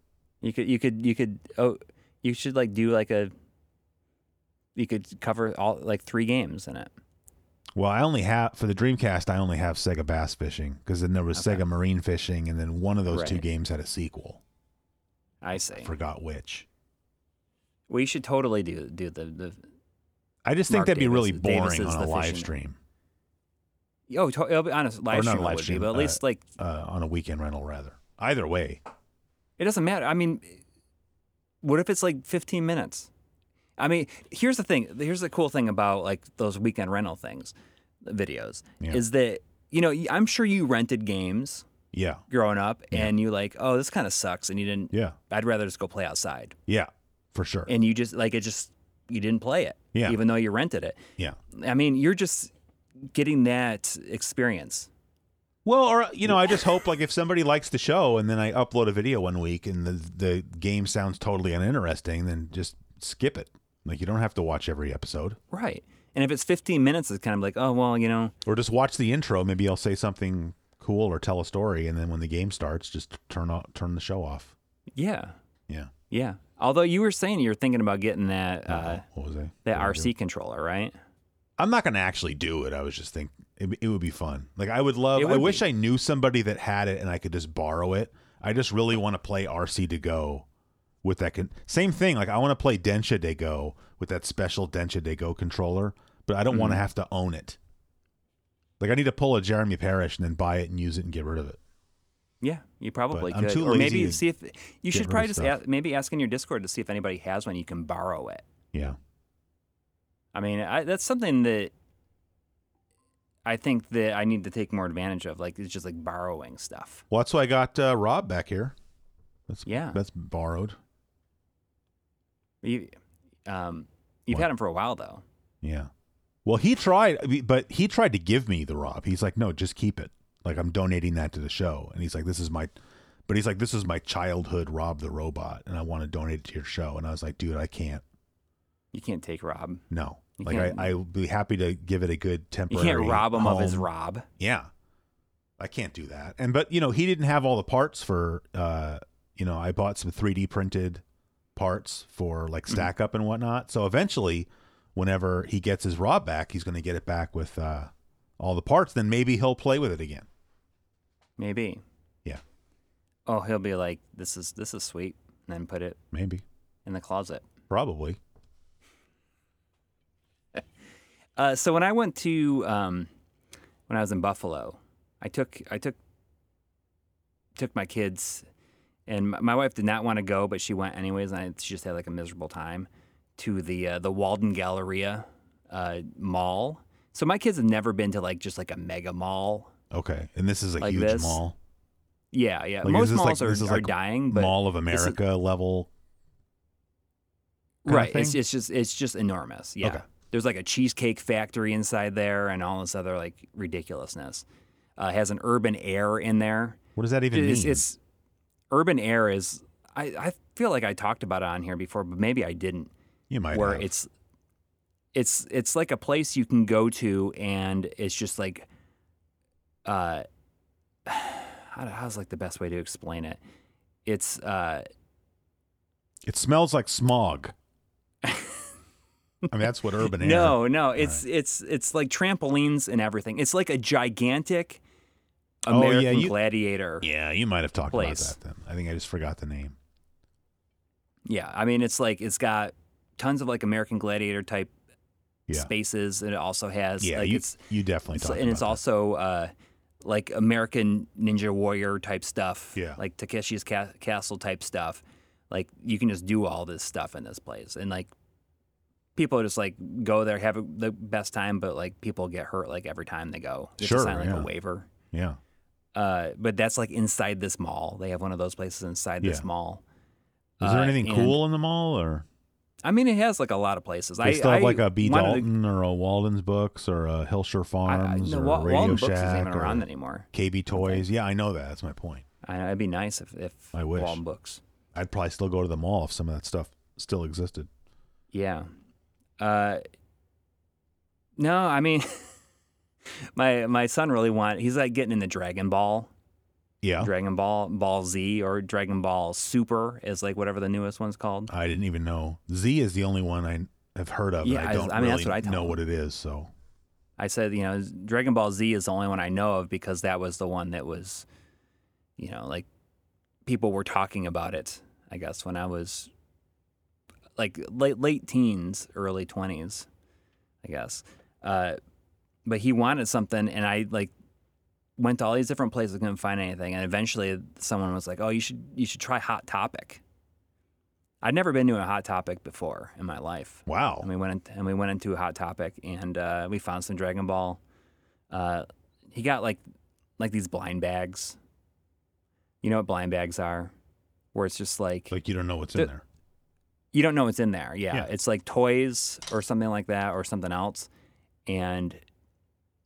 Speaker 2: You could you could you could oh you should like do like a you could cover all like three games in it.
Speaker 1: Well, I only have for the Dreamcast. I only have Sega Bass Fishing because then there was
Speaker 2: Okay.
Speaker 1: Sega Marine Fishing, and then one of those two
Speaker 2: Right.
Speaker 1: games had a sequel.
Speaker 2: I
Speaker 1: I
Speaker 2: see.
Speaker 1: forgot which.
Speaker 2: We should totally do do the, the
Speaker 1: I just think
Speaker 2: Mark
Speaker 1: that'd be
Speaker 2: Davis-
Speaker 1: really
Speaker 2: Davis
Speaker 1: boring
Speaker 2: is
Speaker 1: on a
Speaker 2: the
Speaker 1: live
Speaker 2: fishing-
Speaker 1: stream,
Speaker 2: oh to, it'll be honest live
Speaker 1: not
Speaker 2: stream, it
Speaker 1: live
Speaker 2: would be,
Speaker 1: stream,
Speaker 2: but at
Speaker 1: uh,
Speaker 2: least like
Speaker 1: uh, on a weekend rental rather. Either way,
Speaker 2: It doesn't matter. I mean, what if it's like 15 minutes? I mean, here's the thing. Here's the cool thing about like those weekend rental things, videos,
Speaker 1: Yeah.
Speaker 2: is that you know I'm sure you rented games
Speaker 1: Yeah.
Speaker 2: growing up, and you like, oh, this kind of sucks, and you didn't.
Speaker 1: Yeah.
Speaker 2: I'd rather just go play outside,
Speaker 1: Yeah. For sure.
Speaker 2: and you just like it just you didn't play it,
Speaker 1: Yeah.
Speaker 2: even though you rented it.
Speaker 1: yeah.
Speaker 2: I mean, you're just getting that experience.
Speaker 1: Well, or you know, I just hope like if somebody likes the show and then I upload a video one week and the the game sounds totally uninteresting, then just skip it. Like you don't have to watch every episode,
Speaker 2: Right. And if it's 15 minutes, it's kind of like, oh, well, you know,
Speaker 1: or just watch the intro. Maybe I'll say something cool or tell a story, and then when the game starts, just turn off, turn the show off.
Speaker 2: yeah,
Speaker 1: Yeah.
Speaker 2: yeah. Although you were saying you're thinking about getting that uh,
Speaker 1: what was I?
Speaker 2: that
Speaker 1: what was I doing?
Speaker 2: RC controller, right?
Speaker 1: I'm not gonna actually do it. I was just thinking it, it would be fun. Like I would love.
Speaker 2: It would
Speaker 1: I wish
Speaker 2: be.
Speaker 1: I knew somebody that had it and I could just borrow it. I just really want to play RC to go with that. Con- Same thing. Like I want to play Densha de go with that special Densha de go controller, but I don't want to
Speaker 2: Mm-hmm.
Speaker 1: have to own it. Like I need to pull a Jeremy Parrish and then buy it and use it and get rid of it.
Speaker 2: Yeah, you probably
Speaker 1: I'm
Speaker 2: could.
Speaker 1: too
Speaker 2: or maybe
Speaker 1: lazy to
Speaker 2: see if you
Speaker 1: rid
Speaker 2: should
Speaker 1: of
Speaker 2: probably just
Speaker 1: stuff.
Speaker 2: ask, maybe ask in your Discord to see if anybody has one you can borrow it.
Speaker 1: Yeah.
Speaker 2: I mean, I, that's something that I think that I need to take more advantage of. Like, it's just like borrowing stuff.
Speaker 1: Well, that's why I got uh, Rob back here. That's
Speaker 2: Yeah.
Speaker 1: That's borrowed.
Speaker 2: You, um, you've
Speaker 1: What?
Speaker 2: had them for a while though.
Speaker 1: Yeah. Well, he tried, but he tried to give me the Rob. He's like, no, just keep it. Like I'm donating that to the show, and he's like, this is my, but he's like, this is my childhood Rob the robot, and I want to donate it to your show. And I was like, dude, I can't.
Speaker 2: You can't take Rob.
Speaker 1: No,
Speaker 2: You
Speaker 1: like
Speaker 2: can't-
Speaker 1: I, I would be happy to give it a good
Speaker 2: You
Speaker 1: temporary.
Speaker 2: can't rob him of his
Speaker 1: home.
Speaker 2: Rob.
Speaker 1: Yeah, I can't do that. And but you know, he didn't have all the parts for. uh You know, I bought some 3D printed parts for
Speaker 2: Mm-hmm.
Speaker 1: like stack up and whatnot. So eventually, whenever he gets his Rob back, he's going to get it back with uh all the parts. Then maybe he'll play with it again.
Speaker 2: Maybe.
Speaker 1: Yeah.
Speaker 2: Oh, he'll be like, "This is this is sweet," and then put it
Speaker 1: Maybe,
Speaker 2: in the closet.
Speaker 1: probably.
Speaker 2: Uh, so when I went to um, when I was in Buffalo, I took I took took my kids, and my, my wife did not want to go, but she went anyways, and I, she just had like a miserable time to the uh, the Walden Galleria uh, mall. So my kids have never been to like just like a mega mall.
Speaker 1: Okay, and this is a
Speaker 2: Like
Speaker 1: huge
Speaker 2: this?
Speaker 1: mall,
Speaker 2: Yeah, yeah.
Speaker 1: Like, is
Speaker 2: Most
Speaker 1: this, like-
Speaker 2: malls are,
Speaker 1: this is,
Speaker 2: are
Speaker 1: like,
Speaker 2: dying, but
Speaker 1: Mall of
Speaker 2: is-
Speaker 1: America level. kind of
Speaker 2: right it's,
Speaker 1: thing?
Speaker 2: it's just it's just enormous yeah
Speaker 1: Okay.
Speaker 2: there's like a cheesecake factory inside there and all this other like ridiculousness uh, it has an urban air in there
Speaker 1: What does that even
Speaker 2: it's,
Speaker 1: mean?
Speaker 2: it's urban air is I, I feel like i talked about it on here before but maybe i didn't
Speaker 1: you might
Speaker 2: where
Speaker 1: have.
Speaker 2: it's it's it's like a place you can go to and it's just like uh *sighs* how, how's like the best way to explain it it's uh
Speaker 1: It smells like
Speaker 2: *laughs*
Speaker 1: smog. I mean, that's what urban air.
Speaker 2: No, no, it's it's it's like trampolines and everything. It's like a gigantic
Speaker 1: Oh, yeah,
Speaker 2: American
Speaker 1: you-
Speaker 2: gladiator. Yeah.
Speaker 1: Yeah, you might have talked
Speaker 2: Place.
Speaker 1: about that then. I think I just forgot the name.
Speaker 2: I mean, it's like it's got tons of like American gladiator type
Speaker 1: Yeah,
Speaker 2: spaces, and it also has
Speaker 1: yeah,
Speaker 2: like
Speaker 1: you,
Speaker 2: it's,
Speaker 1: you definitely
Speaker 2: it's-
Speaker 1: talked
Speaker 2: and it's
Speaker 1: about
Speaker 2: also uh, like American Ninja Warrior type stuff.
Speaker 1: Yeah.
Speaker 2: like Takeshi's ca- Castle type stuff. Like you can just do all this stuff in this place, and like people just like go there have a, the best time, but like people get hurt like every time they go. You have to
Speaker 1: Sure,
Speaker 2: sign like
Speaker 1: yeah.
Speaker 2: a waiver.
Speaker 1: that. Yeah,
Speaker 2: Uh, but that's like inside this mall. They have one of those places inside this
Speaker 1: Yeah.
Speaker 2: mall.
Speaker 1: is there
Speaker 2: Uh,
Speaker 1: anything
Speaker 2: and-
Speaker 1: cool in the mall, or
Speaker 2: I mean, it has like a lot of places.
Speaker 1: they
Speaker 2: I
Speaker 1: still have
Speaker 2: I
Speaker 1: like a B
Speaker 2: wanted to-
Speaker 1: Dalton or a Walden's Books or a Hillshire
Speaker 2: I- I-
Speaker 1: Farms
Speaker 2: no,
Speaker 1: or
Speaker 2: Wal-
Speaker 1: Radio
Speaker 2: Walden
Speaker 1: Shack
Speaker 2: Books isn't even
Speaker 1: or
Speaker 2: around anymore.
Speaker 1: KB Toys? Yeah, I know that. That's my point.
Speaker 2: I, it'd be nice if if
Speaker 1: I wish.
Speaker 2: Walden Books.
Speaker 1: I'd probably still go to the mall if some of that stuff still existed.
Speaker 2: Yeah. Uh, no, I mean, *laughs* my my son really want. He's like getting into Dragon Ball,
Speaker 1: Yeah,
Speaker 2: Dragon Ball Ball Z or Dragon Ball Super is like whatever the newest one's called.
Speaker 1: I didn't even know Z is the only one I have heard of. and
Speaker 2: Yeah,
Speaker 1: I
Speaker 2: I-
Speaker 1: don't
Speaker 2: I mean, that's
Speaker 1: really
Speaker 2: what I tell
Speaker 1: know
Speaker 2: them.
Speaker 1: what it is. So
Speaker 2: I said, you know, Dragon Ball Z is the only one I know of because that was the one that was, you know, like people were talking about it. I guess when I was like late late teens, early twenties, I guess. Uh, but he wanted something, and I like went to all these different places, couldn't find anything, and eventually someone was like, "Oh, you should you should try Hot Topic." I'd never been to a Hot Topic before in my life.
Speaker 1: Wow.
Speaker 2: And we went in, and we went into a Hot Topic and uh, we found some Dragon Ball. Uh, he got like like these blind bags. You know what blind bags are? Where it's just like
Speaker 1: like you don't know what's in
Speaker 2: The-
Speaker 1: there.
Speaker 2: you don't know what's in there. Yeah.
Speaker 1: Yeah.
Speaker 2: It's like toys or something like that or something else. And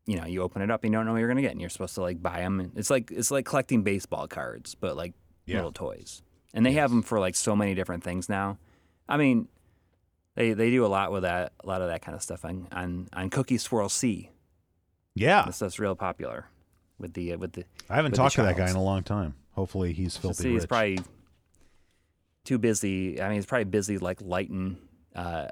Speaker 2: you know, you open it up and you don't know what you're gonna get, and you're supposed to like buy them. It's like it's like collecting baseball cards, but like
Speaker 1: Yeah.
Speaker 2: little toys. And they have 'em have them for like so many different things now. I mean, they they do a lot with that, a lot of that kind of stuff on on, on Cookie Swirl C.
Speaker 1: Yeah.
Speaker 2: This stuff's real popular with the uh, with the.
Speaker 1: I haven't
Speaker 2: with the
Speaker 1: talked to that guy
Speaker 2: child.
Speaker 1: in a long time. Hopefully he's filthy
Speaker 2: see, he's
Speaker 1: rich.
Speaker 2: probably too busy. I mean, he's probably busy like lighting uh,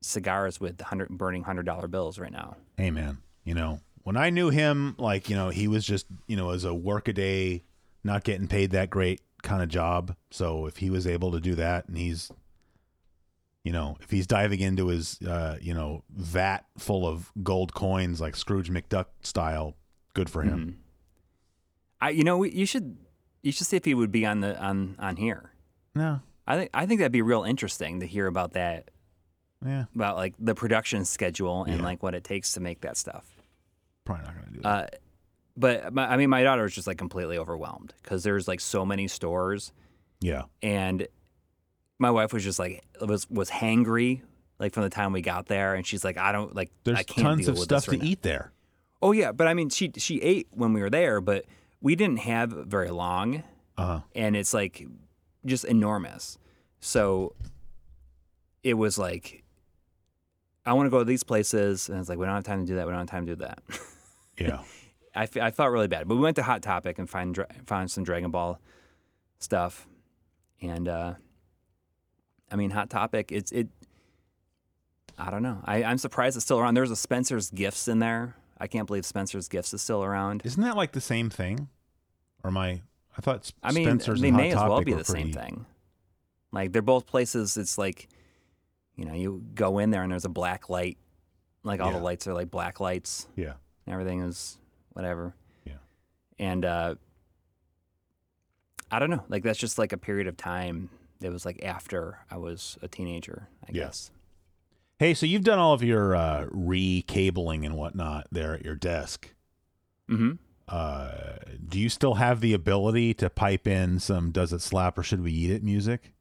Speaker 2: cigars with hundred burning hundred dollar bills right now.
Speaker 1: hey man, you know, when I knew him, like, you know, he was just, you know, as a workaday, not getting paid that great kind of job. So if he was able to do that and he's you know, if he's diving into his uh, you know, vat full of gold coins like Scrooge McDuck style, good for him.
Speaker 2: Mhm. I, you know, you should you should see if he would be on the on on here.
Speaker 1: No.
Speaker 2: I think I think that'd be real interesting to hear about that
Speaker 1: Yeah,
Speaker 2: about like the production schedule and
Speaker 1: Yeah.
Speaker 2: like what it takes to make that stuff.
Speaker 1: probably not gonna do that.
Speaker 2: Uh, but my, I mean, my daughter was just like completely overwhelmed because there's like so many stores,
Speaker 1: yeah.
Speaker 2: and my wife was just like was was hangry like from the time we got there, and she's like, I don't like I
Speaker 1: There's
Speaker 2: can't
Speaker 1: tons
Speaker 2: deal
Speaker 1: of
Speaker 2: with
Speaker 1: stuff
Speaker 2: this right
Speaker 1: to
Speaker 2: now."
Speaker 1: eat there.
Speaker 2: Oh yeah, but I mean, she she ate when we were there, but we didn't have very long,
Speaker 1: Uh
Speaker 2: and it's like just enormous. So it was like. I want to go to these places, and it's like we don't have time to do that. We don't have time to do that.
Speaker 1: yeah.
Speaker 2: I, f- I felt really bad. But we went to Hot Topic and find dra- found some Dragon Ball stuff, and uh, I mean Hot Topic. It's it. I don't know. I, I'm surprised it's still around. There's a Spencer's Gifts in there. I can't believe Spencer's Gifts is still around.
Speaker 1: Isn't that like the same thing? Or my I thought Sp-
Speaker 2: I mean,
Speaker 1: Spencer's
Speaker 2: they
Speaker 1: and
Speaker 2: may
Speaker 1: Hot
Speaker 2: as well
Speaker 1: Topic
Speaker 2: be
Speaker 1: were
Speaker 2: the same
Speaker 1: pretty-
Speaker 2: thing. Like they're both places. It's like, you know, you go in there and there's a black light. Like all
Speaker 1: Yeah.
Speaker 2: the lights are like black lights.
Speaker 1: Yeah.
Speaker 2: and everything is whatever.
Speaker 1: Yeah.
Speaker 2: And uh, I don't know. Like that's just like a period of time that was like after I was a teenager, I
Speaker 1: Yeah.
Speaker 2: guess.
Speaker 1: Hey, so you've done all of your uh, recabling and whatnot there at your desk.
Speaker 2: Mm-hmm.
Speaker 1: Uh, do you still have the ability to pipe in some "Does it slap or should we eat it?" music?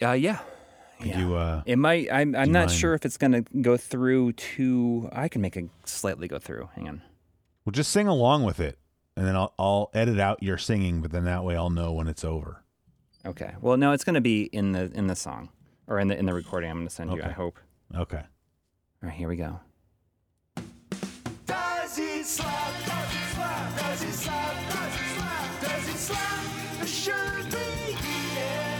Speaker 2: Uh, yeah.
Speaker 1: Could
Speaker 2: yeah.
Speaker 1: you? Uh,
Speaker 2: it might. I'm. I'm
Speaker 1: you
Speaker 2: not
Speaker 1: mind?
Speaker 2: sure if it's gonna go through to. I can make it slightly go through. Hang on.
Speaker 1: well, just sing along with it, and then I'll I'll edit out your singing, but then that way I'll know when it's over.
Speaker 2: Okay. Well, no, it's gonna be in the in the song or in the in the recording. I'm gonna send you.
Speaker 1: Okay.
Speaker 2: I hope.
Speaker 1: Okay.
Speaker 2: All right. Here we go.
Speaker 3: Does he slap? Does he slap? Does he slap? Does he slap? Does he slap? Or Should we yeah.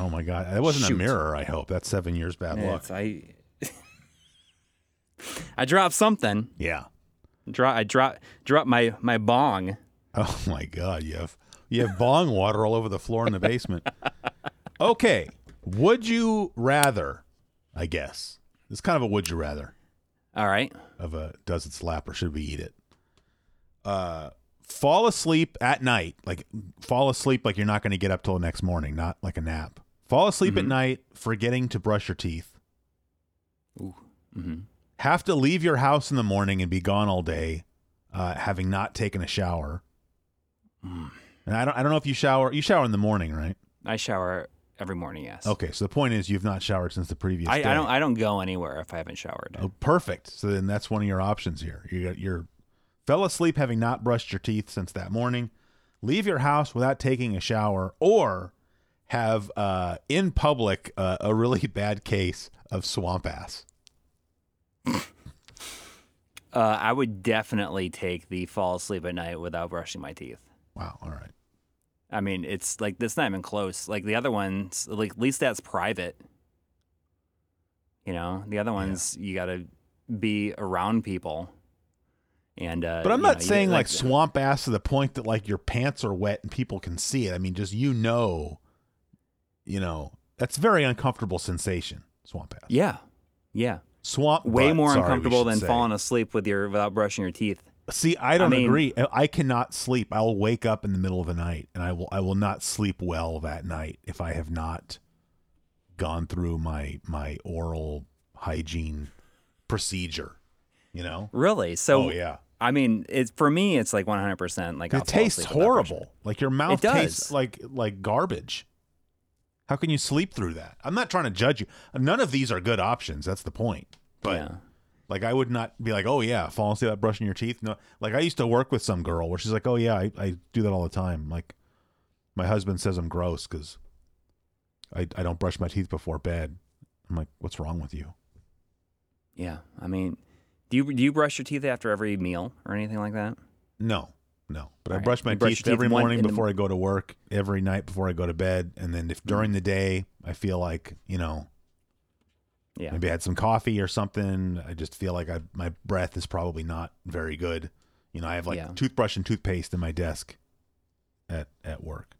Speaker 1: Oh my God, that wasn't a
Speaker 2: Shoot.
Speaker 1: mirror. I hope that's seven years bad luck.
Speaker 2: It's- I. *laughs* I dropped something.
Speaker 1: Yeah.
Speaker 2: Drop, I drop, drop my my bong.
Speaker 1: *laughs* Oh my God, you have you have bong water all over the floor in the basement. Okay, would you rather? I guess it's kind of a would you rather
Speaker 2: All right.
Speaker 1: of a does it slap or should we eat it? Uh, fall asleep at night, like fall asleep like you're not going to get up till the next morning, not like a nap. Fall asleep
Speaker 2: Mm-hmm.
Speaker 1: at night, forgetting to brush your teeth.
Speaker 2: Ooh. hmm
Speaker 1: Have to leave your house in the morning and be gone all day, uh, having not taken a shower.
Speaker 2: Mm.
Speaker 1: And I don't, I don't know if you shower. You shower in the morning, right?
Speaker 2: I shower every morning. Yes.
Speaker 1: Okay, so the point is you've not showered since the previous
Speaker 2: I,
Speaker 1: day.
Speaker 2: I don't. I don't go anywhere if I haven't showered.
Speaker 1: Oh, perfect. So then that's one of your options here. You got your fell asleep having not brushed your teeth since that morning. Leave your house without taking a shower, or have uh, in public uh, a really *laughs* bad case of swamp ass.
Speaker 2: Uh, I would definitely take the fall asleep at night without brushing my teeth.
Speaker 1: Wow. All right.
Speaker 2: I mean, it's like that's not even close. Like the other ones, like at least that's private. You know, the other ones you got to be around people. And uh,
Speaker 1: But I'm
Speaker 2: you
Speaker 1: not
Speaker 2: know, you-
Speaker 1: saying like swamp ass to the point that like your pants are wet and people can see it. I mean, just you know, you know, that's very uncomfortable sensation. Swamp ass.
Speaker 2: Yeah, yeah.
Speaker 1: Swamp.
Speaker 2: Way
Speaker 1: butt,
Speaker 2: more
Speaker 1: sorry, we
Speaker 2: uncomfortable
Speaker 1: should
Speaker 2: than
Speaker 1: say.
Speaker 2: falling asleep with your without brushing your teeth.
Speaker 1: See, I don't
Speaker 2: mean-
Speaker 1: agree. I- I cannot sleep. I'll wake up in the middle of the night, and I will. I will not sleep well that night if I have not gone through my my oral hygiene procedure. You know?
Speaker 2: Really? So
Speaker 1: oh yeah.
Speaker 2: I mean, it's for me, it's like 100. percent Like I'll
Speaker 1: It
Speaker 2: fall
Speaker 1: tastes
Speaker 2: asleep without brushing.
Speaker 1: horrible. Like your mouth
Speaker 2: does.
Speaker 1: tastes like like garbage. How can you sleep through that? I'm not trying to judge you. None of these are good options. That's the point. But
Speaker 2: Yeah.
Speaker 1: like I would not be like, oh yeah, fall asleep without brushing your teeth. No, like I used to work with some girl where she's like, oh yeah, I, I do that all the time. Like my husband says I'm gross because I I don't brush my teeth before bed. I'm like, what's wrong with you?
Speaker 2: Yeah. I mean, do you do you brush your teeth after every meal or anything like that?
Speaker 1: No, no. But I
Speaker 2: Right.
Speaker 1: brush my
Speaker 2: You brush
Speaker 1: teeth,
Speaker 2: your teeth
Speaker 1: every
Speaker 2: one
Speaker 1: morning
Speaker 2: in the-
Speaker 1: before I go to work, every night before I go to bed, and then if
Speaker 2: Mm-hmm.
Speaker 1: during the day I feel like you know
Speaker 2: Yeah.
Speaker 1: maybe I had some coffee or something, I just feel like I my breath is probably not very good. You know, I have like
Speaker 2: Yeah.
Speaker 1: toothbrush and toothpaste in my desk at at work.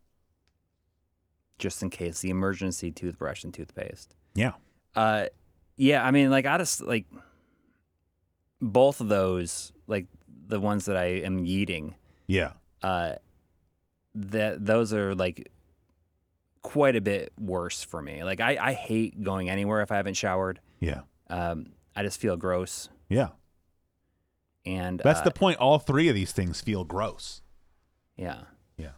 Speaker 2: Just in case the emergency toothbrush and toothpaste.
Speaker 1: Yeah,
Speaker 2: Uh, yeah. I mean, like I just like both of those, like the ones that I am eating.
Speaker 1: yeah,
Speaker 2: Uh, that those are like quite a bit worse for me. Like I, I hate going anywhere if I haven't showered.
Speaker 1: yeah,
Speaker 2: Um, I just feel gross.
Speaker 1: yeah.
Speaker 2: And
Speaker 1: That's
Speaker 2: uh,
Speaker 1: the point. All three of these things feel gross.
Speaker 2: Yeah.
Speaker 1: Yeah.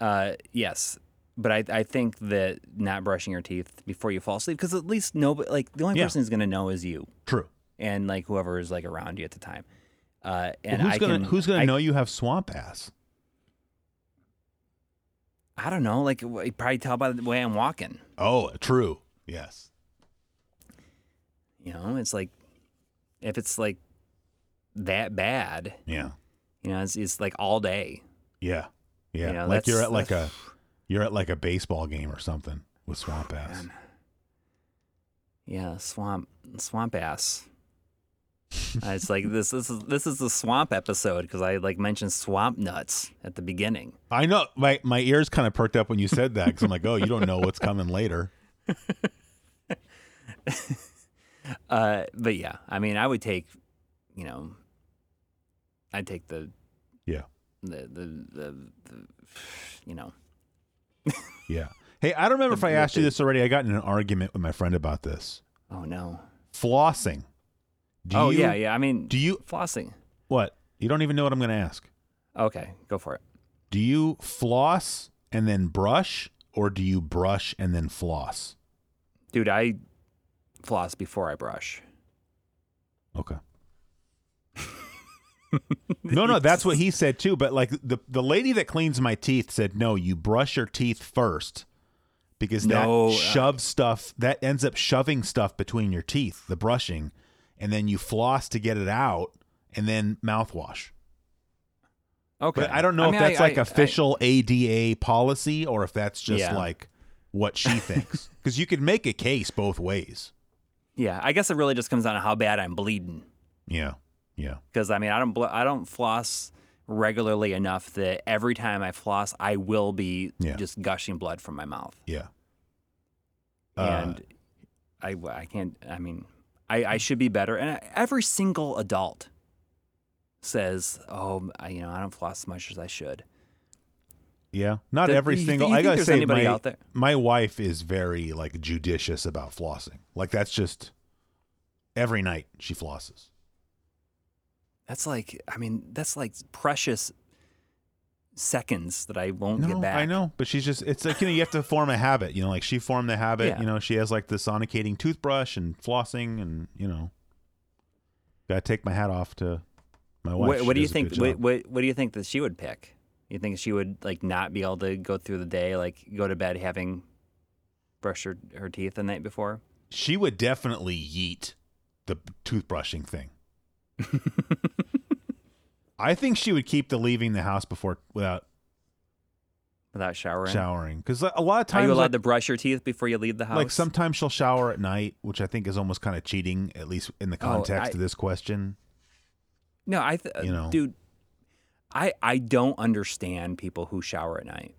Speaker 2: Uh, yes, but I, I think that not brushing your teeth before you fall asleep, because at least nobody, like the only
Speaker 1: Yeah.
Speaker 2: person who's gonna know is you
Speaker 1: True.
Speaker 2: and like whoever is like around you at the time. Uh,
Speaker 1: Well,
Speaker 2: and
Speaker 1: who's
Speaker 2: I
Speaker 1: gonna
Speaker 2: can,
Speaker 1: who's gonna
Speaker 2: I,
Speaker 1: know you have swamp ass?
Speaker 2: I don't know. Like you probably tell by the way I'm walking.
Speaker 1: Oh, true. Yes.
Speaker 2: You know, it's like if it's like that bad,
Speaker 1: Yeah.
Speaker 2: you know, it's, it's like all day.
Speaker 1: Yeah. Yeah.
Speaker 2: You know,
Speaker 1: like you're
Speaker 2: that's-
Speaker 1: at like a
Speaker 2: that's-
Speaker 1: *sighs* you're at like a baseball game or something with swamp ass.
Speaker 2: Yeah, swamp
Speaker 1: *laughs*
Speaker 2: swamp ass. I was like this this is this is the swamp episode because I like mentioned swamp nuts at the beginning.
Speaker 1: I know my my ears kind of perked up when you said that cuz I'm like, "Oh, you don't know what's coming later."
Speaker 2: Uh, but yeah, I mean, I would take, you know, I'd take the
Speaker 1: Yeah.
Speaker 2: the the, the, the you know
Speaker 1: Yeah. Hey, I don't remember if I asked you this already. I got in an argument with my friend about this.
Speaker 2: oh no
Speaker 1: Flossing. Do
Speaker 2: oh
Speaker 1: you,
Speaker 2: yeah yeah I mean
Speaker 1: Do you
Speaker 2: flossing
Speaker 1: what? You don't even know what I'm going to ask.
Speaker 2: okay go for it
Speaker 1: Do you floss and then brush or do you brush and then floss?
Speaker 2: dude I floss before I brush *laughs*
Speaker 1: Okay. no, no, that's what he said too. But like the the lady that cleans my teeth said, no, you brush your teeth first because
Speaker 2: No, uh,
Speaker 1: that shoves stuff that ends up shoving stuff between your teeth, the brushing, and then you floss to get it out, and then mouthwash.
Speaker 2: okay
Speaker 1: But I don't know
Speaker 2: mean,
Speaker 1: if that's
Speaker 2: I-
Speaker 1: like
Speaker 2: I-
Speaker 1: official ADA policy or if that's just
Speaker 2: Yeah.
Speaker 1: like what she
Speaker 2: *laughs*
Speaker 1: thinks. Because you could make a case both ways.
Speaker 2: I, yeah I guess it really just comes down to how bad I'm bleeding.
Speaker 1: Yeah, yeah,
Speaker 2: because I mean I don't bl- I don't floss regularly enough that every time I floss I will be
Speaker 1: Yeah.
Speaker 2: just gushing blood from my mouth
Speaker 1: yeah. Uh,
Speaker 2: and I I can't I mean I, I should be better and every single adult says oh I, you know I don't floss as much as I should
Speaker 1: Yeah, not
Speaker 2: Th-
Speaker 1: every
Speaker 2: you thi-
Speaker 1: single.
Speaker 2: you
Speaker 1: I
Speaker 2: think
Speaker 1: gotta
Speaker 2: there's
Speaker 1: say,
Speaker 2: anybody
Speaker 1: my,
Speaker 2: out there?
Speaker 1: my wife is very like judicious about flossing. Like that's just every night she flosses.
Speaker 2: that's like I mean that's like precious seconds that I won't
Speaker 1: No,
Speaker 2: get back
Speaker 1: I know, but she's just. It's like you know, you have to form a habit. You know, like she formed the habit.
Speaker 2: Yeah.
Speaker 1: You know, she has like the sonicating toothbrush and flossing, and you know, gotta take my hat off to my wife.
Speaker 2: what,
Speaker 1: She
Speaker 2: what do you
Speaker 1: does a
Speaker 2: think
Speaker 1: good
Speaker 2: what,
Speaker 1: job.
Speaker 2: what, what do you think that she would pick you think she would like not be able to go through the day like go to bed having brushed her, her teeth the night before
Speaker 1: she would definitely yeet the toothbrushing
Speaker 2: *laughs*
Speaker 1: thing. I think she would keep the leaving the house before without
Speaker 2: without showering
Speaker 1: showering because a lot of
Speaker 2: are
Speaker 1: times
Speaker 2: you allowed
Speaker 1: like,
Speaker 2: to brush your teeth before you leave the house
Speaker 1: like, sometimes she'll shower at night which i think is almost kind of cheating at least in the
Speaker 2: Oh,
Speaker 1: context
Speaker 2: I-
Speaker 1: of this question
Speaker 2: no i th-
Speaker 1: you know.
Speaker 2: dude i i don't understand people who shower at night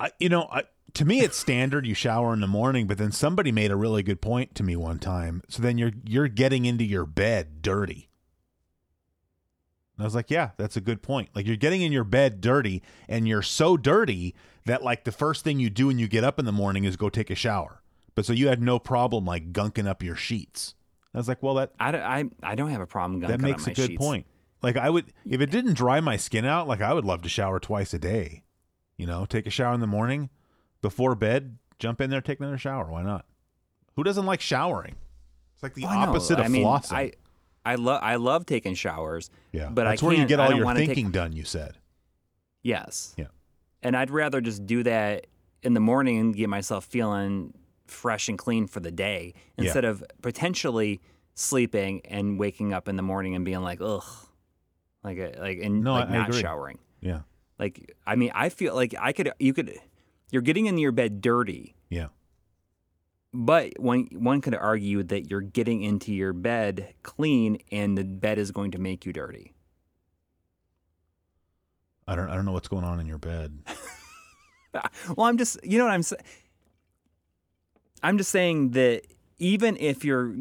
Speaker 1: I, you know I, to me it's standard you shower in the morning but then somebody made a really good point to me one time so then you're you're getting into your bed dirty And I was like, yeah, that's a good point. Like you're getting in your bed dirty and you're so dirty that like the first thing you do when you get up in the morning is go take a shower. But so you had no problem like gunking up your sheets. I was like, well, that
Speaker 2: I, don't- I, I don't have a problem gunking
Speaker 1: that
Speaker 2: on
Speaker 1: makes a
Speaker 2: my
Speaker 1: good
Speaker 2: sheets.
Speaker 1: point. Like I would if it didn't dry my skin out, like I would love to shower twice a day. You know, take a shower in the morning before bed, jump in there, take another shower. Why not? Who doesn't like showering? It's like the
Speaker 2: Oh, I know.
Speaker 1: opposite
Speaker 2: I
Speaker 1: of
Speaker 2: mean,
Speaker 1: flossing.
Speaker 2: I, I love I love taking showers.
Speaker 1: yeah,
Speaker 2: but I
Speaker 1: that's where you
Speaker 2: can't-
Speaker 1: get
Speaker 2: I
Speaker 1: all
Speaker 2: don't
Speaker 1: your
Speaker 2: wanna take-
Speaker 1: thinking done. You said,
Speaker 2: Yes.
Speaker 1: Yeah.
Speaker 2: And I'd rather just do that in the morning and get myself feeling fresh and clean for the day
Speaker 1: Yeah.
Speaker 2: instead of potentially sleeping and waking up in the morning and being like, ugh, like uh, like and
Speaker 1: No,
Speaker 2: like
Speaker 1: I- I
Speaker 2: not
Speaker 1: agree.
Speaker 2: showering.
Speaker 1: yeah,
Speaker 2: Like I mean, I feel like I could you could you're getting in your bed dirty,
Speaker 1: yeah.
Speaker 2: but one one could argue that you're getting into your bed clean and the bed is going to make you dirty.
Speaker 1: I don't I don't know what's going on in your bed.
Speaker 2: *laughs* well, I'm just, you know what I'm saying? I'm just saying that even if you're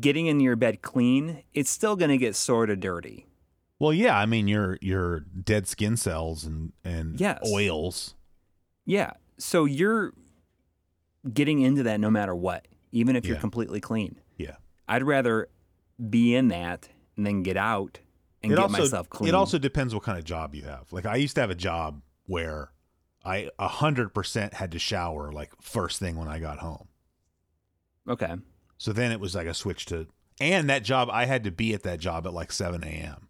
Speaker 2: getting in your bed clean, it's still going to get sort of dirty.
Speaker 1: Well, yeah, I mean your your dead skin cells and and
Speaker 2: Yes.
Speaker 1: oils.
Speaker 2: Yeah. So you're getting into that no matter what, even if you're
Speaker 1: Yeah.
Speaker 2: completely clean.
Speaker 1: Yeah.
Speaker 2: I'd rather be in that and then get out and get
Speaker 1: also,
Speaker 2: myself clean.
Speaker 1: It also depends what kind of job you have. Like I used to have a job where I a hundred percent had to shower like first thing when I got home.
Speaker 2: okay.
Speaker 1: So then it was like a switch to and that job I had to be at that job at like seven a.m.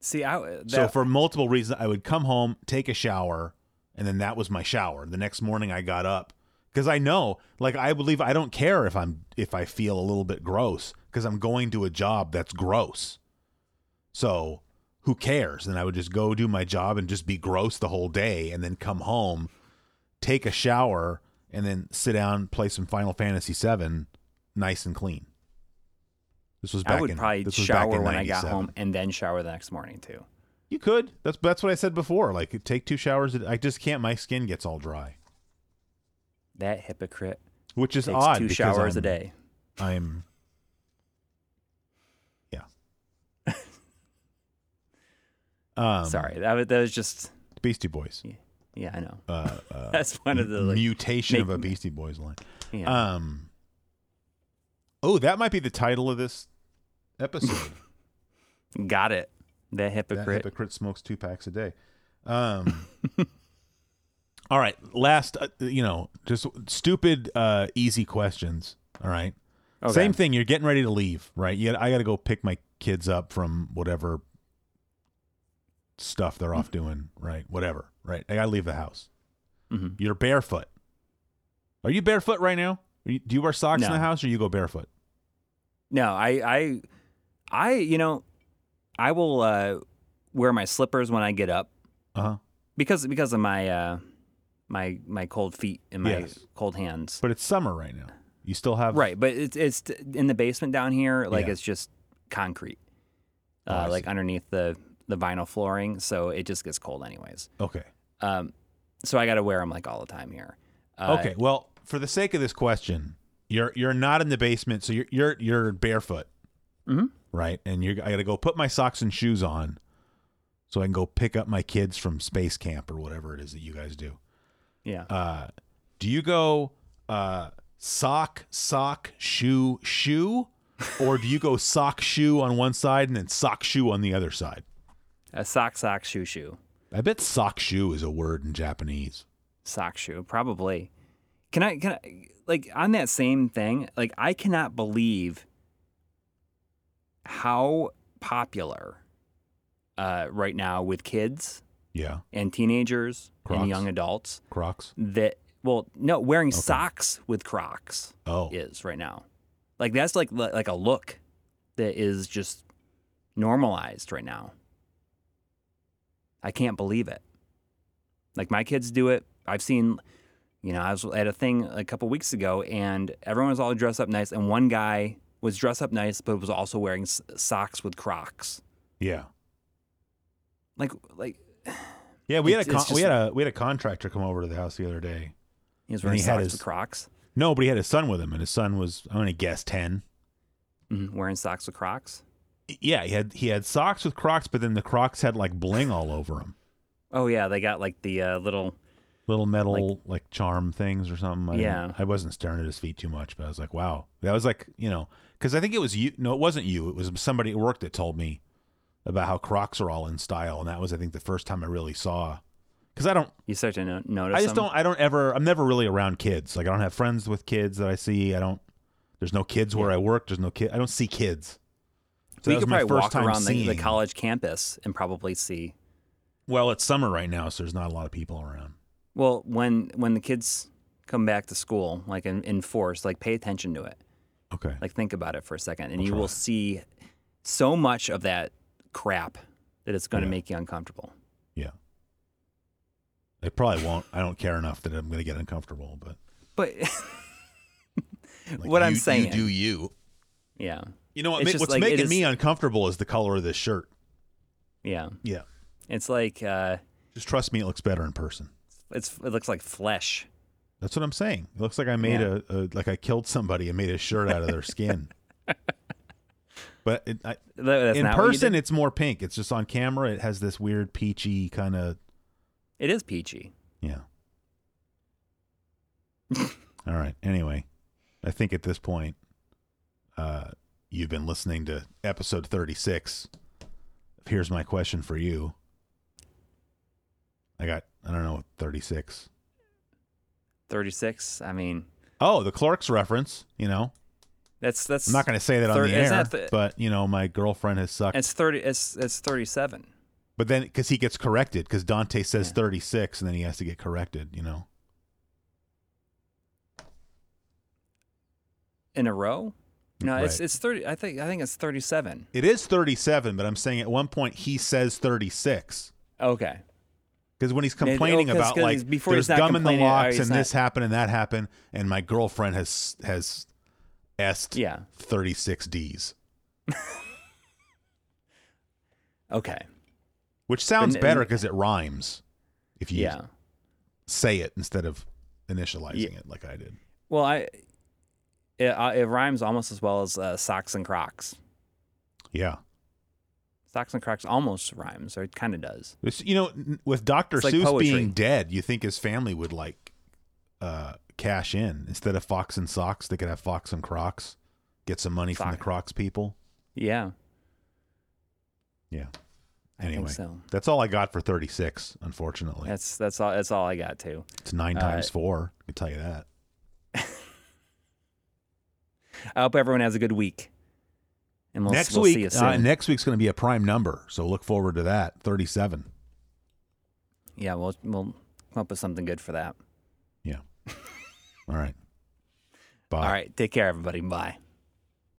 Speaker 2: See, I, that,
Speaker 1: So for multiple reasons, I would come home, take a shower, and then that was my shower. The next morning I got up because I know, like I believe I don't care if I'm if I feel a little bit gross because I'm going to a job that's gross. So who cares? And I would just go do my job and just be gross the whole day, and then come home, take a shower, and then sit down, play some Final Fantasy VII, nice and clean. This was back
Speaker 2: I would
Speaker 1: in,
Speaker 2: probably
Speaker 1: this was back
Speaker 2: shower
Speaker 1: in
Speaker 2: when I got
Speaker 1: 97.
Speaker 2: home and then shower the next morning too.
Speaker 1: You could. That's that's what I said before. Like take two showers. I just can't. My skin gets all dry,
Speaker 2: That hypocrite
Speaker 1: which is
Speaker 2: takes
Speaker 1: odd.
Speaker 2: two
Speaker 1: because
Speaker 2: showers
Speaker 1: I'm,
Speaker 2: a day.
Speaker 1: I'm. Yeah.
Speaker 2: *laughs*
Speaker 1: um,
Speaker 2: Sorry, that was, that was just
Speaker 1: Beastie Boys.
Speaker 2: yeah, I know.
Speaker 1: Uh, uh,
Speaker 2: That's one of the like,
Speaker 1: mutation of
Speaker 2: make-
Speaker 1: a Beastie Boys line.
Speaker 2: yeah.
Speaker 1: Um. Oh, that might be the title of this episode.
Speaker 2: got it. That hypocrite.
Speaker 1: That hypocrite smokes two packs a day. Um, *laughs* all right, last, uh, you know, just stupid, uh, easy questions. All right,
Speaker 2: Okay.
Speaker 1: same thing. You're getting ready to leave, right? You got, I got to go pick my kids up from whatever stuff they're off
Speaker 2: Mm-hmm.
Speaker 1: doing, right? Whatever, right? I got to leave the house.
Speaker 2: Mhm.
Speaker 1: You're barefoot. Are you barefoot right now? Are you- do you wear socks in
Speaker 2: No.
Speaker 1: the house, or you go barefoot?
Speaker 2: No, I, I, I, you know, I will uh, wear my slippers when I get up
Speaker 1: Uh huh.
Speaker 2: because because of my uh, my my cold feet and my
Speaker 1: Yes.
Speaker 2: cold hands.
Speaker 1: But it's summer right now. You still have
Speaker 2: Right, but it's it's t- in the basement down here. Like
Speaker 1: Yeah.
Speaker 2: it's just concrete,
Speaker 1: Oh,
Speaker 2: uh,
Speaker 1: I
Speaker 2: like
Speaker 1: see.
Speaker 2: underneath the the vinyl flooring, so it just gets cold anyways.
Speaker 1: Okay.
Speaker 2: Um, so I got to wear them like all the time here. Uh,
Speaker 1: Okay, well, for the sake of this question, you're you're not in the basement, so you're you're you're barefoot,
Speaker 2: Mhm.
Speaker 1: right? And you're I got to go put my socks and shoes on, so I can go pick up my kids from space camp or whatever it is that you guys do.
Speaker 2: Yeah.
Speaker 1: Uh, do you go uh, sock sock shoe shoe, or do you go sock shoe on one side and then sock shoe on the other side?
Speaker 2: A sock, sock, shoe, shoe,
Speaker 1: I bet sock shoe is a word in Japanese.
Speaker 2: sock, shoe, probably. Can I, can I, like, on that same thing, like, I cannot believe how popular uh, right now with kids
Speaker 1: Yeah,
Speaker 2: and teenagers
Speaker 1: Crocs?
Speaker 2: and young adults
Speaker 1: Crocs.
Speaker 2: that, well, no, wearing socks with Crocs
Speaker 1: Oh,
Speaker 2: is right now. Like, that's like, li- like a look that is just normalized right now. I can't believe it. Like my kids do it. I've seen, you know, I was at a thing a couple weeks ago, and everyone was all dressed up nice, and one guy was dressed up nice, but was also wearing s- socks with Crocs.
Speaker 1: yeah.
Speaker 2: Like, like
Speaker 1: Yeah, we had a
Speaker 2: It's-
Speaker 1: con-
Speaker 2: it's
Speaker 1: we
Speaker 2: just-
Speaker 1: had a we had a contractor come over to the house the other day.
Speaker 2: he was
Speaker 1: And
Speaker 2: wearing
Speaker 1: he had
Speaker 2: socks
Speaker 1: his-
Speaker 2: with Crocs.
Speaker 1: No, but he had his son with him, and his son was I'm gonna guess ten.
Speaker 2: Mhm, Wearing Mm-hmm, socks with Crocs.
Speaker 1: yeah, he had he had socks with Crocs, but then the Crocs had like bling all over them,
Speaker 2: Oh yeah, they got like the uh, little
Speaker 1: little metal like, charm things or something. I didn't-
Speaker 2: Yeah.
Speaker 1: I wasn't staring at his feet too much, but I was like, wow, that was like you know, because I think it was you. No, it wasn't you. It was somebody at work that told me about how Crocs are all in style, and that was I think the first time I really saw. Because I don't,
Speaker 2: you start to no- notice.
Speaker 1: I just
Speaker 2: them.
Speaker 1: don't. I don't ever. I'm never really around kids. Like I don't have friends with kids that I see. I don't. There's no kids where I work. There's no kid. I don't see kids. So
Speaker 2: we
Speaker 1: that was
Speaker 2: could
Speaker 1: my
Speaker 2: probably
Speaker 1: first
Speaker 2: walk
Speaker 1: time
Speaker 2: around the, the
Speaker 1: seeing-
Speaker 2: college campus and probably see.
Speaker 1: Well, it's summer right now, so there's not a lot of people around.
Speaker 2: Well, when when the kids come back to school, like in, in force, like pay attention to it.
Speaker 1: Okay.
Speaker 2: Like think about it for a second, and you will see so much of that crap that it's going to
Speaker 1: Yeah.
Speaker 2: make you uncomfortable.
Speaker 1: yeah. They probably won't. I don't care enough that I'm going to get uncomfortable. But
Speaker 2: But *laughs*
Speaker 1: like,
Speaker 2: What I'm
Speaker 1: you-
Speaker 2: saying.
Speaker 1: you do you.
Speaker 2: yeah,
Speaker 1: You know what?
Speaker 2: It's
Speaker 1: ma-
Speaker 2: just
Speaker 1: what's
Speaker 2: like, it
Speaker 1: making
Speaker 2: is-
Speaker 1: me uncomfortable is the color of this shirt.
Speaker 2: yeah,
Speaker 1: Yeah.
Speaker 2: it's like uh,
Speaker 1: Just trust me, it looks better in person.
Speaker 2: it's it looks like flesh.
Speaker 1: That's what I'm saying. It looks like I made
Speaker 2: Yeah.
Speaker 1: a, a like I killed somebody and made a shirt out of their
Speaker 2: *laughs*
Speaker 1: skin. but it, I,
Speaker 2: Th- That's
Speaker 1: in
Speaker 2: not what you
Speaker 1: person,
Speaker 2: did.
Speaker 1: it's more pink. It's just on camera. It has this weird peachy kind of
Speaker 2: it is peachy. *laughs*
Speaker 1: yeah. All right. Anyway, I think at this point, uh, you've been listening to episode 36. Here's my question for you. I got I don't know 36.
Speaker 2: Thirty six. I mean,
Speaker 1: Oh, the Clark's reference. You know.
Speaker 2: that's that's
Speaker 1: I'm not going to say that
Speaker 2: Thir-
Speaker 1: on the
Speaker 2: it's
Speaker 1: air,
Speaker 2: not the-
Speaker 1: but you know, my girlfriend has sucked.
Speaker 2: It's thirty. It's it's thirty seven.
Speaker 1: but then, because he gets corrected, because Dante says
Speaker 2: Yeah.
Speaker 1: 36, and then he has to get corrected. You know,
Speaker 2: in a row. No, it's
Speaker 1: Right.
Speaker 2: it's thirty. I think I think it's thirty-seven.
Speaker 1: it is 37, but I'm saying at one point he says 36.
Speaker 2: Okay.
Speaker 1: Because when he's
Speaker 2: Yeah, oh,
Speaker 1: complaining
Speaker 2: 'cause-
Speaker 1: about
Speaker 2: 'cause
Speaker 1: like
Speaker 2: before
Speaker 1: there's
Speaker 2: he's not
Speaker 1: gum in the
Speaker 2: complaining, oh,
Speaker 1: locks
Speaker 2: he's
Speaker 1: and
Speaker 2: not-
Speaker 1: this happened and that happened, and my girlfriend has has est
Speaker 2: Yeah.
Speaker 1: 36 D's,
Speaker 2: Okay.
Speaker 1: which sounds
Speaker 2: But-
Speaker 1: better because it rhymes. If you
Speaker 2: Yeah.
Speaker 1: say it instead of initializing it like I did.
Speaker 2: Well, I it, I- it rhymes almost as well as uh, socks and Crocs.
Speaker 1: Yeah.
Speaker 2: Socks and Crocs almost rhymes, or it kind of does.
Speaker 1: It's- you know, n- with Dr.
Speaker 2: It's like
Speaker 1: Seuss
Speaker 2: poetry.
Speaker 1: being dead, you think his family would like uh, cash in instead of Fox and Socks, they could have Fox and Crocs, get some money from the
Speaker 2: Fox.
Speaker 1: Crocs people.
Speaker 2: Yeah.
Speaker 1: Yeah.
Speaker 2: I think
Speaker 1: Anyway,
Speaker 2: so.
Speaker 1: that's all I got for 36, unfortunately.
Speaker 2: That's that's all that's all I got too.
Speaker 1: it's nine
Speaker 2: uh,
Speaker 1: times four. I can tell you that.
Speaker 2: I hope everyone has a good week. And we'll,
Speaker 1: next
Speaker 2: we'll
Speaker 1: week,
Speaker 2: see you soon.
Speaker 1: uh, next week's going to be a prime number. So look forward to that. 37.
Speaker 2: yeah, we'll we'll come up with something good for that. *laughs*
Speaker 1: Yeah. all right. Bye.
Speaker 2: All right. Take care, everybody. Bye.